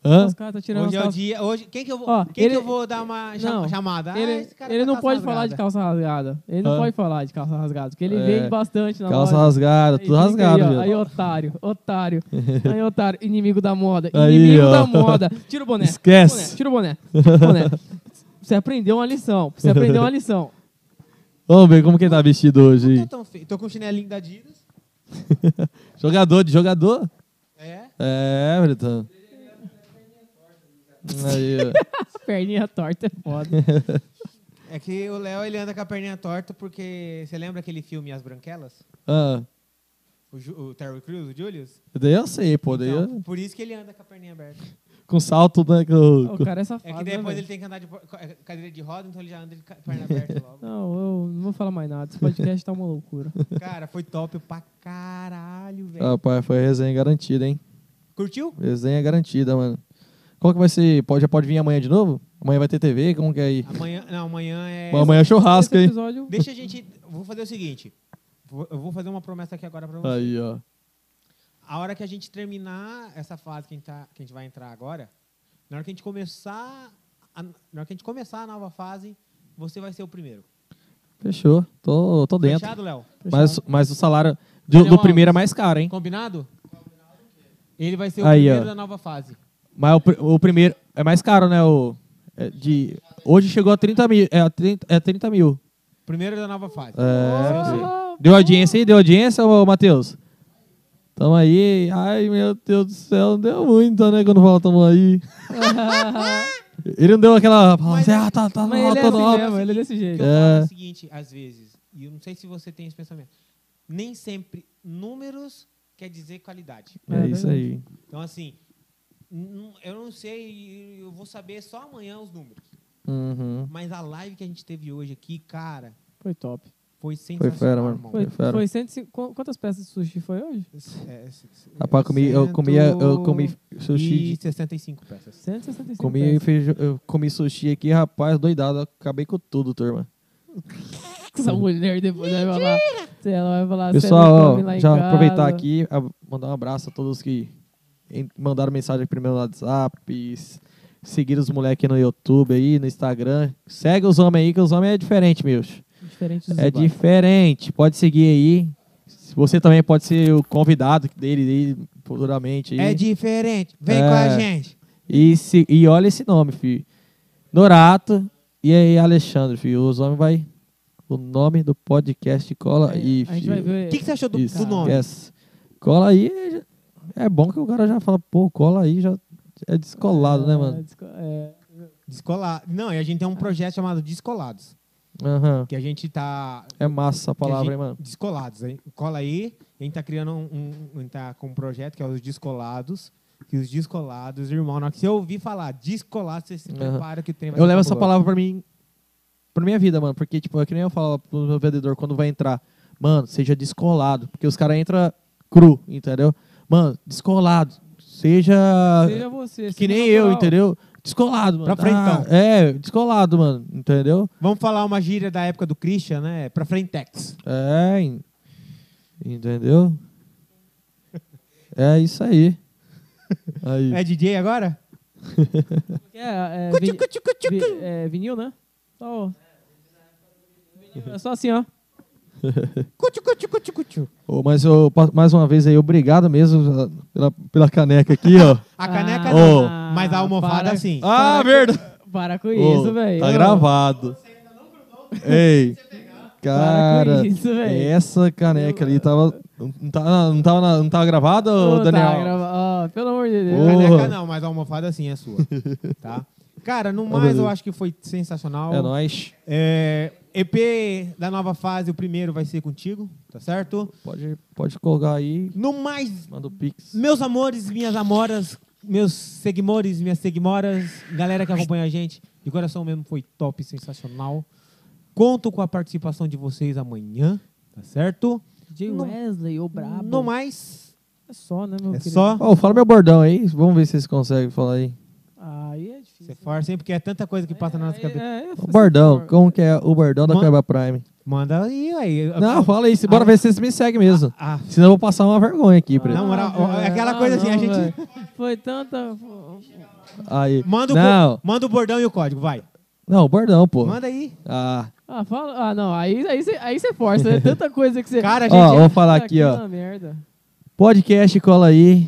S3: Hã?
S2: os caras tá tirando
S1: Hoje
S2: as
S1: é o
S2: calças.
S1: dia. Hoje, quem que eu vou,
S2: Ó,
S1: quem
S2: ele-
S1: que eu vou dar uma chama-
S2: Não,
S1: chamada? Ah,
S2: Ele,
S1: esse cara
S2: ele
S1: tá
S2: não
S1: com a
S2: pode
S1: calça
S2: falar de
S1: rasgada.
S2: calça rasgada. Ele não
S3: Ah.
S2: pode falar de calça rasgada, porque ele
S3: É.
S2: vem bastante na
S3: Calça
S2: loja.
S3: rasgada, é tudo
S2: Aí fica aí,
S3: rasgado,
S2: ó.
S3: viu?
S2: Aí, otário, otário. Aí, otário, inimigo da moda.
S3: Aí,
S2: inimigo
S3: ó.
S2: da moda. Tira o boné.
S3: Esquece.
S2: Tira o boné. Tira o boné. Tira o boné. Você aprendeu uma lição. Você aprendeu uma lição.
S3: Vamos ver como que ele tá vestido
S1: Não tô
S3: hoje. aí.
S1: Então, tão feio. Tô com o chinelinho da Adidas.
S3: Jogador de jogador?
S1: É.
S3: É, Britão. Aí, ó.
S2: Perninha torta é foda.
S1: É que o Léo ele anda com a perninha torta porque. Você lembra aquele filme As Branquelas?
S3: Ah,
S1: O, Ju- o Terry Crews, o Julius?
S3: daí eu sei, pô. Daí
S1: Então,
S3: eu,
S1: por isso que ele anda com a perninha aberta.
S3: com salto, né? Com,
S2: O cara é safado.
S1: É que
S2: né,
S1: depois
S2: velho?
S1: ele tem que andar de po- ca- cadeira de roda, então ele já anda de ca- perna aberta logo.
S2: Não, eu não vou falar mais nada. Esse podcast tá uma loucura.
S1: Cara, foi top pra caralho, velho.
S3: Rapaz, foi resenha garantida, hein?
S1: Curtiu?
S3: Resenha garantida, mano. Qual que vai ser? Pode, já pode vir amanhã de novo? Amanhã vai ter TV? Como que é aí?
S1: Amanhã, não, amanhã é.
S3: Bom, amanhã é churrasco,
S2: Esse
S3: hein?
S2: episódio.
S1: Deixa a gente. Vou fazer o seguinte. Vou- Eu vou fazer uma promessa aqui agora pra você.
S3: Aí, ó.
S1: A hora que a gente terminar essa fase que a gente, tá- que a gente vai entrar agora, na hora que a gente começar. a- na hora que a gente começar a nova fase, você vai ser o primeiro.
S3: Fechou. Tô, tô dentro.
S1: Fechado, Léo?
S3: Mas, mas o salário do, do primeiro é mais caro, hein?
S1: Combinado? Ele vai ser o
S3: Aí,
S1: primeiro
S3: ó.
S1: da nova fase.
S3: Mas o, pr- o primeiro é mais caro, né? O, é de, hoje chegou a 30 mil. É, a 30, é 30 mil.
S1: Primeiro da nova fase.
S3: É, deu audiência aí? Deu audiência, ô Matheus? Tamo aí. Ai, meu Deus do céu, não deu muito, né? Quando fala tamo aí. ele não deu aquela.
S1: Mas-
S3: ah, tá, tá,
S2: Mas
S3: na
S2: ele é
S3: alta, na
S2: assim
S3: alta.
S2: mesmo, ele é desse
S1: O que
S2: jeito.
S1: eu falo é
S3: É.
S1: o seguinte, às vezes, e eu não sei se você tem esse pensamento, nem sempre números quer dizer qualidade.
S2: É,
S3: É isso aí.
S1: Então, assim, n- eu não sei, eu vou saber só amanhã os números.
S3: Uhum.
S1: Mas a live que a gente teve hoje aqui, cara,
S2: Foi top.
S1: foi
S3: Foi
S1: sensacional,
S3: fera, mano.
S1: irmão.
S2: Foi,
S3: Foi fera.
S2: foi 105. qu- Quantas peças de sushi foi hoje?
S1: É, s- s-
S3: Rapaz, eu comi, eu comi, eu comi
S1: E
S3: sushi.
S1: 65 peças.
S2: 165.
S3: Comi,
S2: peças.
S3: feijo, eu comi sushi aqui, rapaz, doidado. Acabei com tudo, turma.
S2: essa mulher depois vai falar. Ela vai falar. "Cê não
S3: Pessoal,
S2: come lá
S3: ó,
S2: em
S3: já
S2: casa."
S3: aproveitar aqui, a- mandar um abraço a todos que en- mandaram mensagem primeiro no WhatsApp, e s- seguiram os moleques no YouTube aí, no Instagram. Segue os homens aí, que os homens é diferente, meus.
S2: Diferente dos
S3: É
S2: iguais.
S3: diferente. Pode seguir aí. Você também pode ser o convidado dele aí, futuramente. Aí.
S1: É diferente. Vem
S3: É.
S1: com a gente.
S3: E, se, e olha esse nome, filho. Norato e aí Alexandre, filho. Os homens vai... O nome do podcast cola aí,
S2: É, A gente
S3: filho.
S2: vai ver.
S1: O que, que você achou do,
S3: Isso, É.
S1: do nome?
S3: esquece. Cola aí. já- É bom que o cara já fala, pô, cola aí, já é descolado, né,
S2: É,
S3: mano?
S2: desco- é.
S1: Descolado. Não, e a gente tem um projeto chamado Descolados.
S3: Aham.
S1: Que a gente tá.
S3: É massa essa
S1: que a
S3: palavra,
S1: gente-
S3: hein, mano?
S1: Descolados. hein? Cola aí. A gente tá criando um. um- a gente tá com um projeto que é os Descolados. Que os Descolados, irmão, na hora que você ouvir falar Descolados, você se
S3: Aham.
S1: prepara que o trem vai
S3: Eu
S1: ser
S3: levo essa
S1: cabuloso.
S3: palavra pra mim, pra minha vida, mano. Porque, tipo, é que nem eu falo pro meu vendedor quando vai entrar. Mano, seja descolado. Porque os caras entram cru, entendeu? Mano, descolado. Seja.
S2: Seja você.
S3: que
S2: seja
S3: nem eu,
S2: natural.
S3: entendeu? Descolado, mano.
S1: Pra frentão.
S3: Ah, é, descolado, mano. Entendeu?
S1: Vamos falar uma gíria da época do Christian, né? Pra Frentex.
S3: É, en- entendeu? É isso aí. Aí.
S1: É DJ agora?
S2: É, é,
S1: Cuti,
S2: vi-
S1: cuti, cuti,
S2: vi-
S1: cuti.
S2: é, vinil, né? Só, é só assim, ó.
S1: Cuti, cuti, cuti, cuti.
S3: Ô, mas eu, pa- mais uma vez aí, obrigado mesmo ah, pela, pela caneca aqui, ó.
S1: A
S2: Ah,
S1: caneca não,
S2: oh.
S1: mas a almofada
S2: Para.
S1: sim.
S3: ah,
S2: Para que-
S3: verdade.
S2: Para com
S3: Ô,
S2: isso, velho.
S3: Tá
S2: Ô,
S3: gravado. Ei,
S2: Para
S3: cara,
S2: com isso, velho.
S3: essa caneca ali tava. Não, não tava, na- não, tava, na- não tava gravado,
S2: Ô,
S3: ô,
S2: tá
S3: Daniel?
S2: grava- ó, pelo amor de Deus.
S3: Ô,
S1: Caneca
S3: Porra.
S1: não, mas a almofada sim é sua. Tá? Cara, no
S3: meu
S1: mais, eu
S3: Deus.
S1: acho que foi sensacional.
S3: É nóis.
S1: É, EP da nova fase, o primeiro vai ser contigo, tá certo?
S3: Pode, pode colocar aí,
S1: No mais,
S3: manda o pix.
S1: meus amores, minhas amoras, meus seguimores, minhas seguimoras, galera que acompanha a gente, de coração mesmo foi top, sensacional. Conto com a participação de vocês amanhã, tá certo?
S2: DJ
S1: No-
S2: Wesley, ô brabo.
S1: No mais,
S2: É só, né, meu
S1: é
S2: querido?
S1: só.
S3: Ó, fala meu bordão aí, vamos ver se vocês conseguem falar aí.
S2: Aí é difícil. é,
S1: Você força, hein? Porque é tanta coisa que passa na nossa cabeça.
S3: O bordão, como que é o bordão da
S1: Mano.
S3: Cleber Prime?
S1: Manda aí, aí.
S3: Não, fala aí, se- bora
S1: Ah.
S3: ver se vocês me seguem mesmo.
S1: Ah,
S3: Senão eu vou passar uma vergonha aqui pra
S1: Na
S3: eles.
S1: moral, ó, é aquela coisa assim, a gente-
S2: Foi tanta.
S3: Aí.
S1: manda o,
S3: não,
S1: co- manda o bordão e o código, vai.
S3: não, o bordão, pô.
S1: Manda aí.
S3: Ah,
S2: Ah, fala. Ah, não. Aí você aí cê- aí cê força, né? Tanta coisa que você.
S1: Cara, a gente.
S3: ó, vou
S2: Ah,
S3: falar aqui,
S2: que
S3: ó.
S2: na merda.
S3: Podcast, cola aí.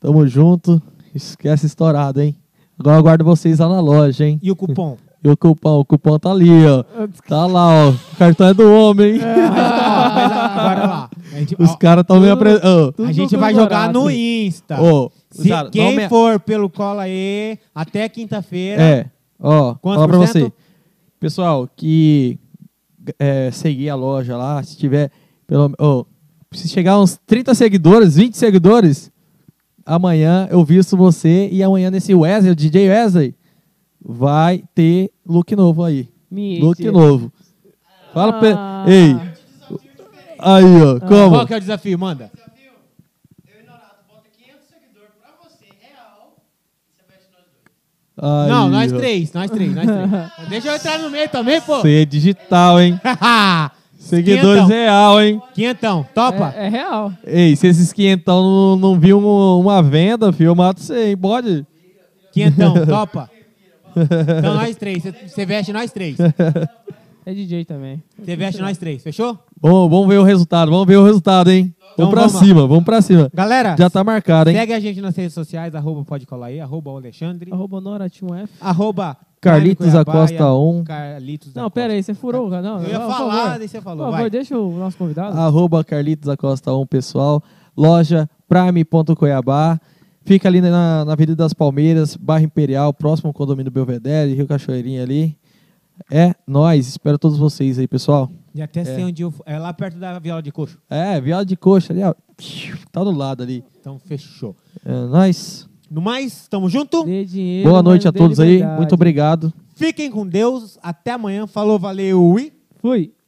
S3: Tamo junto. Esquece estourado, hein? Agora eu aguardo vocês lá na loja, hein?
S1: E o cupom?
S3: E o cupom, o cupom tá ali, ó. Tá lá, ó. O cartão é do homem, hein?
S1: Mas, ó, mas agora lá. A gente,
S3: Os
S1: ó,
S3: caras tão me apresentando.
S1: a
S2: tudo
S1: gente
S2: no
S1: vai jogar
S2: Colorado.
S1: no Insta.
S3: Ô,
S1: Se
S3: cara, não
S1: quem
S2: é-
S3: me-
S1: for pelo cola aí, até quinta-feira.
S3: É, ó,
S1: Quantos
S3: falar pra
S1: por cento?
S3: você. Pessoal, que é, seguir a loja lá, se tiver, pelo, ó, se chegar uns 30 seguidores, 20 seguidores, amanhã eu visto você e amanhã nesse Wesley, o DJ Wesley, vai ter look novo aí.
S2: Mentira.
S3: Look novo. Fala
S2: Ah.
S3: pra... Ei. Aí, ó,
S1: Qual
S3: como?
S1: que é o desafio? Manda.
S3: Aí,
S1: Não, nós
S3: ó.
S1: três, nós três, nós três. Deixa eu entrar no meio também, pô.
S3: Você é digital, hein? Seguidores
S1: Quinhentão.
S3: real, hein?
S1: Quinhentão, topa?
S2: É, é real.
S3: Ei, se esses quinhentão não, não viu um- uma venda, filho, eu mato você, hein? Pode?
S1: Quinhentão, topa? Então nós três, você veste nós três.
S2: É DJ também.
S1: Você veste nós três, fechou?
S3: Bom, vamos ver o resultado, vamos ver o resultado, hein?
S1: Então
S3: vamos pra
S1: vamos lá.
S3: cima, vamos pra cima.
S1: Galera,
S3: Já tá marcado, hein?
S1: segue a gente nas redes sociais, arroba um pode colar aí, arroba Alexandre,
S2: Arroba Nora Team F.
S1: arroba
S3: Carlitos
S1: Carne
S3: da
S1: Cuiabaia,
S3: Costa 1,
S1: Carlitos da
S2: um. Não,
S1: Costa.
S2: pera aí, você furou. cara. Não,
S1: Eu ia
S2: não, por
S1: falar,
S2: favor.
S1: daí você
S2: Por
S1: falou,
S2: favor,
S1: vai.
S2: deixa o nosso convidado.
S3: arroba Carlitos da Costa 1, pessoal. Loja prime.coiabá. Fica ali na, na Avenida das Palmeiras, Barra Imperial, próximo ao condomínio Belvedere, Rio Cachoeirinha ali. É nóis, espero todos vocês aí, pessoal.
S1: E até sei onde eu... fu- É lá perto da viola de coxo.
S3: É, viado de coxa ali, ó. Tá do lado ali.
S1: Então, fechou.
S3: É nóis.
S1: No mais, tamo junto.
S2: Dê dinheiro,
S3: Ah, Boa noite
S2: mas
S3: a
S2: dê
S3: todos aí.
S2: liberdade.
S3: Muito obrigado.
S1: Fiquem com Deus. Até amanhã. Falou, valeu e...
S2: Fui.